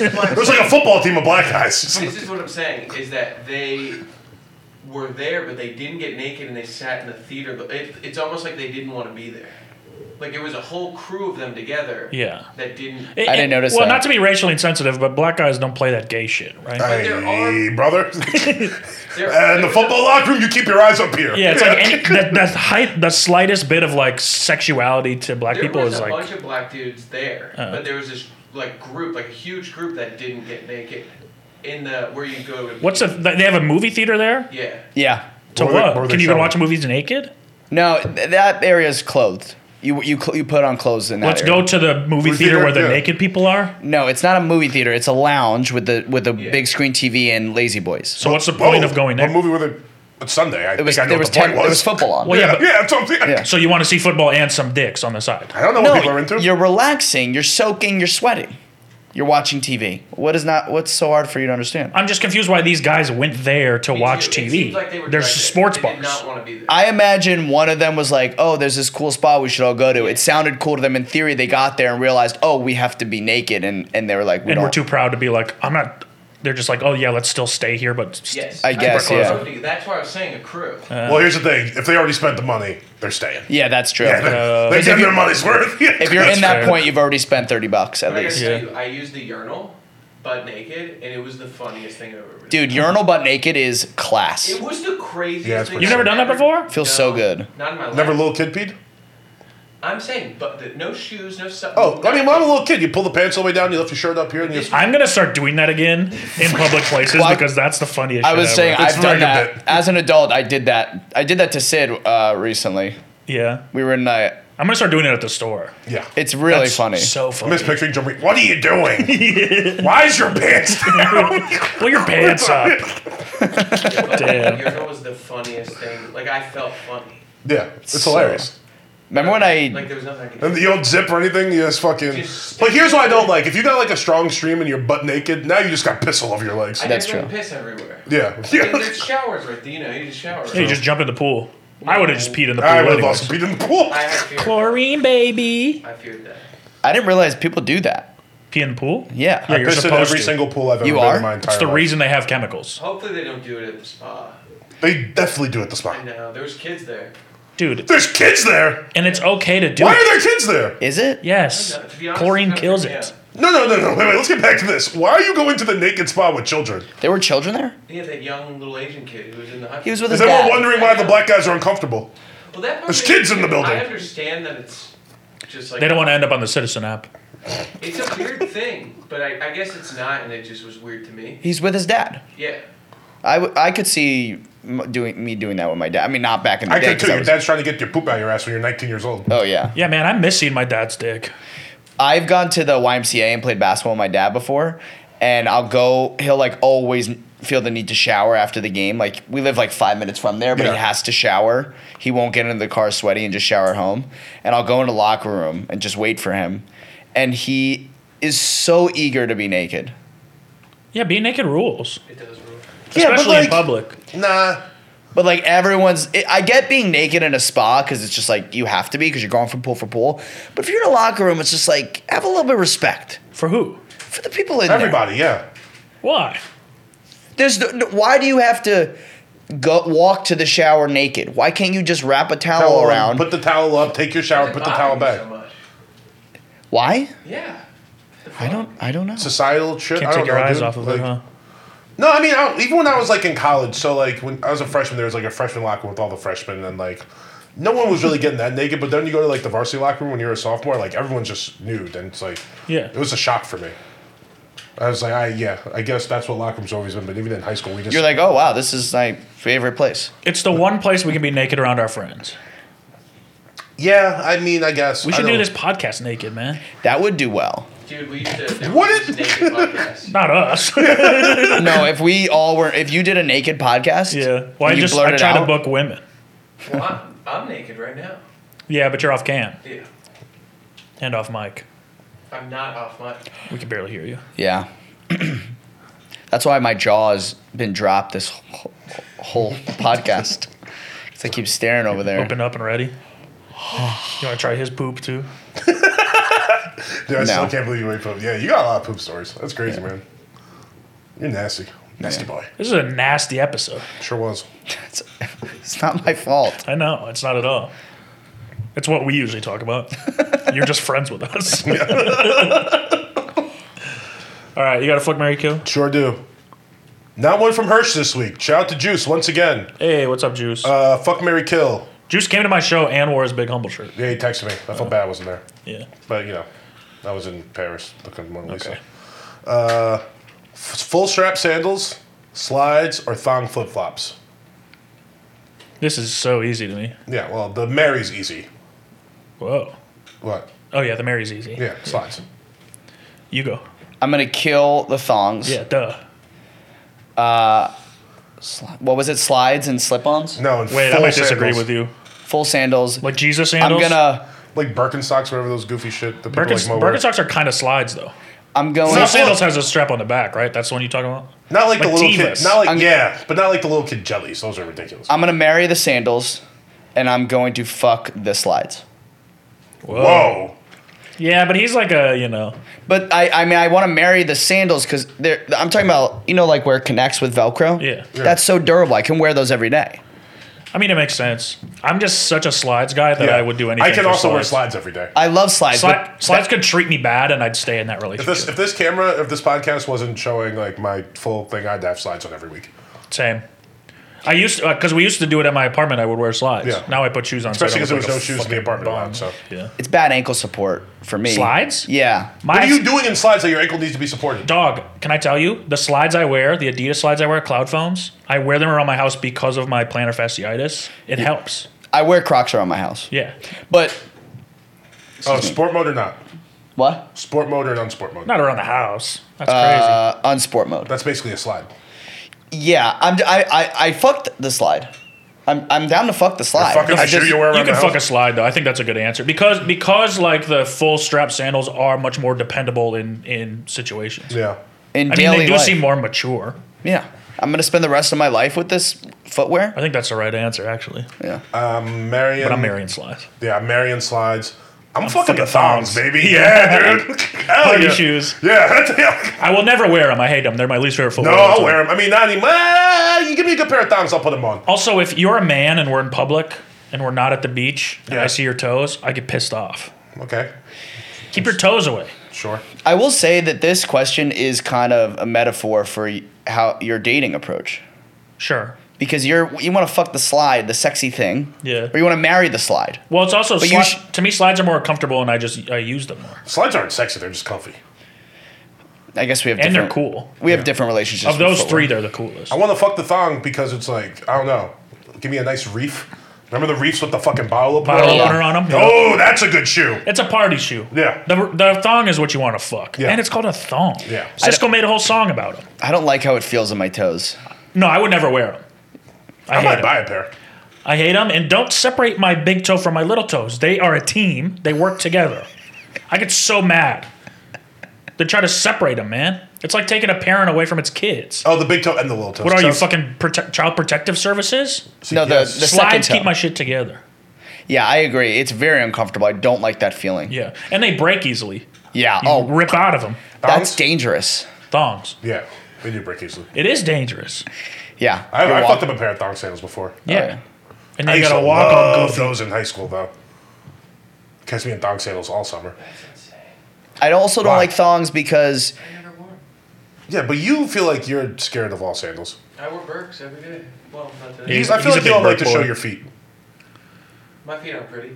S4: is what I'm
S1: It was like a football team of black guys.
S4: This is what I'm saying is that they were there, but they didn't get naked and they sat in the theater. But it, it's almost like they didn't want to be there. Like it was a whole crew of them together.
S2: Yeah.
S4: That didn't.
S2: it-
S3: I didn't
S2: it-
S3: notice
S2: Well,
S3: that.
S2: not to be racially insensitive, but black guys don't play that gay shit, right?
S4: there
S1: Hey, brother.
S4: there-
S1: and the football locker room, you keep your eyes up here.
S2: yeah, it's like any the, the height, the slightest bit of like sexuality to black
S4: There
S2: people
S4: was
S2: is
S4: a
S2: like
S4: bunch of black dudes there,
S2: Uh-huh.
S4: but there was this like group, like a huge group that didn't get naked in the where you go. To
S2: what's a th- they have a movie theater there?
S4: Yeah.
S3: Yeah.
S2: To
S1: What were
S2: what?
S1: they- what were
S2: Can
S1: they
S2: you even
S1: showing?
S2: watch movies naked?
S3: No, th- that area is clothed. You you cl- you put on clothes in that.
S2: Let's
S3: area.
S2: go to the
S1: Movie
S2: movie theater
S1: theater,
S2: where the
S1: yeah.
S2: naked people are.
S3: No, it's not a movie theater. It's a lounge with the with a
S4: Yeah.
S3: big screen TV and Lazy Boys.
S2: So what's the point
S1: Whoa,
S2: of going
S1: What
S2: there?
S1: oh, movie were they? It's Sunday. I
S3: It was
S1: think I know
S3: there
S1: what
S3: was,
S1: the point
S3: ten,
S1: was.
S3: there was football on.
S2: Well, yeah,
S1: Yeah,
S2: but-
S1: yeah, that's what I'm saying.
S3: Yeah.
S2: So you want to see football and some dicks on the side?
S1: I don't know what people are into.
S3: no, you're relaxing. You're soaking. You're sweating. You're watching TV. What is not? What's so hard for you to understand?
S2: I'm just confused why these guys went there to
S4: Me
S2: watch
S4: too. It
S2: TV.
S4: seemed like they were
S2: There's
S4: directed.
S2: sports
S4: They
S2: bars.
S4: Did not want to be there.
S3: I imagine one of them was like, "Oh, there's this cool spot we should all go to." It sounded cool to them in theory. They got there and realized, "Oh, we have to be naked," and and they were like, "We
S2: and
S3: don't."
S2: we're too proud to be like, I'm not. They're just like, oh yeah, let's still stay here, but st-
S4: Yes. Uh,
S3: I
S4: I'm
S3: guess,
S4: so
S3: yeah.
S4: sorry. That's why I was saying a crew.
S1: well, here's the thing: if they already spent the money, they're staying.
S3: yeah, that's true.
S1: Yeah,
S2: Uh,
S1: they
S2: if
S1: get
S2: you-
S1: their money's worth.
S3: if you're in that
S2: fair.
S3: point, you've already spent thirty bucks at
S4: But I
S3: least.
S4: gotta
S2: Yeah.
S4: tell you, I used the urinal, butt naked, and it was the funniest thing I've ever done.
S3: Dude, urinal butt naked is class.
S4: It was the craziest
S1: Yeah, it's
S4: thing.
S1: pretty
S2: You've never done that before?
S3: Feels so good.
S4: Not in my life.
S1: never a little kid peed.
S4: I'm saying, but the, no shoes, no stuff.
S1: Oh, I mean, when I'm a little kid, you pull the pants all the way down, you lift your shirt up here, and you. Just,
S2: I'm gonna start doing that again in public places
S3: Well, I-
S2: because that's the funniest.
S3: I
S2: shit
S3: was
S2: ever.
S3: saying
S1: It's
S3: I've
S1: very
S3: done that
S1: good bit.
S3: as an adult. I did that. I did that to Sid uh, recently.
S2: yeah,
S3: We were in a.
S2: I'm gonna start doing it at the store.
S1: yeah.
S3: It's really
S2: That's
S3: funny.
S2: So
S1: I'm
S2: funny.
S1: just picturing jumping. What are you doing? Why is your pants down?
S2: Pull your pants up. Damn.
S4: The urinal was the funniest thing. Like, I felt funny.
S1: yeah, it's
S3: So-
S1: hilarious.
S3: Remember when I?
S4: Like, there was nothing I could
S1: And
S4: do.
S1: you don't zip or anything. You just fucking.
S4: Just-
S1: But here's what I don't like: if you got like a strong stream and you're butt naked, now you just got piss all over your legs.
S4: I
S3: That's
S4: didn't
S3: true.
S4: piss everywhere.
S1: yeah,
S4: And
S1: yeah.
S4: there's showers right there, you know, you just shower.
S2: Hey, just jump in the pool. I would have just peed in the pool.
S1: I would have
S2: anyways.
S1: lost a beat in the pool.
S4: I had fear.
S2: Chlorine, baby.
S4: I feared that.
S3: I didn't realize people do that.
S2: pee in the pool?
S3: Yeah.
S2: Yeah,
S3: I
S2: you're
S1: Pissed in
S2: supposed
S1: every
S2: to.
S1: single pool I've ever
S3: You
S1: been
S3: are?
S1: in my
S3: It's
S1: entire
S2: It's the
S1: life.
S2: reason they have chemicals.
S4: Hopefully they don't do it at the spa.
S1: They definitely do at the
S4: I
S1: spot.
S4: know there's kids there.
S2: Dude,
S1: There's kids there.
S2: and it's okay to do
S1: Why
S2: it.
S1: are there kids there?
S3: Is it?
S2: Yes.
S4: No, to be honest,
S2: Chlorine
S4: it's not-
S2: kills
S4: yeah.
S2: it.
S1: No, no, no, no. Wait, wait. Let's get back to this. Why are you going to the naked spa with children?
S3: There were children there.
S4: He had that young little Asian kid who was in the
S3: He was with
S1: Is
S3: his
S1: everyone
S3: dad.
S1: wondering why the black guys are uncomfortable?
S4: Well, that part
S1: There's
S4: makes
S1: kids in the
S4: sense.
S1: building.
S4: I understand that it's just like
S2: They don't want to end up on the Citizen app.
S4: It's a weird thing, but I, I guess it's not, and it just was weird to me.
S3: He's with his dad.
S4: Yeah.
S3: I, w- I could see m- doing me doing that with my dad. I mean, not back in the
S1: I
S3: day.
S1: can
S3: 'cause
S1: too.
S3: I
S1: Your
S3: was-
S1: dad's trying to get your poop out of your ass when you're 19 years old.
S3: Oh yeah.
S2: Yeah, man, I miss seeing my dad's dick.
S3: I've gone to the YMCA and played basketball with my dad before, and I'll go. He'll like always feel the need to shower after the game. Like we live like five minutes from there, but
S1: Yeah.
S3: he has to shower. He won't get into the car sweaty and just shower at home. And I'll go into locker room and just wait for him, and he is so eager to be naked.
S2: Yeah, being naked rules.
S4: It does rule.
S2: Especially in public.
S1: Nah.
S3: But like everyone's, it, I get being naked in a spa because it's just like you have to be because you're going from pool for pool. But if you're in a locker room, it's just like have a little bit of respect
S2: For who?
S3: for the people in there.
S1: Everybody, yeah.
S2: Why?
S3: There's no, no- why do you have to go walk to the shower naked? Why can't you just wrap a towel,
S1: Towel on,
S3: around?
S1: Put the towel up, take your
S4: Does
S1: shower,
S4: it
S1: put the
S4: bother
S1: towel
S4: you So
S1: back.
S4: much?
S3: why?
S4: Yeah.
S3: I don't. I don't know.
S1: Societal shit.
S2: Can't
S1: I don't
S2: take your
S1: know,
S2: eyes
S1: dude.
S2: off of
S1: Like-
S2: it, huh?
S1: No, I mean, I, even when I was like in college, so like when I was a freshman, there was like a freshman locker room with all the freshmen, and like no one was really getting that naked. But then you go to like the varsity locker room when you're a sophomore, like everyone's just nude, and it's like
S2: Yeah.
S1: it was a shock for me. I was like, I yeah, I guess that's what locker rooms always been. But even in high school, we just
S3: You're like, oh wow, this is my favorite place.
S2: It's the one place we can be naked around our friends.
S1: yeah. I mean, I guess
S2: We
S1: I
S2: should do
S1: don't-
S2: this podcast naked, man.
S3: That would do well.
S4: Dude, we used to.
S1: What
S4: What
S1: is-
S4: is naked podcast.
S2: Not us.
S3: no, if we all were, if you did a naked podcast,
S2: yeah.
S3: and
S2: Well, I
S3: you
S2: just
S3: blurted
S2: I try to
S3: out-
S2: book women.
S4: Well, I'm, I'm naked right now.
S2: Yeah, but you're off cam
S4: Yeah.
S2: and off mic.
S4: I'm not off my.
S2: We can barely hear you.
S3: Yeah. That's why my jaw has been dropped this wh- whole podcast. Because I keep staring over there.
S2: Open up and ready. You want to try his poop too?
S1: Dude, I
S3: No.
S1: still can't believe you ate poop. Yeah, you got a lot of poop stories. That's crazy, man. You're nasty, nasty boy.
S2: This is a nasty episode.
S1: Sure was.
S3: It's, it's not my fault.
S2: I know it's not at all. It's what we usually talk about. You're just friends with us. all right, you got a flick, Mary, kill.
S1: Sure do. Not one from Hirsch this week. Shout out to Juice once again.
S2: Hey, what's up, Juice?
S1: Uh, fuck Mary Kill.
S2: Juice came to my show and wore his big humble shirt.
S1: Yeah, he texted me. I felt bad I wasn't there.
S2: Yeah.
S1: But, you know, I was in Paris looking at Mona Lisa.
S2: Okay.
S1: F- full strap sandals, slides, or thong flip flops.
S2: This is so easy to me.
S1: Yeah, well, the Mary's easy.
S2: Whoa.
S1: What?
S2: Oh yeah, the Mary's easy.
S1: Yeah, slides.
S2: You go.
S3: I'm going to kill the thongs.
S2: Yeah, duh.
S3: Sli- What was it? Slides and slip ons?
S1: No, and
S2: Wait, I
S1: full
S2: might disagree
S1: sandals.
S2: with you.
S3: Full sandals.
S2: Like Jesus
S3: I'm
S2: sandals.
S3: going to.
S1: Like Birkenstocks, whatever those goofy shit. The people
S2: Birkens-
S1: like Mo wear.
S2: Birkenstocks are kind of slides though.
S3: I'm going.
S2: Full
S1: Not
S2: sandals
S1: full-
S2: has a strap on the back, right? That's the one you talking about.
S1: Not like,
S2: like
S1: the little
S2: Tevas.
S1: kid. Not like,
S3: I'm-
S1: yeah, but not like the little kid jellies. Those are ridiculous.
S3: I'm going to marry the sandals and I'm going to fuck the slides.
S2: Whoa.
S1: Whoa.
S2: Yeah, but he's like a you know.
S3: But I, I mean, I want to marry the sandals because they're. I'm talking about, you know, like where it connects with Velcro?
S2: Yeah. Yeah.
S3: That's so durable. I can wear those every day.
S2: I mean, it makes sense. I'm just such a slides guy that
S1: Yeah.
S2: I would do anything.
S1: I can
S2: for
S1: also wear
S2: slides.
S1: slides every day.
S3: I love slides.
S2: Sli-
S3: but
S2: slides could treat me bad, and I'd stay in that
S1: If
S2: relationship.
S1: this if this camera if this podcast wasn't showing like my full thing, I'd have slides on every week.
S2: Same. I used to because we used to do it at my apartment. I would wear slides.
S1: Yeah.
S2: Now I put shoes on. so I
S1: Especially because there
S2: don't
S1: was
S2: look
S1: no shoes in
S2: like a
S1: the
S2: fucking
S1: apartment allowed. So
S2: bum. Yeah.
S3: It's bad ankle support for me.
S2: Slides?
S3: Yeah.
S2: My
S1: what are you doing in slides that your ankle needs to be supported?
S2: dog? Can I tell you the slides I wear, the Adidas slides I wear, Cloud Foams? I wear them around my house because of my plantar fasciitis. It helps.
S3: I wear Crocs around my house.
S2: Yeah.
S3: But
S1: Oh, sport mode or not?
S3: what?
S1: Sport mode or non-sport mode?
S2: Not around the house. That's crazy.
S3: Uh, on sport mode.
S1: That's basically a slide.
S3: Yeah, I'm. I, I, I fucked the slide. I'm, I'm down to fuck the slide.
S1: fucking
S3: I
S1: the shoe you wear
S2: You
S1: around
S2: can
S1: the
S2: fuck a
S1: house?
S2: slide though. I think that's a good answer because because like the full strap sandals are much more dependable in in situations.
S1: Yeah.
S3: in
S2: I mean,
S3: daily
S2: they do
S3: life.
S2: seem more mature.
S3: yeah, I'm gonna spend the rest of my life with this footwear.
S2: I think that's the right answer actually.
S3: Yeah,
S1: Um, Marion.
S2: But I'm marrying slides.
S1: Yeah, Marion slides. I'm, fucking, the
S2: fucking
S1: thongs,
S2: thongs.
S1: baby. Yeah, dude. Hell
S2: Party
S1: yeah.
S2: shoes.
S1: Yeah. that's- yeah.
S2: I will never wear them. I hate them. They're my least favorite
S1: No,
S2: footwear. of all
S1: I'll
S2: time.
S1: wear them. I mean, not even. ah, you give me a good pair of thongs, I'll put them on.
S2: Also, if you're a man and we're in public and we're not at the beach and
S1: Yeah.
S2: I see your toes, I get pissed off.
S1: Okay.
S2: Keep your toes away.
S1: Sure.
S3: I will say that this question is kind of a metaphor for y- how your dating approach.
S2: Sure.
S3: Because you're you want to fuck the slide, the sexy thing.
S2: Yeah.
S3: Or you want to marry the slide.
S2: Well, it's also
S3: you
S2: sli-
S3: sh-
S2: to me slides are more comfortable, and I just I use them more,
S1: Slides aren't sexy. They're just comfy.
S3: I guess we have
S2: and they're
S3: different
S2: cool.
S3: We have different relationships.
S2: Of
S3: with
S2: those
S3: footwear.
S2: three, they're the coolest.
S1: I want to fuck the thong because it's like I don't know. Give me a nice reef. Remember the reefs with the fucking bottle opener?
S2: Bottle
S3: Yeah.
S2: opener on them.
S1: Oh, that's a good shoe.
S2: It's a party shoe.
S1: Yeah.
S2: The, the thong is what you want to fuck.
S1: Yeah.
S2: And it's called a thong.
S1: Yeah.
S2: Cisco made a whole song about them.
S3: I don't like how it feels on my toes.
S2: No, I would never wear them. I,
S1: I
S2: hate
S1: might
S2: 'em.
S1: buy a pair.
S2: I hate them. And don't separate my big toe from my little toes. They are a team. They work together. I get so mad. They try to separate them, man. It's like taking a parent away from its kids.
S1: Oh, the big toe and the little toe.
S2: what are you
S1: Sounds-
S2: fucking prote- child protective services?
S3: No, the, the
S1: yes.
S3: second
S2: Slides
S3: toe.
S2: keep my shit together.
S3: yeah, I agree. It's very uncomfortable. I don't like that feeling.
S2: Yeah,
S3: Yeah.
S2: and they break easily.
S3: oh,
S2: Rip out of them.
S3: that's
S1: Thongs?
S3: dangerous.
S2: Thongs.
S1: Yeah, they do break easily.
S2: It is dangerous.
S3: Yeah.
S1: I,
S3: you're
S1: I
S3: walk-
S1: fucked up a pair of thong sandals before.
S2: Yeah.
S3: yeah.
S2: And
S1: I
S2: they
S1: used
S2: gotta
S1: to
S2: walk on
S1: love
S2: goofy.
S1: those in high school though. Catch me in thong sandals all summer.
S3: I also don't
S1: Why?
S3: like thongs because
S4: I never wore 'em.
S1: Yeah, but you feel like you're scared of all sandals.
S4: I wore Birks every day. Well, not today.
S2: He's-
S1: I feel
S2: a
S1: like you
S2: big
S1: don't like
S2: brick
S1: to
S2: boy.
S1: show your feet.
S4: My feet aren't pretty.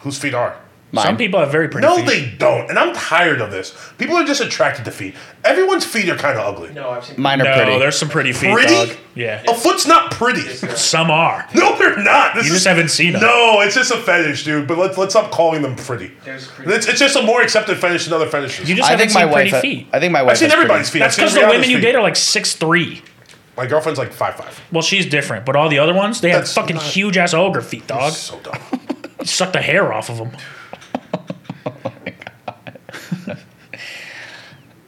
S1: Whose feet are?
S2: Some
S3: mine.
S2: people have very pretty
S1: No,
S2: feet.
S1: they don't. And I'm tired of this. People are just attracted to feet. Everyone's feet are kind of ugly.
S4: No, I've seen.
S3: mine are
S2: no,
S3: pretty.
S2: there's some pretty feet,
S1: Pretty?
S2: dog. Yeah.
S1: A foot's not pretty.
S4: Yes, sir.
S2: Some are.
S1: No, they're not. This
S2: You
S1: is-
S2: just haven't seen them.
S1: No, it's just a fetish, dude. But let's let's stop calling them pretty.
S4: There's pretty-
S1: It's, it's just a more accepted fetish than other fetishes.
S2: You just
S3: I
S2: haven't
S3: think my
S2: seen
S3: wife.
S2: pretty
S3: ha-
S2: feet.
S3: I think my wife.
S1: I've seen
S3: has pretty-
S1: everybody's feet.
S2: That's
S1: I've
S2: because
S1: seen
S2: the
S1: Rihanna's
S2: women you
S1: feet.
S2: date are like 6'3".
S1: My girlfriend's like five five.
S2: Well, she's different, but all the other ones, they
S1: That's
S2: have fucking
S1: not-
S2: huge ass ogre feet, dog.
S1: So dumb.
S2: Suck the hair off of them.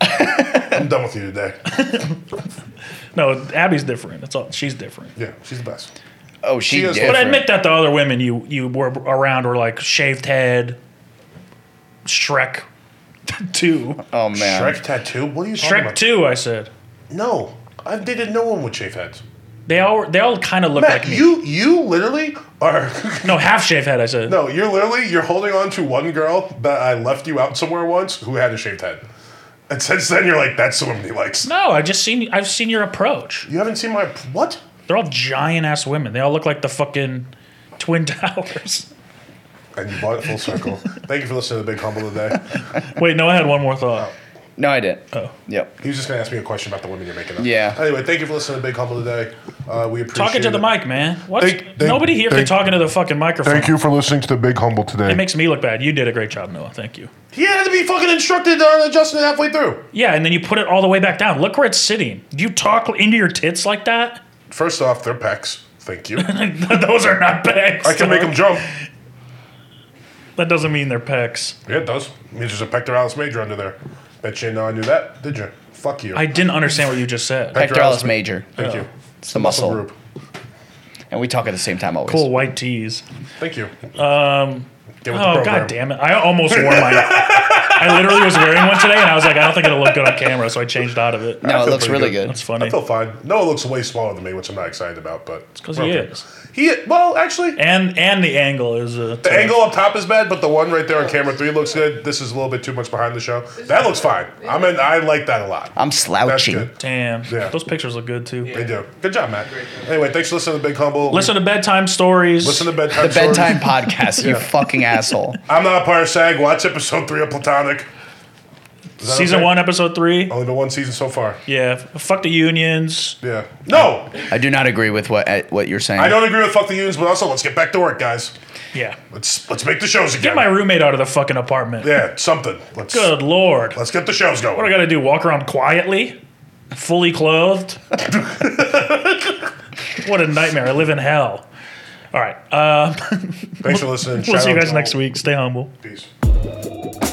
S1: I'm done with you today.
S2: No, Abby's different. That's all. She's different.
S1: Yeah, she's the best.
S3: Oh, she.
S1: She is-
S3: different.
S2: But I admit that the other women you you were around were like shaved head, Shrek, two,
S3: Oh man.
S1: Shrek tattoo? What are you talking
S2: Shrek
S1: about?
S2: two. I said
S1: No, I've dated no one with shaved heads.
S2: they all they all kind of look
S1: Matt,
S2: like me.
S1: you you literally are.
S2: no, half shaved head. I said
S1: no, you're literally you're holding on to one girl that I left you out somewhere once who had a shaved head, and since then you're like that's the woman he likes.
S2: No, I just seen I've seen your approach.
S1: You haven't seen my what?
S2: They're all giant ass women. They all look like the fucking twin towers.
S1: And you bought it full circle. Thank you for listening to the Big Humble today.
S2: Wait, no, I had one more thought.
S3: No, I didn't. Oh. Yep.
S1: He was just gonna ask me a question about the women you're making up.
S3: Yeah.
S1: Anyway, thank you for listening to the Big Humble today. Uh, we appreciate
S2: Talking to the
S1: it.
S2: mic, man. What?
S1: Thank- thank-
S2: Nobody here
S1: thank-
S2: can talking to the fucking microphone.
S1: Thank you for listening to the Big Humble today.
S2: It makes me look bad. You did a great job, Noah. Thank you.
S1: he had to be fucking instructed on adjusting it halfway through.
S2: Yeah, and then you put it all the way back down. Look where it's sitting. You talk into your tits like that?
S1: First off, they're pecs. Thank you.
S2: Those are not pecs.
S1: I can make them jump.
S2: That doesn't mean they're pecs.
S1: Yeah, it does. It means there's a pectoralis major under there. Bet you didn't know I knew that, did you? Fuck you.
S2: I didn't understand what you just said.
S3: Pectoralis major.
S1: Thank you.
S3: It's the
S2: Oh.
S3: muscle,
S1: Group.
S3: and we talk at the same time always.
S2: Cool white tees.
S1: Thank you. Um. Get with the
S2: Oh
S1: program.
S2: god damn it! I almost wore mine. I literally was wearing one today, and I was like, I don't think it'll look good on camera, so I changed out of it.
S3: No, it
S1: feel
S3: looks
S1: pretty
S3: really
S1: good.
S3: good.
S2: That's funny.
S1: I feel fine. Noah looks way smaller than me, which I'm not excited about, but it's
S2: 'cause he is.
S1: He well, actually,
S2: And and the angle is uh,
S1: the angle up top is bad, but the one right there on camera three looks good. This is a little bit too much behind the show. That looks fine. I'm in. I like that a
S2: Oh,
S1: lot.
S3: I'm
S1: That's
S3: slouchy.
S1: good.
S2: Damn,
S1: Yeah.
S2: those pictures look good too.
S1: They do. Good job, Matt. Anyway, thanks for listening to Big Humble.
S2: Listen to bedtime stories.
S1: Listen to bedtime.
S3: The bedtime
S1: Stories.
S3: podcast. You fucking asshole.
S1: I'm not Parsag. Watch episode three of Platonic. Is that
S2: season
S1: okay?
S2: one, episode three.
S1: Only been one season so far.
S2: Yeah, f- fuck the unions.
S1: Yeah. No,
S3: I do not agree with what uh, what you're saying.
S1: I don't agree with fuck the unions, but also let's get back to work, guys.
S2: Yeah,
S1: Let's let's make the shows again.
S2: get my roommate out of the fucking apartment.
S1: yeah, something. Let's
S2: Good lord.
S1: let's get the shows going.
S2: What do I gotta do? Walk around quietly? Fully clothed? what a nightmare. I live in hell. All right. Uh,
S1: Thanks for listening.
S2: we'll
S1: Shout
S2: see you
S1: out
S2: guys
S1: to
S2: next
S1: all-
S2: week. Stay humble.
S1: Peace.